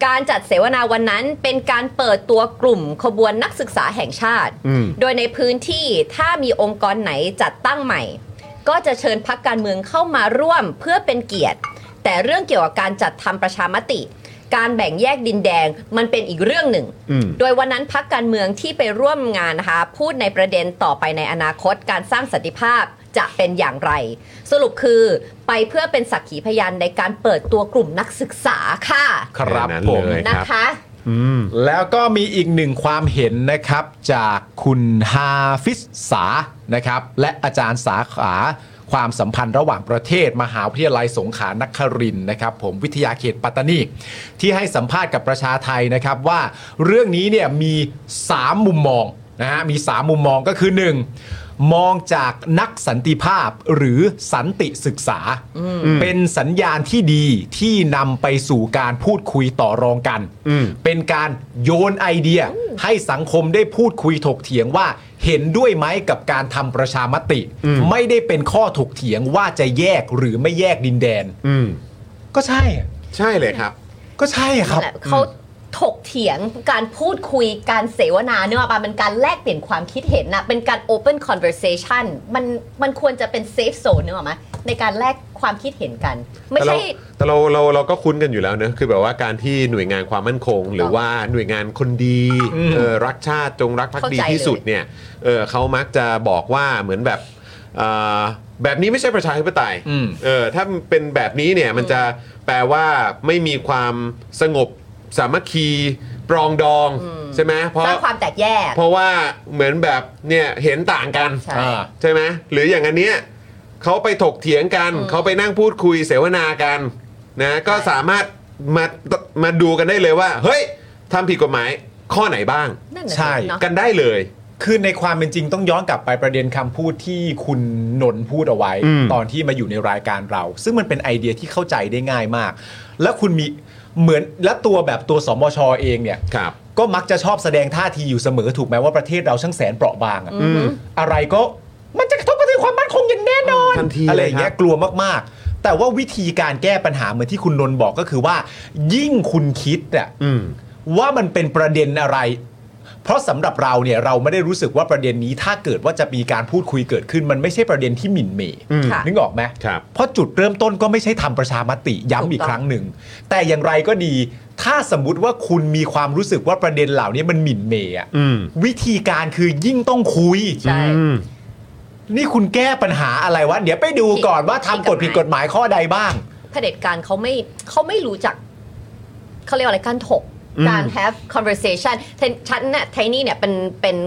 การจัดเสวนาวันนั้นเป็นการเปิดตัวกลุ่มขบวนนักศึกษาแห่งชาติ อืม โดยในพื้นที่ถ้ามีองค์กรไหนจัดตั้งใหม่ ก็จะเชิญพักการเมืองเข้ามาร่วมเพื่อเป็นเกียรติ แต่เรื่องเกี่ยวกับการจัดทำประชามติ การแบ่งแยกดินแดงมันเป็นอีกเรื่องหนึ่ง อืม โดยวันนั้นพักการเมืองที่ไปร่วมงานนะคะพูดในประเด็นต่อไปในอนาคตการสร้างสันติภาพจะเป็นอย่างไร สรุปคือไปเพื่อเป็นสักขีพยานในการเปิดตัวกลุ่มนักศึกษาค่ะ ครับ แนั้น ผม เลย นะครับ คะ อืม แล้วก็มีอีกหนึ่งความเห็นนะครับ จากคุณฮาฟิสสานะครับ และอาจารย์สาขาความสัมพันธ์ระหว่างประเทศ มหาวิทยาลัยสงขลานครินทร์นะครับ ผมวิทยาเขตปัตตานี ที่ให้สัมภาษณ์กับประชาไทยนะครับว่าเรื่องนี้เนี่ยมี 3 มุมมองนะฮะมี 3 มุมมองก็คือ 1. มองจากนักสันติภาพหรือสันติศึกษา เป็นสัญญาณที่ดีที่นำไปสู่การพูดคุยต่อรองกัน อืม เป็นการโยนไอเดียให้สังคมได้พูดคุยถกเถียงว่าเห็นด้วยไหมกับการทำประชามติ ไม่ได้เป็นข้อถกเถียงว่าจะแยกหรือไม่แยกดินแดน อืม ก็ใช่อะ ใช่เลยครับ ก็ใช่อะครับ นั่นแหละเขาถกเถียงการพูดคุยการเสวนาเนื้อปะมันการแลกเปลี่ยนความคิดเห็นนะเป็นการ open conversation มันมันควรจะเป็น safe zone เนื้ออกไหมในการแลกความคิดเห็นกัน ไม่ใช่ แต่เราแต่เราเราเราก็คุ้นกันอยู่แล้วเนอะคือแบบว่าการที่หน่วยงานความมั่นคง หรือว่าหน่วยงานคนดี อืม เออรักชาติจงรักภักดี เข้าใจ ที่สุดเนี่ยเออเขามักจะบอกว่าเหมือนแบบเอ่อแบบนี้ไม่ใช่ประชาธิปไตย อืม เออถ้าเป็นแบบนี้เนี่ยมันจะแปลว่าไม่มีความสงบสามัคคีปรองดอง อืม ใช่ไหมเพราะ สร้างความแตกแยก เพราะว่าเหมือนแบบเนี่ยเห็นต่างกัน ใช่ อ่า ใช่ไหมหรืออย่างอันเนี้ยเขาไปถกเถียงกัน เขาไปนั่งพูดคุยเสวนากันนะก็สามารถมามาดูกันได้เลยว่า เฮ้ยทำผิดกฎหมายข้อไหนบ้าง นั่นน่ะ ใช่ เนาะ กันได้เลย คือในความเป็นจริงต้องย้อนกลับไปประเด็นคำพูดที่คุณนนท์พูดเอาไว้ อืม ตอนที่มาอยู่ในรายการเรา ซึ่งมันเป็นไอเดียที่เข้าใจได้ง่ายมาก แล้วคุณมีเหมือนและตัวแบบตัวสมชเองเนี่ย ครับ ก็มักจะชอบแสดงท่าทีอยู่เสมอถูกไหมว่าประเทศเราช่างแสนเปราะบางอะอะไรก็มันจะกระทบกระเทือนความมั่นคงอย่างแน่นอน ทันที อะไรอย่างเงี้ย เลยครับ กลัวมากๆ แต่ว่าวิธีการแก้ปัญหาเหมือนที่คุณนนท์บอกก็คือว่า ยิ่งคุณคิดอะ อืม ว่ามันเป็นประเด็นอะไร เพราะสำหรับเราเนี่ยเราไม่ได้รู้สึกว่าประเด็นนี้ถ้าเกิดว่าจะมีการพูดคุยเกิดขึ้น มันไม่ใช่ประเด็นที่หมิ่นเหม อืม นึกออกไหม ครับ เพราะจุดเริ่มต้นก็ไม่ใช่ทำประชามติย้ำอีกครั้งหนึ่ง แต่อย่างไรก็ดี ถ้าสมมติว่าคุณมีความรู้สึกว่าประเด็นเหล่านี้มันหมิ่นเหมอะ อืม วิธีการคือยิ่งต้องคุย ใช่ อืม นี่คุณแก้ปัญหาอะไรวะเดี๋ยวไปดูก่อนว่าทำกฎผิดกฎหมายข้อใดบ้าง เผด็จการเขาไม่เขาไม่รู้จักเขาเรียกว่าอะไรการถก อืม การ have conversation เทนฉันน่ะไทนี่เนี่ยเป็นเป็น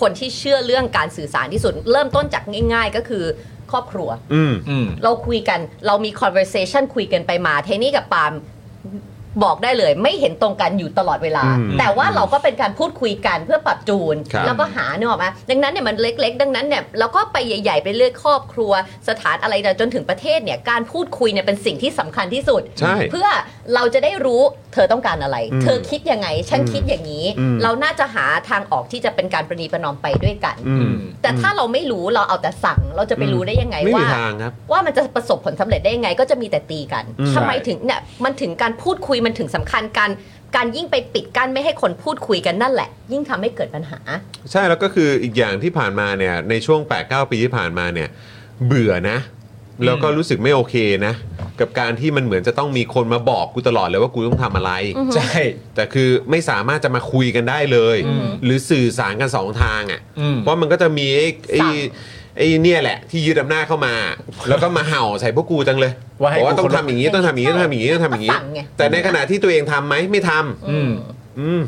คนที่เชื่อเรื่องการสื่อสารที่สุด เริ่มต้นจากง่าย ๆ ก็คือครอบครัว อืม อืม เราคุยกันเรามี conversation คุยกันไปมา เทนี่กับปาล์มบอกได้เลย ไม่เห็นตรงกันอยู่ตลอดเวลา อืม แต่ว่าเราก็เป็นการพูดคุยกันเพื่อปรับจูน ครับ แล้วก็หาเนกอะมาดังนั้นเนี่ยมันเล็ก ๆ ดังนั้นเนี่ยเราก็ไปใหญ่ ๆ ไปเรื่อยครอบครัว สถานอะไรนะจนถึงประเทศเนี่ยการพูดคุยเนี่ยเป็นสิ่งที่สำคัญที่สุด ใช่ เพื่อเราจะได้รู้เธอต้องการอะไร อืม เธอคิดยังไง ฉันคิดอย่างนี้ อืม เราน่าจะหาทางออกที่จะเป็นการประนีประนอมไปด้วยกัน อืม แต่ถ้าเราไม่รู้เราเอาแต่สั่งเราจะไปรู้ได้ยังไง ไม่มี ว่า ทางครับ ว่ามันจะประสบผลสำเร็จได้ยังไงก็จะมีแต่ตีกัน อืม ทำไมถึงเนี่ยมันถึงการพูดคุยมันถึงสำคัญการการยิ่งไปปิดกั้นไม่ให้คนพูดคุยกันนั่นแหละ ยิ่งทำให้เกิดปัญหา ใช่แล้วก็คืออีกอย่างที่ผ่านมาเนี่ยในช่วง8ปดปีที่ผ่านมาเนี่ยเบื่อนะ แล้วก็รู้สึกไม่โอเคนะ กับการที่มันเหมือนจะต้องมีคนมาบอกกูตลอดเลยว่ากูต้องทำอะไร ใช่ แต่คือไม่สามารถจะมาคุยกันได้เลย อืม หรือสื่อสารกันสองทางอ่ะ อืม เพราะมันก็จะมีไอ้ไอ้ สั่ง ไอ้เนี่ยแหละ ที่ยึดอำนาจเข้ามา แล้วก็มาเห่าใส่พวกกูจังเลย ว่าให้ บอกว่า กู ต้องทำอย่างนี้ต้องทำอย่างนี้ต้องทำอย่างนี้ต้องทำอย่างนี้ สั่งไง แต่ในขณะที่ตัวเองทำไหมไม่ท อืม ำอืม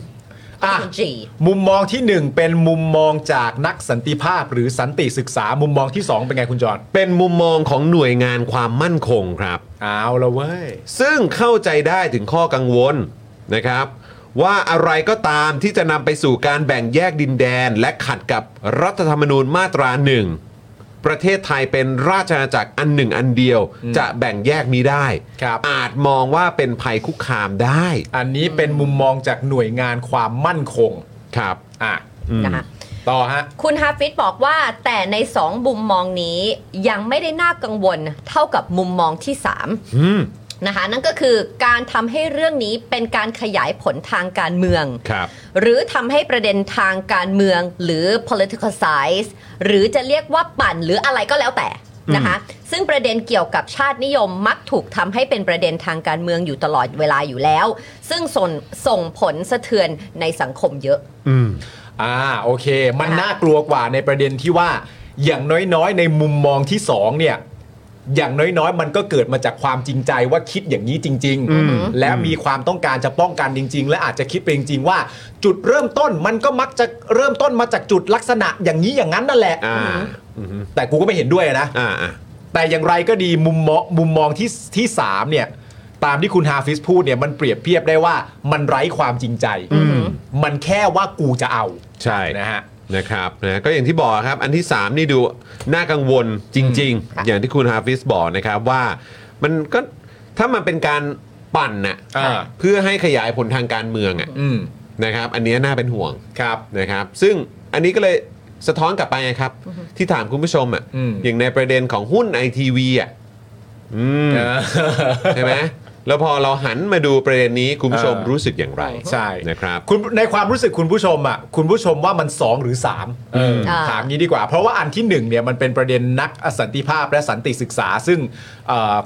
อ่ะ คุณจี มุมมองที่หนึ่งเป็นมุมมองจากนักสันติภาพหรือสันติศึกษา มุมมองที่สองเป็นไงคุณจอน เป็นมุมมองของหน่วยงานความมั่นคงครับ เอาละเว้ย ซึ่งเข้าใจได้ถึงข้อกังวลนะครับ ว่าอะไรก็ตามที่จะนำไปสู่การแบ่งแยกดินแดน และขัดกับรัฐธรรมนูญมาตราหนึ่ง ประเทศไทยเป็นราชอาณาจักรอันหนึ่งอันเดียว จะแบ่งแยกนี้ได้ ครับ อาจมองว่าเป็นภัยคุกคามได้ อันนี้เป็นมุมมองจากหน่วยงานความมั่นคง ครับ อ่ะ อืม นะคะ ต่อฮะ คุณฮาฟิตบอกว่าแต่ในสองมุมมองนี้ยังไม่ได้น่ากังวลเท่ากับมุมมองที่สาม อืม นะคะนั่นก็คือการทำให้เรื่องนี้เป็นการขยายผลทางการเมือง ครับ หรือทำให้ประเด็นทางการเมืองหรือ politicize หรือจะเรียกว่าปั่นหรืออะไรก็แล้วแต่นะคะซึ่งประเด็นเกี่ยวกับชาตินิยมมักถูกทำให้เป็นประเด็นทางการเมืองอยู่ตลอดเวลาอยู่แล้ว ซึ่งส่งส่งผลสะเทือนในสังคมเยอะ อืม อ่าโอเค มัน ค่ะ น่ากลัวกว่าในประเด็นที่ว่า อย่างน้อยๆ ในมุมมองที่สองเนี่ยอย่างน้อยๆ มันก็เกิดมาจากความจริงใจว่าคิดอย่างนี้จริง อือหือ ๆ และมีความต้องการจะป้องกันจริง ๆ และอาจจะคิดไปจริงๆว่า จุดเริ่มต้นมันก็มักจะเริ่มต้นมาจากจุดลักษณะอย่างนี้อย่างนั้นนั่นแหละ อ่าอืม แต่กูก็ไม่เห็นด้วยนะ อ่าอ่า แต่อย่างไรก็ดีมุมมองมุมมองที่ที่สามเนี่ยตามที่คุณฮาฟิสพูดเนี่ยมันเปรียบเทียบได้ว่ามันไร้ความจริงใจ อืม มันแค่ว่ากูจะเอา ใช่ นะฮะ นะครับนะก็อย่างที่บอกครับอันที่ 3 นี่ดูน่ากังวลจริง ๆ อย่างที่คุณฮาฟิสบอกนะครับว่ามันก็ถ้ามันเป็นการปั่นน่ะ อ่า เพื่อให้ขยายผลทางการเมืองอ่ะ อืม นะครับ อันเนี้ยน่าเป็นห่วง ครับ นะครับ ซึ่งอันนี้ก็เลยสะท้อนกลับไปไงครับ ที่ถามคุณผู้ชมอ่ะ อืม อย่างในประเด็นของหุ้นไอทีวีอ่ะอืม เออ ใช่ไหมแล้วพอเราหันมาดูประเด็นนี้คุณผู้ชม เออ รู้สึกอย่างไร ใช่ นะครับ คุณในความรู้สึกคุณผู้ชมอ่ะคุณผู้ชมว่ามัน 2 หรือ3เออ อ่า ถามงี้ดีกว่า เพราะว่าอันที่1เนี่ยมันเป็นประเด็นนักสันติภาพและสันติศึกษา ซึ่งเอ่อ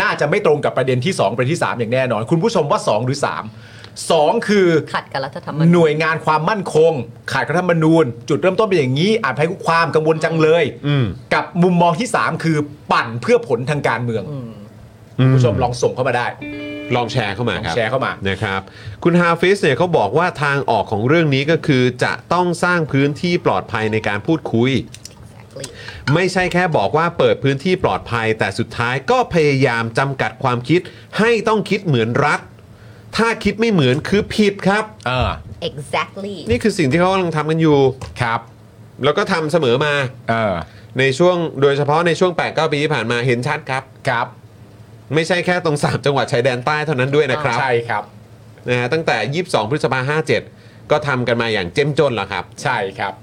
น่าจะไม่ตรงกับประเด็นที่ 2 ประเด็นที่ 3 อย่างแน่นอน คุณผู้ชมว่า 2 หรือ 3 2 คือ ขัดกับรัฐธรรมนูญ หน่วยงานความมั่นคง ขาดรัฐธรรมนูญ จุดเริ่มต้นเป็นอย่างนี้อาจให้ความกังวลจังเลย อืม กับมุมมองที่ 3 คือปั่นเพื่อผลทางการเมืองคุณผู้ชมลองส่งเข้ามาได้ ลองแชร์เข้ามาครับ ลองแชร์เข้ามา นะครับ คุณฮาฟิสเนี่ยเขาบอกว่าทางออกของเรื่องนี้ก็คือจะต้องสร้างพื้นที่ปลอดภัยในการพูดคุย Exactly ไม่ใช่แค่บอกว่าเปิดพื้นที่ปลอดภัย แต่สุดท้ายก็พยายามจำกัดความคิด ให้ต้องคิดเหมือนรัฐ ถ้าคิดไม่เหมือนคือผิดครับ เออ exactly นี่คือสิ่งที่เขากำลังทำกันอยู่ ครับ แล้วก็ทำเสมอมา เออ ในช่วงโดยเฉพาะในช่วง8 9ปีที่ผ่านมาเห็นชัดครับ ครับ ไม่ใช่แค่ตรงสามจังหวัดชายแดนใต้เท่านั้นด้วยนะครับ ใช่ครับ นะฮะตั้งแต่ 22 พฤษภา57 ก็ทำกันมาอย่างเจ้มจนแล้วครับ ใช่ครับ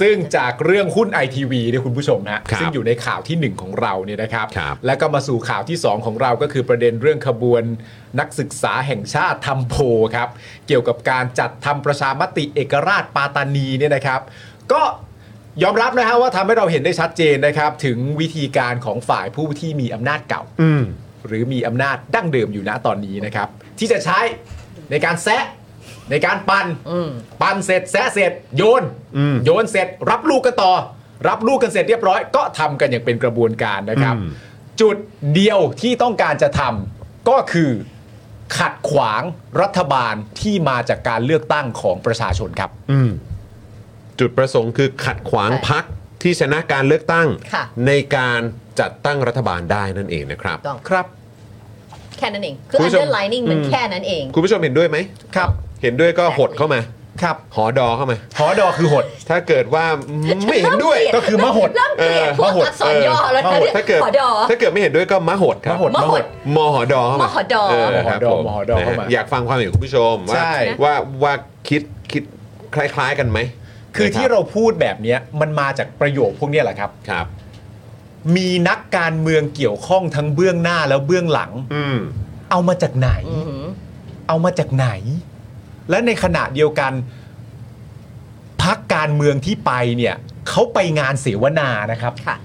ซึ่งจากเรื่องหุ้น ITV เนี่ยคุณผู้ชมฮะ ครับ ซึ่งอยู่ในข่าวทีหนึ่1 ของเราเนี่ยนะครับ ครับ แล้วก็มาสู่ข่าวที่ 2 ของเราก็คือประเด็นเรื่องขบวนนักศึกษาแห่งชาติทำโพลครับ เกี่ยวกับการจัดทำประชามติเอกราชปาตานีเนี่ยนะครับ ก็ยอมรับนะฮะว่าทำให้เราเห็นได้ชัดเจนนะครับ ถึงวิธีการของฝ่ายผู้ที่มีอำนาจเก่า หรือมีอำนาจดั้งเดิมอยู่ณตอนนี้นะครับ ที่จะใช้ในการแซะในการปัน่นปั่นเสร็จแซะเสร็จ โยน อืม โยนเสร็จ รับลูกกันต่อ รับลูกกันเสร็จเรียบร้อย ก็ทำกันอย่างเป็นกระบวนการนะครับ อืม จุดเดียวที่ต้องการจะทำก็คือขัดขวางรัฐบาลที่มาจากการเลือกตั้งของประชาชนครับ จุดประสงค์คือขัดขวาง ใช่ พักที่ชนะการเลือกตั้ง ค่ะ ในการจัดตั้งรัฐบาลได้นั่นเองนะครับ ต้อง ครับ แค่นั้นเอง คือ คุณผู้ชม underlining มันแค่นั้นเอง คุณผู้ชมเห็นด้วยไหม ครับ เห็นด้วยก็หดเข้ามา ครับ หอดอเข้ามา หอดอคือหด ถ้าเกิดว่าไม่เห็นด้วย เริ่มเกลียด ก็คือมหด เริ่มเกลียด เออ พวก มหด อักษรย่อ เออ แล้วนะเนี่ย ถ้าเกิด ขอดอ ถ้าเกิดไม่เห็นด้วยก็มหดครับ มหดมหด มหอดอเข้ามาม หดอ เครับผม มหดอเข้ามา อยากฟังความเห็นคุณผู้ชมว่า ใช่ ว่าว่าคิดคิดคล้าย ๆ กันไหม คือที่เราพูดแบบเนี้ยมันมาจากประโยคพวกเนี้ยแหละครับ ครับ มีนักการเมืองเกี่ยวข้องทั้งเบื้องหน้าแล้วเบื้องหลัง อืม เอามาจากไหน อือหือ เอามาจากไหน และในขณะเดียวกันพักการเมืองที่ไปเนี่ยเขาไปงานเสวนานะครับ ค่ะ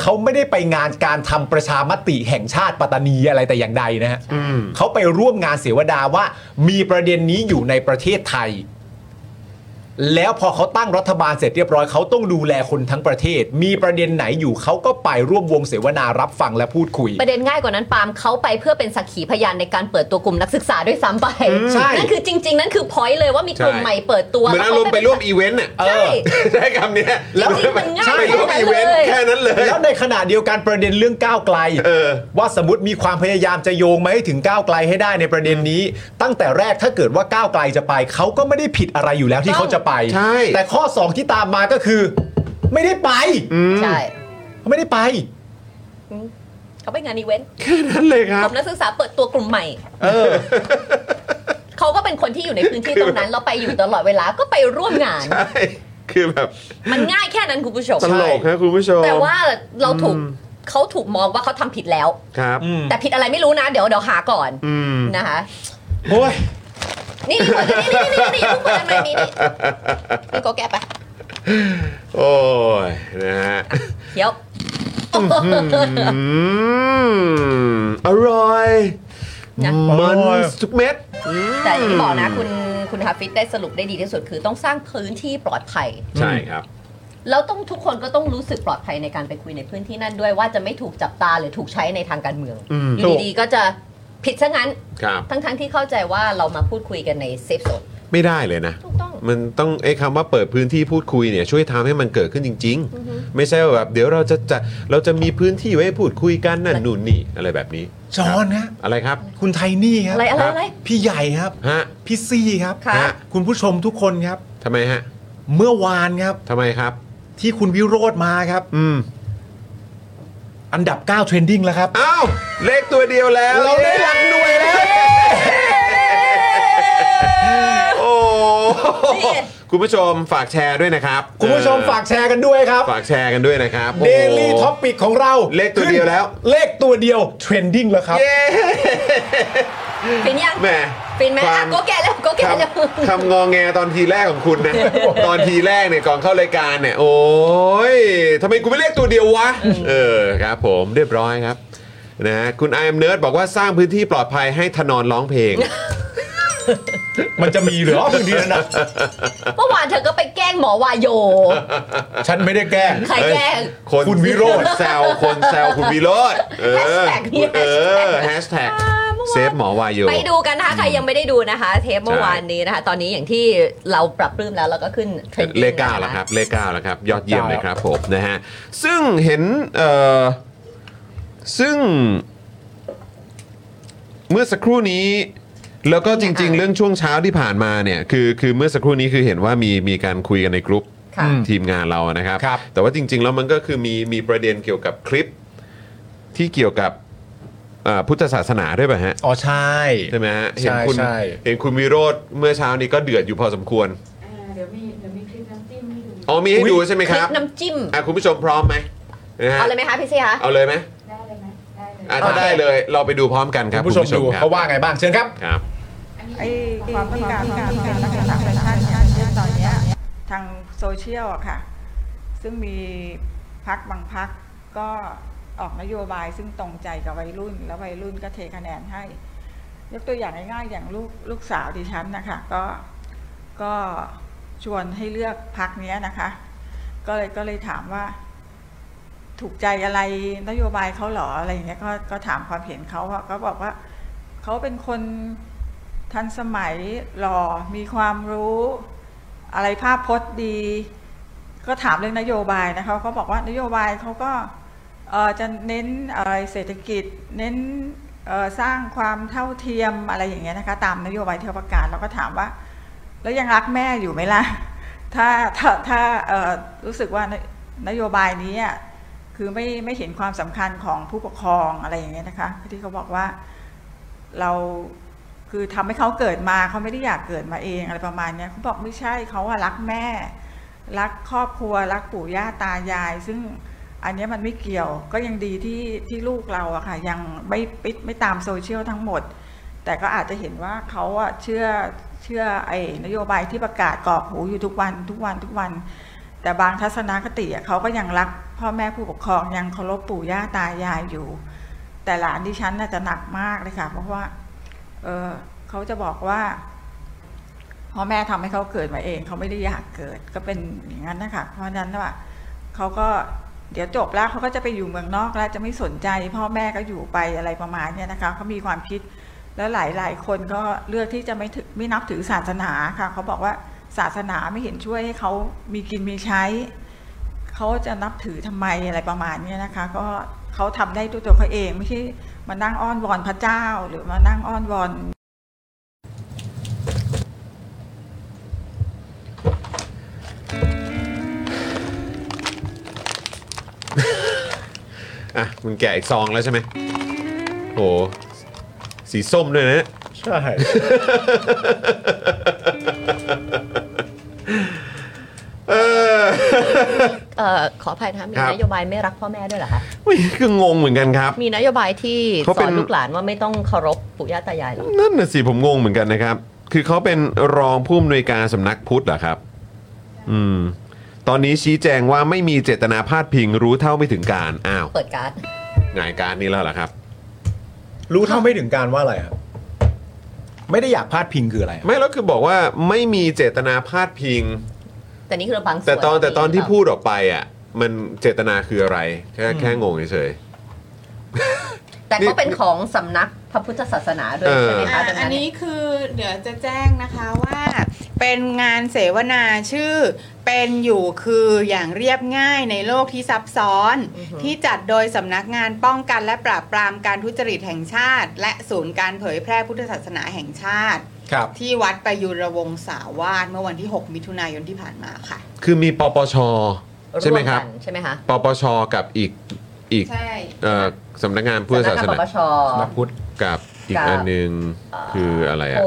เขาไม่ได้ไปงานการทำประชามติแห่งชาติปัตตานีอะไรแต่อย่างใดนะฮะเขาไปร่วมงานเสวนาว่า มีประเด็นนี้อยู่ในประเทศไทย แล้วพอเขาตั้งรัฐบาลเสร็จเรียบร้อยเขาต้องดูแลคนทั้งประเทศ มีประเด็นไหนอยู่เขาก็ไปร่วมวงเสวนารับฟังและพูดคุย ประเด็นง่ายกว่านั้นปาล์มเขาไปเพื่อเป็นสักขีพยานในการเปิดตัวกลุ่มนักศึกษาด้วยซ้ำไป ใช่ นั่นคือจริง ๆ นั่นคือพอยต์เลยว่ามีกลุ่ม ใช่ ใหม่เปิดตัว เหมือนอารมณ์ไปร่วม แล้ว อีเวนต์น่ะ ใช่ ใช้คำเนี้ย แล้วจริงๆมันง่าย ใช่ไปร่วมอีเวนต์ แค่ แค่นั้นั้น น เล เลย ย แล้วในขณะเดียวกันประเด็นเรื่องก้าวไกล เออ ว่าสมมติมีความพยายามจะโยงมาให้ถึงก้าวไกลให้ได้ในประเด็นนี้ ตั้งแต่แรกถ้าเกิดว่าก้าวไกลจะไปเขาก็ไม่ได้ผิดอะไรอยู่แล้วที่เขาจะไป ใช่ แต่ข้อ 2 ที่ตามมาก็คือ ไม่ได้ไป ก็ใช่ เขาไม่ได้ไป เขาไปงานอีเวนต์ แค่นั้นเลยครั ก บ ลุ่มนักศึกษาเปิดตัวกลุ่มใหม่ เออ เขาก็เป็นคนที่อยู่ในพื้นที่ตรงนั้นเราไปอยู่ตลอดเวลาก็ไปร่วมงาน ใช่ คือแบบ มันง่ายแค่นั้นคุณผู้ชม ตลกนะคุณผู้ชม แต่ว่าเราถูกเขาถูกมองว่าเขาทำผิดแล้ว ครับ อืม แต่ผิดอะไรไม่รู้นะเดี๋ยวเดี๋ยวหาก่อน อืม นะคะ โอ้ย นี่นี่คนนี้นี่นี่นี่ทุกคนทำไมนี่นี่นี่โก็แก้ไป โอ้ย นะฮะ เดี๋ยว อืม อร่อย นะ มันสุกเม็ด แต่อย่างที่บอกนะคุณคุณฮาฟิตได้สรุปได้ดีที่สุดคือต้องสร้างพื้นที่ปลอดภัย ใช่ครับ แล้วต้องทุกคนก็ต้องรู้สึกปลอดภัยในการไปคุยในพื้นที่นั่นด้วยว่าจะไม่ถูกจับตาหรือถูกใช้ในทางการเมือง อืม อยู่ดีๆก็จะผิดซะงั้น ครับ ทั้งๆที่เข้าใจว่าเรามาพูดคุยกันในเซฟโซน ไม่ได้เลยนะ ถูกต้อง มันต้องไอ้คำว่าเปิดพื้นที่พูดคุยเนี่ยช่วยทำให้มันเกิดขึ้นจริง ๆ ไม่ใช่ว่าแบบเดี๋ยวเราจะจะเราจะมีพื้นที่ไว้พูดคุยกันนั่นนู่นนี่อะไรแบบนี้ จอห์นนะ อะไรครับ คุณไทนี่ครับ อะไรอะไรอะไร พี่ใหญ่ครับ ฮะ พี่ซี่ครับ ค่ะ ฮะคุณผู้ชมทุกคนครับ ทำไมฮะ เมื่อวานครับ ทำไมครับ ที่คุณวิโรธมาครับ อืม อันดับ9เทรนดิ้งแล้วครับ อ้าว เลขตัวเดียวแล้ว เราได้หลักหน่วยแล้ว โอ้ นี่ คุณผู้ชมฝากแชร์ด้วยนะครับ คุณผู้ชมฝากแชร์กันด้วยครับ ฝากแชร์กันด้วยนะครับ เดลี่ โโห ท็อปิกของเรา เลขตัวเดียวแล้ว เลขตัวเดียวเทรนดิ้งแล้วครับ เย้ ฟินยัง แหม ฟินไหม ควา อ่ะ ม โก็แก่แล้วโก็แก่แล้ว คำคำงองแงตอนทีแรกของคุณนะ ตอนทีแรกเนี่ยก่อนเข้ารายการเนี่ย โอ้ยทำไมกูไม่เรียกตัวเดียววะ เออครับผมเรียบร้อยครับนะฮะคุณไอเอ็มเนิร์ดบอกว่าสร้างพื้นที่ปลอดภัยให้ธนอนร้องเพลง มันจะมีเหรือมึงดีนะ เมื่อวานเธอก็ไปแกล้งหมอวายโย ฉันไม่ได้แกล้ง ใครแกล้ง คน คุณวิโรจน์ แซวคนแซวคุณวิโรจน์เออ Hashtag นี่ เออแฮชแท็กเซฟหมอวายโย ไปดูกันนะคะ ใครยังไม่ได้ดูนะคะ เทปเมื่อ ใช่ วานนี้นะคะ ตอนนี้อย่างที่เราปรับปรื้มแล้วเราก็ขึ้นเทรนด์ เลขเก้าแล้วครับเลขเก้าแล้วครับ ยอดเยี่ยมเลยครับผมนะฮะ ซึ่งเห็นเอ่อซึ่ง เมื่อสักครู่นี้ แล้วก็จริง ๆ เรื่องช่วงเช้าที่ผ่านมาเนี่ยคือคือเมื่อสักครู่นี้คือเห็นว่ามีมีการคุยกันในกลุ่ม ค่ะ ทีมงานเรานะครับ ครับ แต่ว่าจริง ๆ แล้วมันก็คือมีมีประเด็นเกี่ยวกับคลิปที่เกี่ยวกับเอ่อพุทธศาสนาด้วยป่ะฮะ อ๋อใช่ ใช่ไหมฮะเห็นคุณ ใช่ เห็นคุณวิโรธเมื่อเช้านี้ก็เดือดอยู่พอสมควร เดี๋ยวมีเดี๋ยวมีคลิปน้ำจิ้มให้ดู อ๋อมีให้ดูใช่ไหม ค ค ลิ รับ ปน้ำจิ้ม อ่ะคุณผู้ชมพร้อมไหมนะฮะ เอาเลยไหมคะพี่ซี่คะ เอาเลยไหม ได้เลยไหมได้เลย อ่ะถ้าได้เลยเราไปดูพร้อมกันค คุ รับ ณผู้ชมดู ครับ เขาว่าไงบ้างเชิญครับ ครับ ไอ้ความพิการความพิการลักษณะประชาติเนี่ยตอนเนี้ยทางโซเชียลอะค่ะ ซึ่งมีพักบางพักก็ออกนโยบายซึ่งตรงใจกับวัยรุ่น แล้ววัยรุ่นก็เทคะแนนให้ ยกตัวอย่างง่ายๆ อย่างลูกลูกสาวดิฉันนะคะก็ก็ชวนให้เลือกพักนี้ยนะคะ ก็เลยก็เลยถามว่า ถูกใจอะไรนโยบายเขาเหรออะไรอย่างเงี้ยก็ก็ถามความเห็นเขาว่าก็บอกว่าเขาเป็นคน ทันสมัยหล่อมีความรู้อะไรภาพพจน์ดี ก็ถามเรื่องนโยบายนะคะเขาบอกว่านโยบายเขาก็เอ่อจะเน้นอะไรเศรษฐกิจ เน้นเอ่อสร้างความเท่าเทียมอะไรอย่างเงี้ยนะคะตามนโยบายที่เขาประกาศเราก็ถามว่า แล้วยังรักแม่อยู่ไหมล่ะ ถ้าถ้าถ้าเอ่อรู้สึกว่านนโยบายนี้อะคือไม่ไม่เห็นความสำคัญของผู้ปกครองอะไรอย่างเงี้ยนะคะที่เขาบอกว่า เราคือทำให้เขาเกิดมาเขาไม่ได้อยากเกิดมาเองอะไรประมาณเนี้ยเขาบอกไม่ใช่เขาอะรักแม่ รักครอบครัว รักปู่ย่าตายาย ซึ่งอันเนี้ยมันไม่เกี่ยวก็ยังดีที่ที่ลูกเราอะค่ะยังไม่ไม่ไม่ตามโซเชียลทั้งหมด แต่ก็อาจจะเห็นว่าเขาอะเชื่อเชื่อไอ้นโยบายที่ประกาศกรอกหูอยู่ทุกวันทุกวันทุกวัน แต่บางทัศนคติอะเขาก็ยังรัก พ่อแม่ผู้ปกครองยังเคารพปู่ย่าตายายอยู่ แต่หลานดิฉันน่าจะหนักมากเลยค่ะ เพราะว่า เออเขาจะบอกว่าพ่อแม่ทำให้เขาเกิดมาเอง เขาไม่ได้อยากเกิดก็เป็นอย่างนั้นนะคะเพราะฉะนั้นว่าเขาก็เดี๋ยวจบแล้วเขาก็จะไปอยู่เมืองนอกแล้วจะไม่สนใจ พ่อแม่ก็อยู่ไปอะไรประมาณเนี้ยนะคะเขามีความคิดแล้วหลายหลายๆคนก็เลือกที่จะไม่ถือไม่นับถือศาสนาค่ะเขาบอกว่าศาสนาไม่เห็นช่วยให้เขามีกินมีใช้ เขาจะนับถือทำไมอะไรประมาณเนี้ยนะคะ ก็เขาทำได้ด้วยตัวเขาเองไม่ใช่มานั่งอ้อนวอนพระเจ้า หรือมานั่งอ้อนวอน อ่ะคุณแกะอีกซองแล้วใช่ไหมโหสีส้มด้วยนะเนี่ย ใช่ เออ เอ่อขออภัยนะคะมี ครับ นโยบายไม่รักพ่อแม่ด้วยเหรอคะ อุ๊ยคืองงเหมือนกันครับ มีนโยบายที่ เขา ส เป็ อน นลูกหลานว่าไม่ต้องเคารพปู่ย่าตายายเหรอ นั่นน่ะสิผมงงเหมือนกันนะครับ คือเขาเป็นรองผู้อำนวยการสำนักพุทธเหรอครับ อืม ตอนนี้ชี้แจงว่าไม่มีเจตนาพาดพิงรู้เท่าไม่ถึงการ อ้าว เปิดการ์ด หงายการนี้แล้วเหรอครับ รู้เท่าไม่ถึงการว่าอะไรครับไม่ได้อยากพาดพิงคืออะไรอะ ไม่แล้วคือบอกว่าไม่มีเจตนาพาดพิง แต่นี่คือเราบางส่วน แต่ตอนแต่ตอนที่ เปล่า พูดออกไปอ่ะ มันเจตนาคืออะไร แค่แค่งงเฉย แต่ นี่ ก็เป็นของสำนักพระพุทธศาสนาด้วย เออ ใช่ไหมคะดังอ่ะอัน นั้น นี้คือเดี๋ยวจะแจ้งนะคะว่า เป็นงานเสวนาชื่อ เป็นอยู่คืออย่างเรียบง่ายในโลกที่ซับซ้อน ที่จัดโดยสำนักงานป้องกันและปราบปรามการทุจริตแห่งชาติ และศูนย์การเผยแพร่พุทธศาสนาแห่งชาติ ครับ ที่วัดประยุรวงศาวาสเมื่อวันที่ 6 มิถุนายนที่ผ่านมาค่ะ ๆ คือมีปปช ใช่ไหมครับ วกันใช่ไหมคะ ปปช กับอีกอีก ใช่ เอ่อสำนักงานพุทธศาส สำนักงนานปปช นักพุทธ กับอีก กับ อันหนึ่งคืออะไรอ่ะ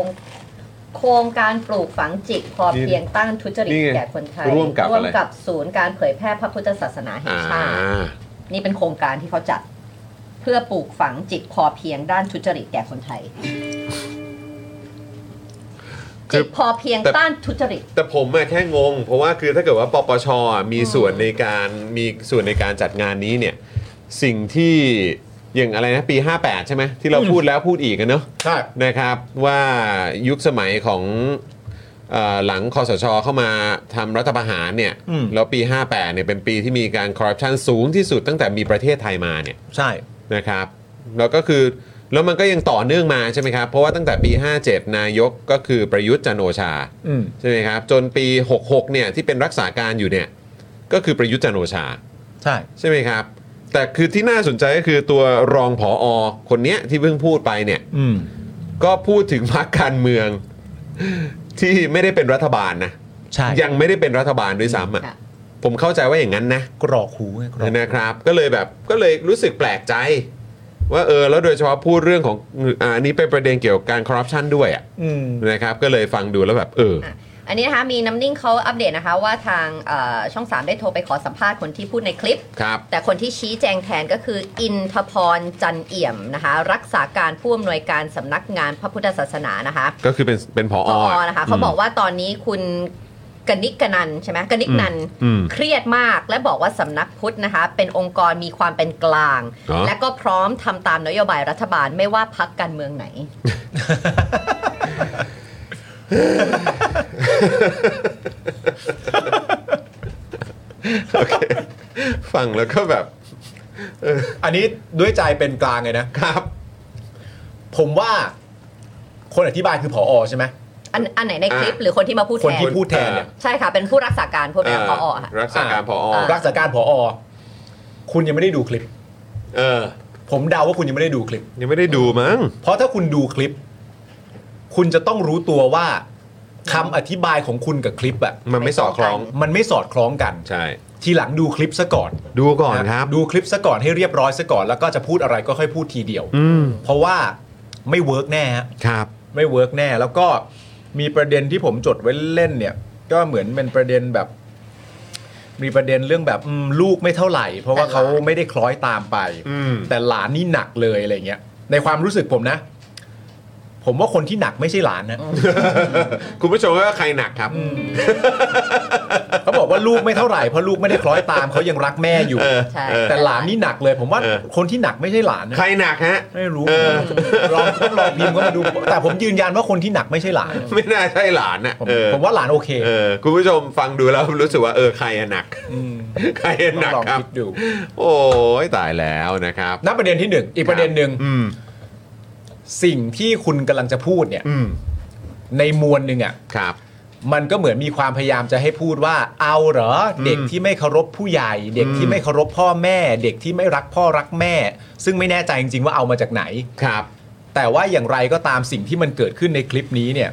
โครงโครงการปลูกฝังจิตพอเพียงต้านทุจริต นี่ไง แก่คนไทย ร่วมกับอะไร ศูนย์การเผยแพร่พระพุทธศาสนาแห่ อ่ งชาติ า นี่เป็นโครงการที่เขาจัด เพื่อปลูกฝังจิตพอเพียงด้านทุจริตแก่คนไทย คือ จิตพอเพียง แต่ ต้านทุจริต แต่ผมอะแค่งง เพราะว่าคือถ้าเกิดว่าปปชอะมีส่วนในการมีส่วนในการจัดงานนี้เนี่ยสิ่งที่อย่างอะไรนะปี 58 ใช่ไหมที่เราพูดแล้วพูดอีกกันเนอะ ใช่ นะครับว่ายุคสมัยของเอ่อหลังคอสชเข้ามาทำรัฐประหารเนี่ย อืม แล้วปี 58เนี่ยเป็นปีที่มีการคอร์รัปชันสูงที่สุดตั้งแต่มีประเทศไทยมาเนี่ย ใช่ นะครับแล้วก็คือแล้วมันก็ยังต่อเนื่องมาใช่ไหมครับ เพราะว่าตั้งแต่ปี 57 นายกก็คือประยุทธ์จันทร์โอชา อืม ใช่ไหมครับจนปี 66 เนี่ยที่เป็นรักษาการอยู่เนี่ยก็คือประยุทธ์จันทร์โอชา ใช่ ใช่ไหมครับ แต่คือที่น่าสนใจก็คือตัวรองผออคนเนี้ยที่เพิ่งพูดไปเนี่ย อืม ก็พูดถึงพรรคการเมือง ที่ไม่ได้เป็นรัฐบาลนะ ใช่ ยังไม่ได้เป็นรัฐบาลด้วยซ้ำอ่ะ ค่ะ ผมเข้าใจว่าอย่างนั้นนะ กรอกหูไงกรอกหู นะครับก็เลยแบบก็เลยรู้สึกแปลกใจ ว่าเออแล้วโดยเฉพาะพูดเรื่องของอาอันนี้เป็นประเด็นเกี่ยวกับการคอร์รัปชันด้วยอ่ะ อืม นะครับก็เลยฟังดูแล้วแบบเออ อ่ะอันนี้นะคะมีน้ำนิ่งเขาอัปเดตนะคะว่าทางเอ่อช่อง 3 ได้โทรไปขอสัมภาษณ์คนที่พูดในคลิป ครับ แต่คนที่ชี้แจงแทนก็คืออินทพรจันเอี่ยมนะคะ รักษาการผู้อำนวยการสำนักงานพระพุทธศาสนานะคะ ก็คือเป็นเป็นผอ พอ อะ นะคะเขาบอกว่าตอนนี้คุณกนิกกนันใช่ไหมกนิกนัน อืม เครียดมากและบอกว่าสำนักพุทธนะคะ เป็นองค์กรมีความเป็นกลาง อ๋อ และก็พร้อมทำตามนโยบายรัฐบาลไม่ว่าพักการเมืองไหน โอเคฟังแล้วก็แบบ อันนี้ด้วยใจเป็นกลางเลยนะ ครับ ผมว่าคนอธิบายคือผอใช่ไหม อันอันไหนในคลิป อ่ะ หรือคนที่มาพูด คน แทน ที่พูดแทนเนี่ย ใช่ค่ะเป็นผู้รักษาการผู้เป็นพออค่ะ รักษาการผอ อ่า รักษาการผอ คุณยังไม่ได้ดูคลิป เออ ผมเดาว่าคุณยังไม่ได้ดูคลิป ยังไม่ได้ดูมั้ง เพราะถ้าคุณดูคลิป คุณจะต้องรู้ตัวว่าคำอธิบายของคุณกับคลิปอะ มันไม่สอดคล้อง มันไม่สอดคล้องกัน ใช่ ทีหลังดูคลิปซะก่อน ดูก่อนครับ ดูคลิปซะก่อนให้เรียบร้อยซะก่อนแล้วก็จะพูดอะไรก็ค่อยพูดทีเดียว อืม เพราะว่าไม่เวิร์กแน่ฮะ ครับ ไม่เวิร์กแน่ แล้วก็มีประเด็นที่ผมจดไว้เล่นเนี่ย ก็เหมือนเป็นประเด็นแบบ มีประเด็นเรื่องแบบอืมลูกไม่เท่าไหร่ เพราะว่าเขาไม่ได้คล้อยตามไป อืม แต่หลานนี่หนักเลยอะไรเงี้ยในความรู้สึกผมนะ ผ ผมว่าคนที่หนักไม่ใช่หลานนะ คุณผู้ชมว่าใครหนักครับ เขาบอกว่าลูกไม่เท่าไหร่เพราะลูกไม่ได้คล้อยตามเขายังรักแม่อยู่ เออ ใช่ เออ แต่หลานนี่หนักเลย ผมว่า เออ คนที่หนักไม่ใช่หลานนะ ใครหนักฮะ ไม่รู้ เออ ลองทดลองพิมพ์ก็มาดู แต่ผมยืนยันว่าคนที่หนักไม่ใช่หลาน ไม่น่าใช่หลานนะ ผม เออ ผมว่าหลานโอเค เออคุณผู้ชมฟังดูแล้วรู้สึกว่าเออใครอะหนัก ม ใครอะหนัก ลอง ครับ คิดดู โอ้ยตายแล้วนะครับ นับประเด็นที่หนึ่งอีกประเด็นหนึ่ง อืม สิ่งที่คุณกำลังจะพูดเนี่ย อืม ในมวลหนึ่งอ่ะ ครับ มันก็เหมือนมีความพยายามจะให้พูดว่า เอาเหรอ เด็กที่ไม่เคารพผู้ใหญ่ เด็กที่ไม่เคารพพ่อแม่ เด็กที่ไม่รักพ่อรักแม่ ซึ่งไม่แน่ใจจริงๆว่าเอามาจากไหน ครับ แต่ว่าอย่างไรก็ตามสิ่งที่มันเกิดขึ้นในคลิปนี้เนี่ย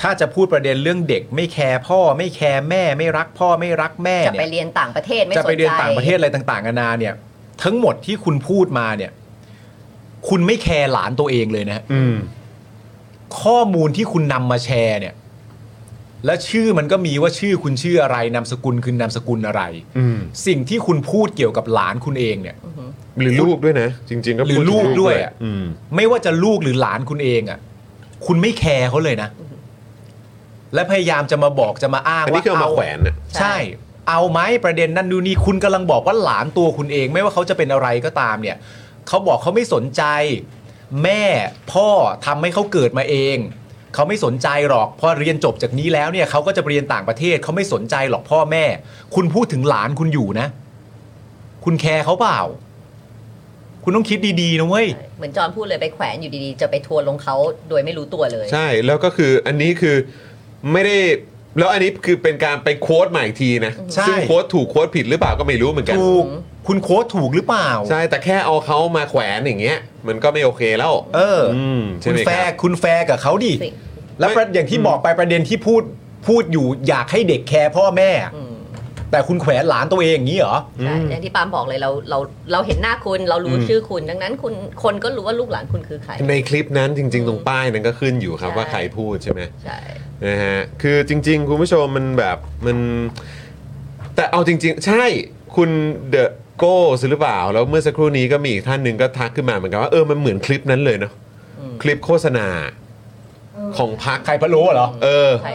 ถ้าจะพูดประเด็นเรื่องเด็กไม่แคร์พ่อไม่แคร์แม่ ไม่รักพ่อไม่รักแม่ จะไป เนี่ย เรียนต่างประเทศไม่สนใจ จะไปเรียนต่างประเทศอะไรต่างๆนานาเนี่ย ทั้งหมดที่คุณพูดมาเนี่ย คุณไม่แคร์หลานตัวเองเลยนะฮะ อืม ข้อมูลที่คุณนำมาแชร์เนี่ย และชื่อมันก็มีว่าชื่อคุณชื่ออะไรนามสกุลคือนามสกุลอะไร อืม สิ่งที่คุณพูดเกี่ยวกับหลานคุณเองเนี่ย หรือลูกด้วยนะ จริง ๆ ก็พูด หรือลูกด้วยอะ อืม ไม่ว่าจะลูกหรือหลานคุณเองอ่ะ คุณไม่แคร์เขาเลยนะ และพยายามจะมาบอกจะมาอ้าง อันนี้ ว่า คือเอามาแขวนน่ะ ใช่ ใช่ เอาไหมประเด็นนั่นดูนี่คุณกำลังบอกว่าหลานตัวคุณเอง ไม่ว่าเขาจะเป็นอะไรก็ตามเนี่ยเขาบอกเขาไม่สนใจ แม่พ่อทำให้เขาเกิดมาเองเขาไม่สนใจหรอกพอเรียนจบจากนี้แล้วเนี่ยเขาก็จะไปเรียนต่างประเทศเขาไม่สนใจหรอกพ่อแม่ คุณพูดถึงหลานคุณอยู่นะ คุณแคร์เขาเปล่า คุณต้องคิดดีๆนะเว้ย เหมือนจอนพูดเลยไปแขวนอยู่ดีๆ จะไปทัวร์ลงเขาโดยไม่รู้ตัวเลย ใช่แล้วก็คืออันนี้คือไม่ได้แล้วอันนี้คือเป็นการไปโค้ดใหม่อีกทีนะ ใช่ ซึ่งโค้ดถูกโค้ดผิดหรือเปล่าก็ไม่รู้เหมือนกัน ถูก คุณโค้ดถูกหรือเปล่า ใช่แต่แค่เอาเขามาแขวนอย่างเงี้ย มันก็ไม่โอเคแล้ว เออ อืมใช่ คุณ ไหม แฟ ครั ร์ บ คุณแฟร์กับเขาดิ สิ แล้วประ ไม่ อย่างที่บอกไปประเด็นที่พูดพูดอยู่อยากให้เด็กแคร์พ่อแม่ อืม แต่คุณแขวนหลานตัวเองอย่างนี้เหรอ ใช่อย่างที่ปาล์มบอกเลยเราเราเราเห็นหน้าคุณเรารู้ชื่อคุณ ดังนั้นคุณคนก็รู้ว่าลูกหลานคุณคือใคร ในคลิปนั้นจริง ๆ ตรงป้ายนั้นก็ขึ้นอยู่ครับ ใช่ ว่าใครพูดใช่ไหม ใช่ นะฮะคือจริง ๆ คุณผู้ชมมันแบบมัน แต่เอาจริง ๆ ใช่คุณเดอะโก้หรือเปล่า แล้วเมื่อสักครู่นี้ก็มีอีกท่านหนึ่งก็ทักขึ้นมาเหมือนกันว่าเออมันเหมือนคลิปนั้นเลยเนาะ อืม คลิปโฆษณาของพัก ใครพะโล้เหรอ เออ ใคร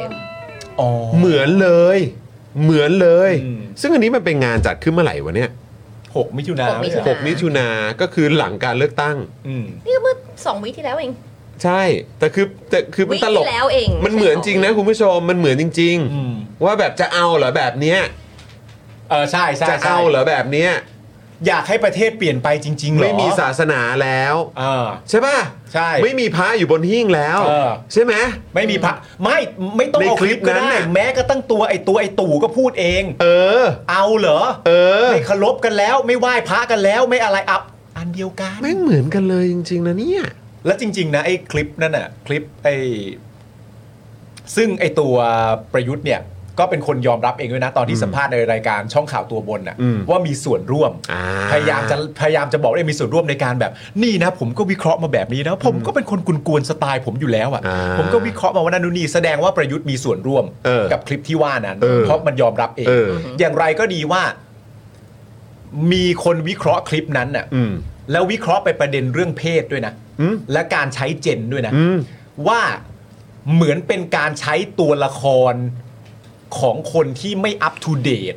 อ๋อ เหมือนเลย เหมือนเลย อืม ซึ่งอันนี้มันเป็นงานจัดขึ้นเมื่อไหร่วะเนี่ย หกมิถุนา หกมิถุนา 6มิถุนาก็คือหลังการเลือกตั้ง อืม นี่เมื่อสองวิที่แล้วเอง ใช่ แต่คือแต่คือมั วิ นตลก ที่แล้วเอง มันเหมือนจริงนะคุณผู้ชม มันเหมือนจริง อืม ๆ ว่าแบบจะเอาเหรอแบบเนี้ย เออ ใช่ใช่ จะ ใช่ เอาเหรอแบบเนี้ย อยากให้ประเทศเปลี่ยนไปจริง ๆเหรอ ไม่มีศาสนาแล้ว เออ ใช่ป่ะ ใช่ ไม่มีพระอยู่บนหิ้งแล้ว เออ ใช่ไหม ไม่มีพระไม่ไม่ต้องเอา ใน ค คลิ ลิป ป ก็ นั้น ได้ น่ะ แม้กระตั้งตัวไอ้ตัวไอ้ตู่ก็พูดเอง เออ เอาเหรอ เออ ไม่เคารพกันแล้วไม่ไหว้พระกันแล้วไม่อะไรอับอันเดียวกัน แม่งเหมือนกันเลยจริง ๆ นะเนี่ย แล้วจริง ๆ นะไอ้คลิปนั่นน่ะคลิปไอ้ซึ่งไอ้ตัวประยุทธ์เนี่ย ก็เป็นคนยอมรับเองด้วยนะ ตอนที่สัมภาษณ์ในรายการช่องข่าวตัวบนน่ะ อืม ว่ามีส่วนร่วม อ่า พยายามจะพยายามจะบอกว่ามีส่วนร่วมในการแบบ นี่นะ ผมก็วิเคราะห์มาแบบนี้นะผมก็เป็นคนกวนๆสไตล์ผมอยู่แล้ว อ่า อะ่ะ ผมก็วิเคราะห์มาว่านั่นนู่นนี่แสดงว่าประยุทธ์มีส่วนร่วม เออ กับคลิปที่ว่านั้น เออ ราะมันยอมรับเอง เออ อย่างไรก็ดีว่า มีคนวิเคราะห์คลิปนั้นน่ะ อืม แล้ววิเคราะห์ไปประเด็นเรื่องเพศด้วยนะ อืม และการใช้เจนด้วยนะ อืม ว่าเหมือนเป็นการใช้ตัวละครของคนที่ไม่อัปทูเดต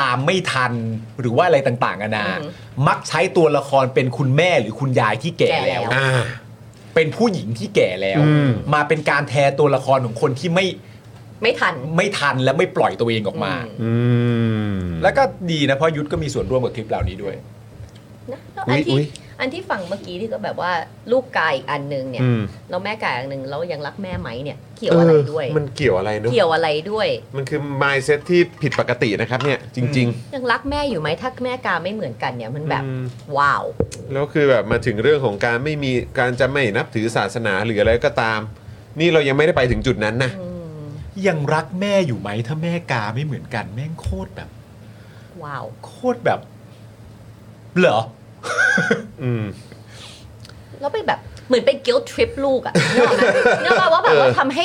ตามไม่ทันหรือว่าอะไรต่างๆนานา มักใช้ตัวละครเป็นคุณแม่หรือคุณยายที่แก่ แก่แล้ แล้ว ว อ่า เป็นผู้หญิงที่แก่แล้ว อืม มาเป็นการแทนตัวละครของคนที่ไม่ ไม่ทัน ไม่ทันและไม่ปล่อยตัวเองออกมา อืม แล้วก็ดีนะเพราะยุทธก็มีส่วนร่วมกับคลิปเหล่านี้ด้วย นะแล้ว อุ๊ยอันอุ๊ ที่ ย อันที่ฝั่งเมื่อกี้ที่ก็แบบว่าลูกกายอีกอันหนึงเนี่ย อืม แล้วแม่กายอันหนึงแล้วยังรักแม่ไหมเนี่ยเกี่ยวอะไรด้วย เออมันเกี่ยวอะไรเนอะ เกี่ยวอะไรด้วย มันคือ mindset ที่ผิดปกตินะครับเนี่ย จริง ยังรักแม่อยู่ไหมถ้าแม่กาไม่เหมือนกันเนี่ยมันแบบ อืม ว้าว ๆ แล้วคือแบบมาถึงเรื่องของการไม่มีการจะไม่นับถือศาสนาหรืออะไรก็ตาม นี่เรายังไม่ได้ไปถึงจุดนั้นนะ อืม ยังรักแม่อยู่ไหมถ้าแม่กาไม่เหมือนกันแม่งโคตรแบบ ว้าว โคตรแบบ เหรอ อืม แล้วไปแบบเหมือนไป guilt trip ลูกอะนึกออกไหมนึกออกไหมว่าแบบว่าทำให้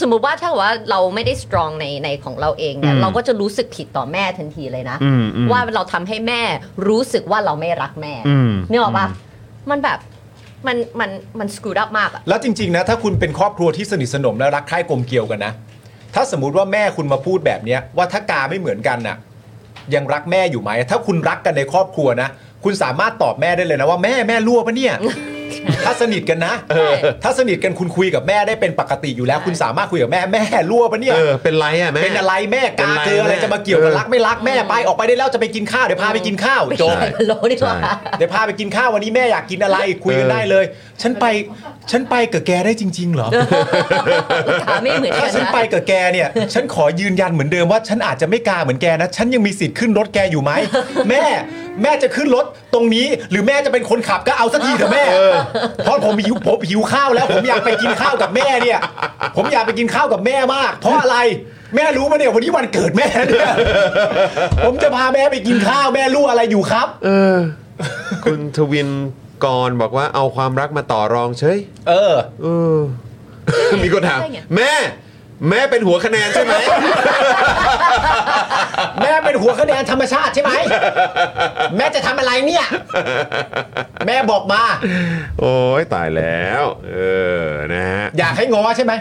สมมติว่าถ้าว่าเราไม่ได้ strong ในในของเราเองเนี่ย อืม เราก็จะรู้สึกผิดต่อแม่ทันทีเลยนะ อืมอืม ว่าเราทำให้แม่รู้สึกว่าเราไม่รักแม่ อืม นึกออกปะมันแบบ มันมันมันสกูดับมากอะ แล้วจริง ๆ นะ ถ้าคุณเป็นครอบครัวที่สนิทสนมและรักใคร่กลมเกลียวกันนะ ถ้าสมมติว่าแม่คุณมาพูดแบบเนี้ยว่าถ้ากาไม่เหมือนกันน่ะ ยังรักแม่อยู่ไหมถ้าคุณรักกันในครอบครัวนะ คุณสามารถตอบแม่ได้เลยนะว่าแม่แม่รั่วปะเนี่ย ถ้าสนิทกันนะ ใช่ ถ้าสนิทกันคุณคุยกับแม่ได้เป็นปกติอยู่แล้ว คุณสามารถคุยกับแม่แม่รั่วปะเนี่ย เออเป็นไรอ่ะแม่ เป็นอะไรแม่ เป็น กา ไร เจออะไร แม่ จะมาเกี่ยวกับ เออ รักไม่รักแม่ไปออกไปได้แล้วจะไปกินข้าวเดี๋ยวพาไปกินข้าว ไม่ จบ ใช่พะโล้นี่หว่า ใช่ เดี๋ยวพาไปกินข้าววันนี้แม่อยากกินอะไรคุยกันได้เลย ฉันไปฉันไปกับแกได้จริง ๆ เหรอ ขาไม่เหมือนกั ถ้าน ฉัน นะ ไปกับแกเนี่ย ฉันขอยืนยันเหมือนเดิมว่าฉันอาจจะไม่กล้าเหมือนแกนะ ฉันยังมีสิทธิ์ขึ้นรถแกอยู่ไหม แม่ แม่จะขึ้นรถตรงนี้ หรือแม่จะเป็นคนขับก็เอาสักทีเถอะแม่เพราะผมหิวผมหิวข้าวแล้ว ผมอยากไปกินข้าวกับแม่เนี่ย ผมอยากไปกินข้าวกับแม่มาก เพราะอะไรแม่รู้ไหมเนี่ยวันนี้วันเกิดแม่เนี่ยผมจะพาแม่ไปกินข้าวแม่รู้อะไรอยู่ครับ เออ คุณทวินกรบอกว่าเอาความรักมาต่อรองเฉย เออ เออ มีคนถาม ได้ไง แม่ แม่เป็นหัวคะแนนใช่ไหม แม่เป็นหัวคะแนนธรรมชาติใช่ไหม แม่จะทำอะไรเนี่ย แม่บอกมา โอ้ยตายแล้ว เออนะฮะ อยากให้งอใช่ไหม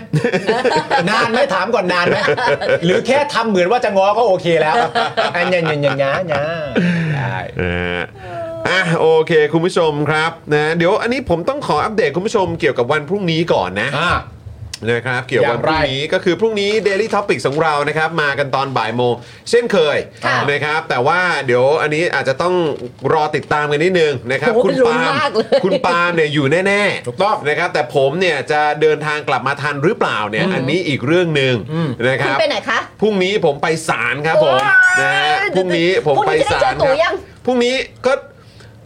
นานไหมถามก่อนนานไหมหรือแค่ทำเหมือนว่าจะงอก็โอเคแล้วอันยันยันยันยาญาได้ นะฮะอ่ะโอเค คุณผู้ชมครับนะเดี๋ยวอันนี้ผมต้องขออัปเดตคุณผู้ชมเกี่ยวกับวันพรุ่งนี้ก่อนนะ อ่า นะครับเกี่ยวกับ อย่างพไรรุ่งนี้ก็คือพรุ่งนี้ Daily Topics ของเรานะครับมากันตอนบ่ายโมงเช่นเคย ค่ะ นะครับแต่ว่าเดี๋ยวอันนี้อาจจะต้องรอติดตามกันนิดนึงนะครับ โอ้โห คุณ เป็นลุ้น ปาล์ม มากเลย คุณปาล์มเนี่ยอยู่แน่ๆ ถูกต้อง นะครับแต่ผมเนี่ยจะเดินทางกลับมาทันหรือเปล่าเนี่ยอันนี้อีกเรื่องหนึ่งนะค คุณ รับ ไปไหนคะ พรุ่งนี้ผมไปศาลครับผมนะฮะพรุ่งนี้ผมไปศาล พรุ่งนี้จะได้เจอตัวยัง พรุ่งนี้ก็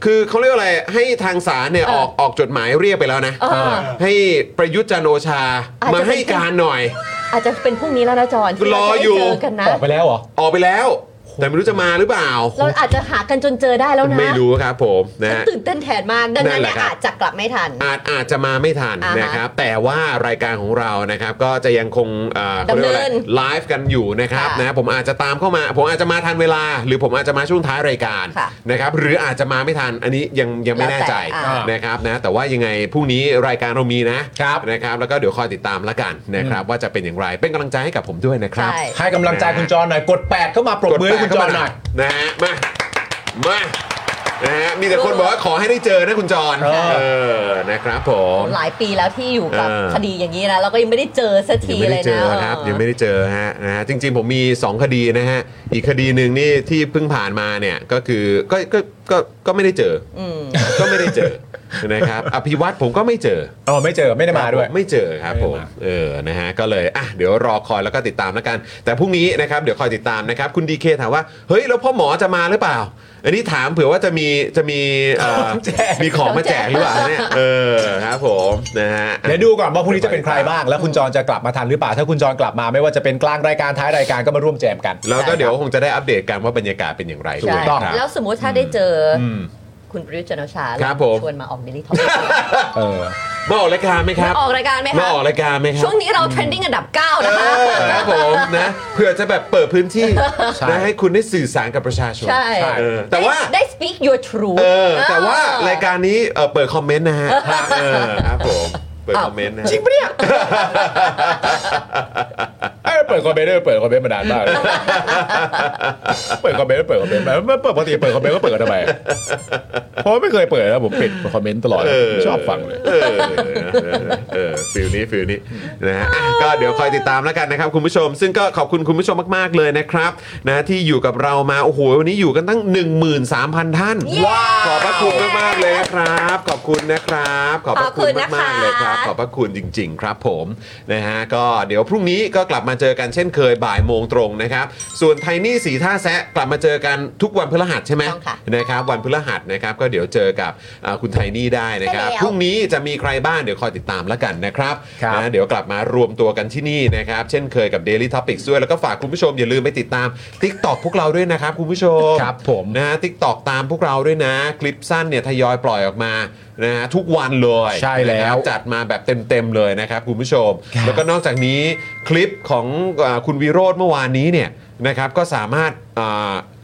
คือเขาเรียกว่าอะไรให้ทางศาลเนี่ยออกออกจดหมายเรียกไปแล้วนะ เออ า ให้ประยุทธ์จันทร์โอชา อาจจะ มาให้การหน่อย อาจจะเป็นพรุ่งนี้แล้วนะจอนที่เรา รอ จะได้ อยู่ เจอกันนะ ออกไปแล้วเหรอ ออกไปแล้ว แต่ไม่รู้จะมาหรือเปล่า เราอาจจะหากันจนเจอได้แล้วนะ ไม่รู้ครับผมนะ ฉัน ฮะ ตื่นเต้นแทนมากดัง นั่ นั้น น แห เนี่ ละ ย ครับ อาจจะกลับไม่ทัน อาจอาจจะมาไม่ทัน อ่าฮะ นะครับ แต่ว่ารายการของเรานะครับก็จะยังคงอ่า ดำเนิน ขารียกว่าอะไรไลฟ์กันอยู่นะครับ ค่ะ นะผมอาจจะตามเข้ามา ผมอาจจะมาทันเวลา หรือผมอาจจะมาช่วงท้ายรายการ ค่ะ นะครับหรืออาจจะมาไม่ทันอันนี้ยังยังไม่แน่ใจ แล้วแต่อ่าน นะครับนะแต่ว่ายังไงพรุ่งนี้รายการเรามีนะครับ นะครับแล้วก็เดี๋ยวคอยติดตามละกันนะครับว่าจะเป็นอย่างไรเป็นกำลังใจให้กับผมด้วยนะครับ ใช่ ให้กำลังใจคุณจรหน่อย กด 8 เข้ามาปรบมือให้คุณจรหน่อย นะฮะมา มานะฮะมีแต่คนบอกว่าขอให้ได้เจอนะคุณจร เออ เออนะครับผม หลายปีแล้วที่อยู่กับ เออ คดีอย่างนี้นะเราก็ยังไม่ได้เจอสัก ยั ที งไม่ เล ได้ ย เจ นะ อครับ เออ ยังไม่ได้เจอฮะนะฮะจริง ๆ ผมมี 2 คดีนะฮะ อีกคดีหนึ่งนี่ที่เพิ่งผ่านมาเนี่ยก็คือก็ก็ก็ก็ไม่ได้ เจออ ม ก็ไม่ได้เจอนะครับอภิวัตผมก็ไม่เจอ อ๋อไม่เจอไม่ได้มาด้วย ครับผไม่เจอครับผม ไม่ได้มา เออนะฮะก็เลยอ่ะเดี๋ยวรอคอยแล้วก็ติดตามแล้วกัน แต่พรุ่งนี้นะครับเดี๋ยวคอยติดตามนะครับ คุณดีเคถามว่าเฮ้ยแล้วพ่อหมอจะมาหรือเปล่า อันนี้ถามเผื่อว่าจะมีจะมีเอ่อมีของมาแจกหรือเปล่าเนี่ยเออครับผมนะฮะ เดี๋ยวดูก่อนว่าพรุ่งนี้จะเป็นใครบ้าง แล้วคุณจรจะกลับมาทันหรือเปล่า ถ้าคุณจรกลับมาไม่ว่าจะเป็นกลางรายการท้ายรายการก็มาร่วมแจมกัน แล้วก็เดี๋ยวคงจะได้อัปเดตกันว่าบรรยากาศเป็นอย่างไร ใช่ ด้วย ต้อง ครับ แล้วสมมุติถ้าได้เจออ ม คุณประยุทธ์จันทร์โอชา ครับผม ชวนมาออกเดลิทอป เออ มาออกรายการไหมค มา รับ ออกรายการไหม มา คะ ออกรายการไหมครับ ช่วงนี้เราเทรนดิ้งอันดับ 9 เอ นะคะ อครับผมนะเผื่อจะแบบเปิดพื้นที่ ใช่ นะให้คุณได้สื่อสารกับประชาชน ใช่ เออแต่ว่า ได้ได้ speak your truth เออแต่ว่า เออ รายการนี้เอ่อเปิดคอมเมนต์นะฮะเออครับผมเปิดคอมเมนต์นะฮะ จริงปะเนี่ย เอ้ยเปิดคอมเมนต์ด้วยเปิดคอมเมนต์มานานมากเลยเปิดคอมเมนต์เปิดคอมเมนต์ไม่ปกติเปิดคอมเมนต์ก็เปิดกันทำไมเพราะไม่เคยเปิดนะผมปิดคอมเมนต์ตลอด เอ ชอบฟังเลย เออเออเออฟิลนี้ฟิลนี้นะฮะอ่ะก็เดี๋ยวคอยติดตามแล้วกันนะครับคุณผู้ชม ซึ่งก็ขอบคุณคุณผู้ชมมาก ๆ เลยนะครับนะที่อยู่กับเรามา โอ้โห วันนี้อยู่กันตั้ง 13,000 ท่าน ว้าว ขอบพระคุณมากๆเลยนะครับ ขอบคุณนะครับ ขอบพระคุณ ขอบคุณนะคะ มากๆเลยครับ ขอบพระคุณจริง ๆ ครับผมนะฮะก็เดี๋ยวพรุ่งนี้ก็กลับมาเจอกันเช่นเคยบ่ายโมงตรงนะครับ ส่วนไทนี่สีท่าแซะกลับมาเจอกันทุกวันพฤหัสใช่ไหม ต้องค่ะ นะครับวันพฤหัสนะครับก็เดี๋ยวเจอกับอ่าคุณไทนี่ได้นะครับ ใช่แล้ว พรุ่งนี้จะมีใครบ้างเดี๋ยวคอยติดตามแล้วกันนะครับ ครับ นะเดี๋ยวกลับมารวมตัวกันที่นี่นะครับเช่นเคยกับ Daily Topics ด้วยแล้วก็ฝากคุณผู้ชมอย่าลืมไปติดตาม TikTok พวกเราด้วยนะครับคุณผู้ชม ครับผม นะฮะทิกตอกตามพวกเราด้วยนะ คลิปสั้นเนี่ยทยอยปล่อยออกมานะฮะทุกวันเลย ใช่แล้ว นะครับจัดมาแบบเต็ม ๆ เลยนะครับคุณผู้ชม ครับ แล้วก็นอกจากนี้คลิปของอาคุณวิโรธเมื่อวานนี้เนี่ยนะครับก็สามารถ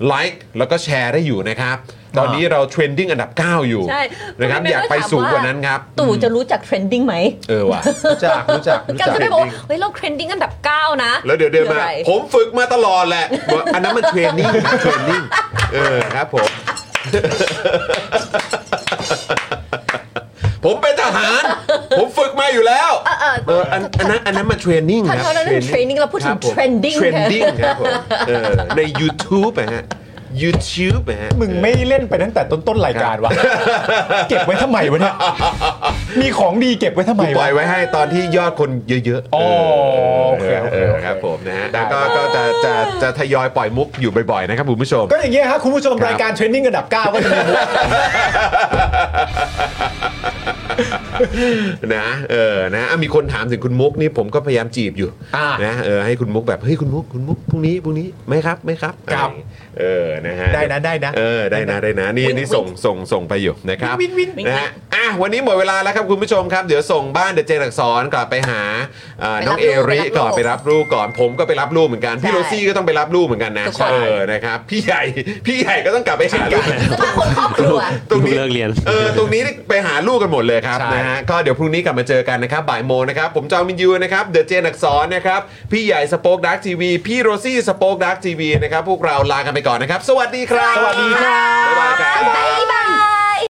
ไลค์แล้วก็แชร์ได้อยู่นะครับ ตอนนี้เราเทรนดิ้งอันดับ 9 อยู่ ใช่ นะครับ คุณ อยากไป ถม สูงกว่านั้นครับ ตู่จะรู้จักเทรนดิ้งไหม เออว่ะ รู้จักรู้จักรู้ กันจัก จะได้บอกว่าเฮ้ยเราเทรนดิ้งอันดับ 9 นะ แล้วเดี๋ยวเดินมา คืออะไร ผมฝึกมาตลอดแหละ บอกอันนั้นมันเทรนนิ่งเทรนนิ่งเออครับผม ผมเป็นทหาร ผมฝึกมาอยู่แล้ว เออเออ เอออันอันนั้นอันนั้นมันเทรนนิ่ง ถ้า ครับ เราเรื่องเทรนดิ้งเราพูดถึงเทรนดิ้ง เทรนดิ้งครับผมเออใน YouTube นะฮะ YouTube นะฮะ มึงไม่เล่นไปตั้งแต่ต้นๆรายการวะ เก็บไว้ทำไมวะเนี่ย มีของดีเก็บไว้ทำไม กูปล่อวะยไว้ให้ตอนที่ยอดคนเยอะๆ อ๋อโอเคโอเคโอเค ครับผมนะฮะ ได้ แล้วก็ก็จะจะจะทยอยปล่อยมุกอยู่บ่อยๆนะครับคุณผู้ชม ก็อย่างเงี้ยฮะคุณผู้ชม ครับ รายการเทรนนิ่งระดับ 9 ก็จะมีมุก นะเออนะอ่ะมีคนถามถึงคุณมุกนี่ผมก็พยายามจีบอยู่ อ่า นะเออให้คุณมุกแบบเฮ้ยคุณมุกคุณมุกพรุ่งนี้พรุ่งนี้ไหม่ครับไหม่ครับ ครับ อะไอย่างเงี้ยเออนะฮะ ได้นะได้นะ เออได้นะได้นะนี่นี่ส่งส่งส่งไปอยู่นะครับ วิ่งวิ่งวิ่ง นะฮะอ่ะวันนี้หมดเวลาแล้วครับคุณผู้ชมครับ เดี๋ยวส่งบ้านเดอะเจนอักสอนกลับไปหาเอ่อ ไปรับ น้องเอริ ลูก ก่อนไป ไปรั รับบ ลู ลูก ก ก่อนผมก็ไปรับลูกเหมือนกันพี่ ใช่ โรซี่ก็ต้องไปรับลูกเหมือนกันนะ ทุกคน เออนะครับพี่ใหญ่พี่ใหญ่ก็ต้องกลับไปหาลูก สมาคนครอบครัว ตรงนี้ เลิกเรียน เออตรงนี้ไปหาลูกกันหมดเลยครับ ใช่ นะฮะก็เดี๋ยวพรุ่งนี้กลับมาเจอกันนะครับบ่ายโมงนะครับผมจอมินยูนะครับเดอะเจนอักสอนนะครับพี่ใหญ่สป o อคดักทีวีพี่โรซี่สป o อคดักทีวีนะครับพวกเราลากันไปก่อนนะครับ สวัสดีครับ สวัสดีครับ บ๊ายบายครับ บ๊ายบาย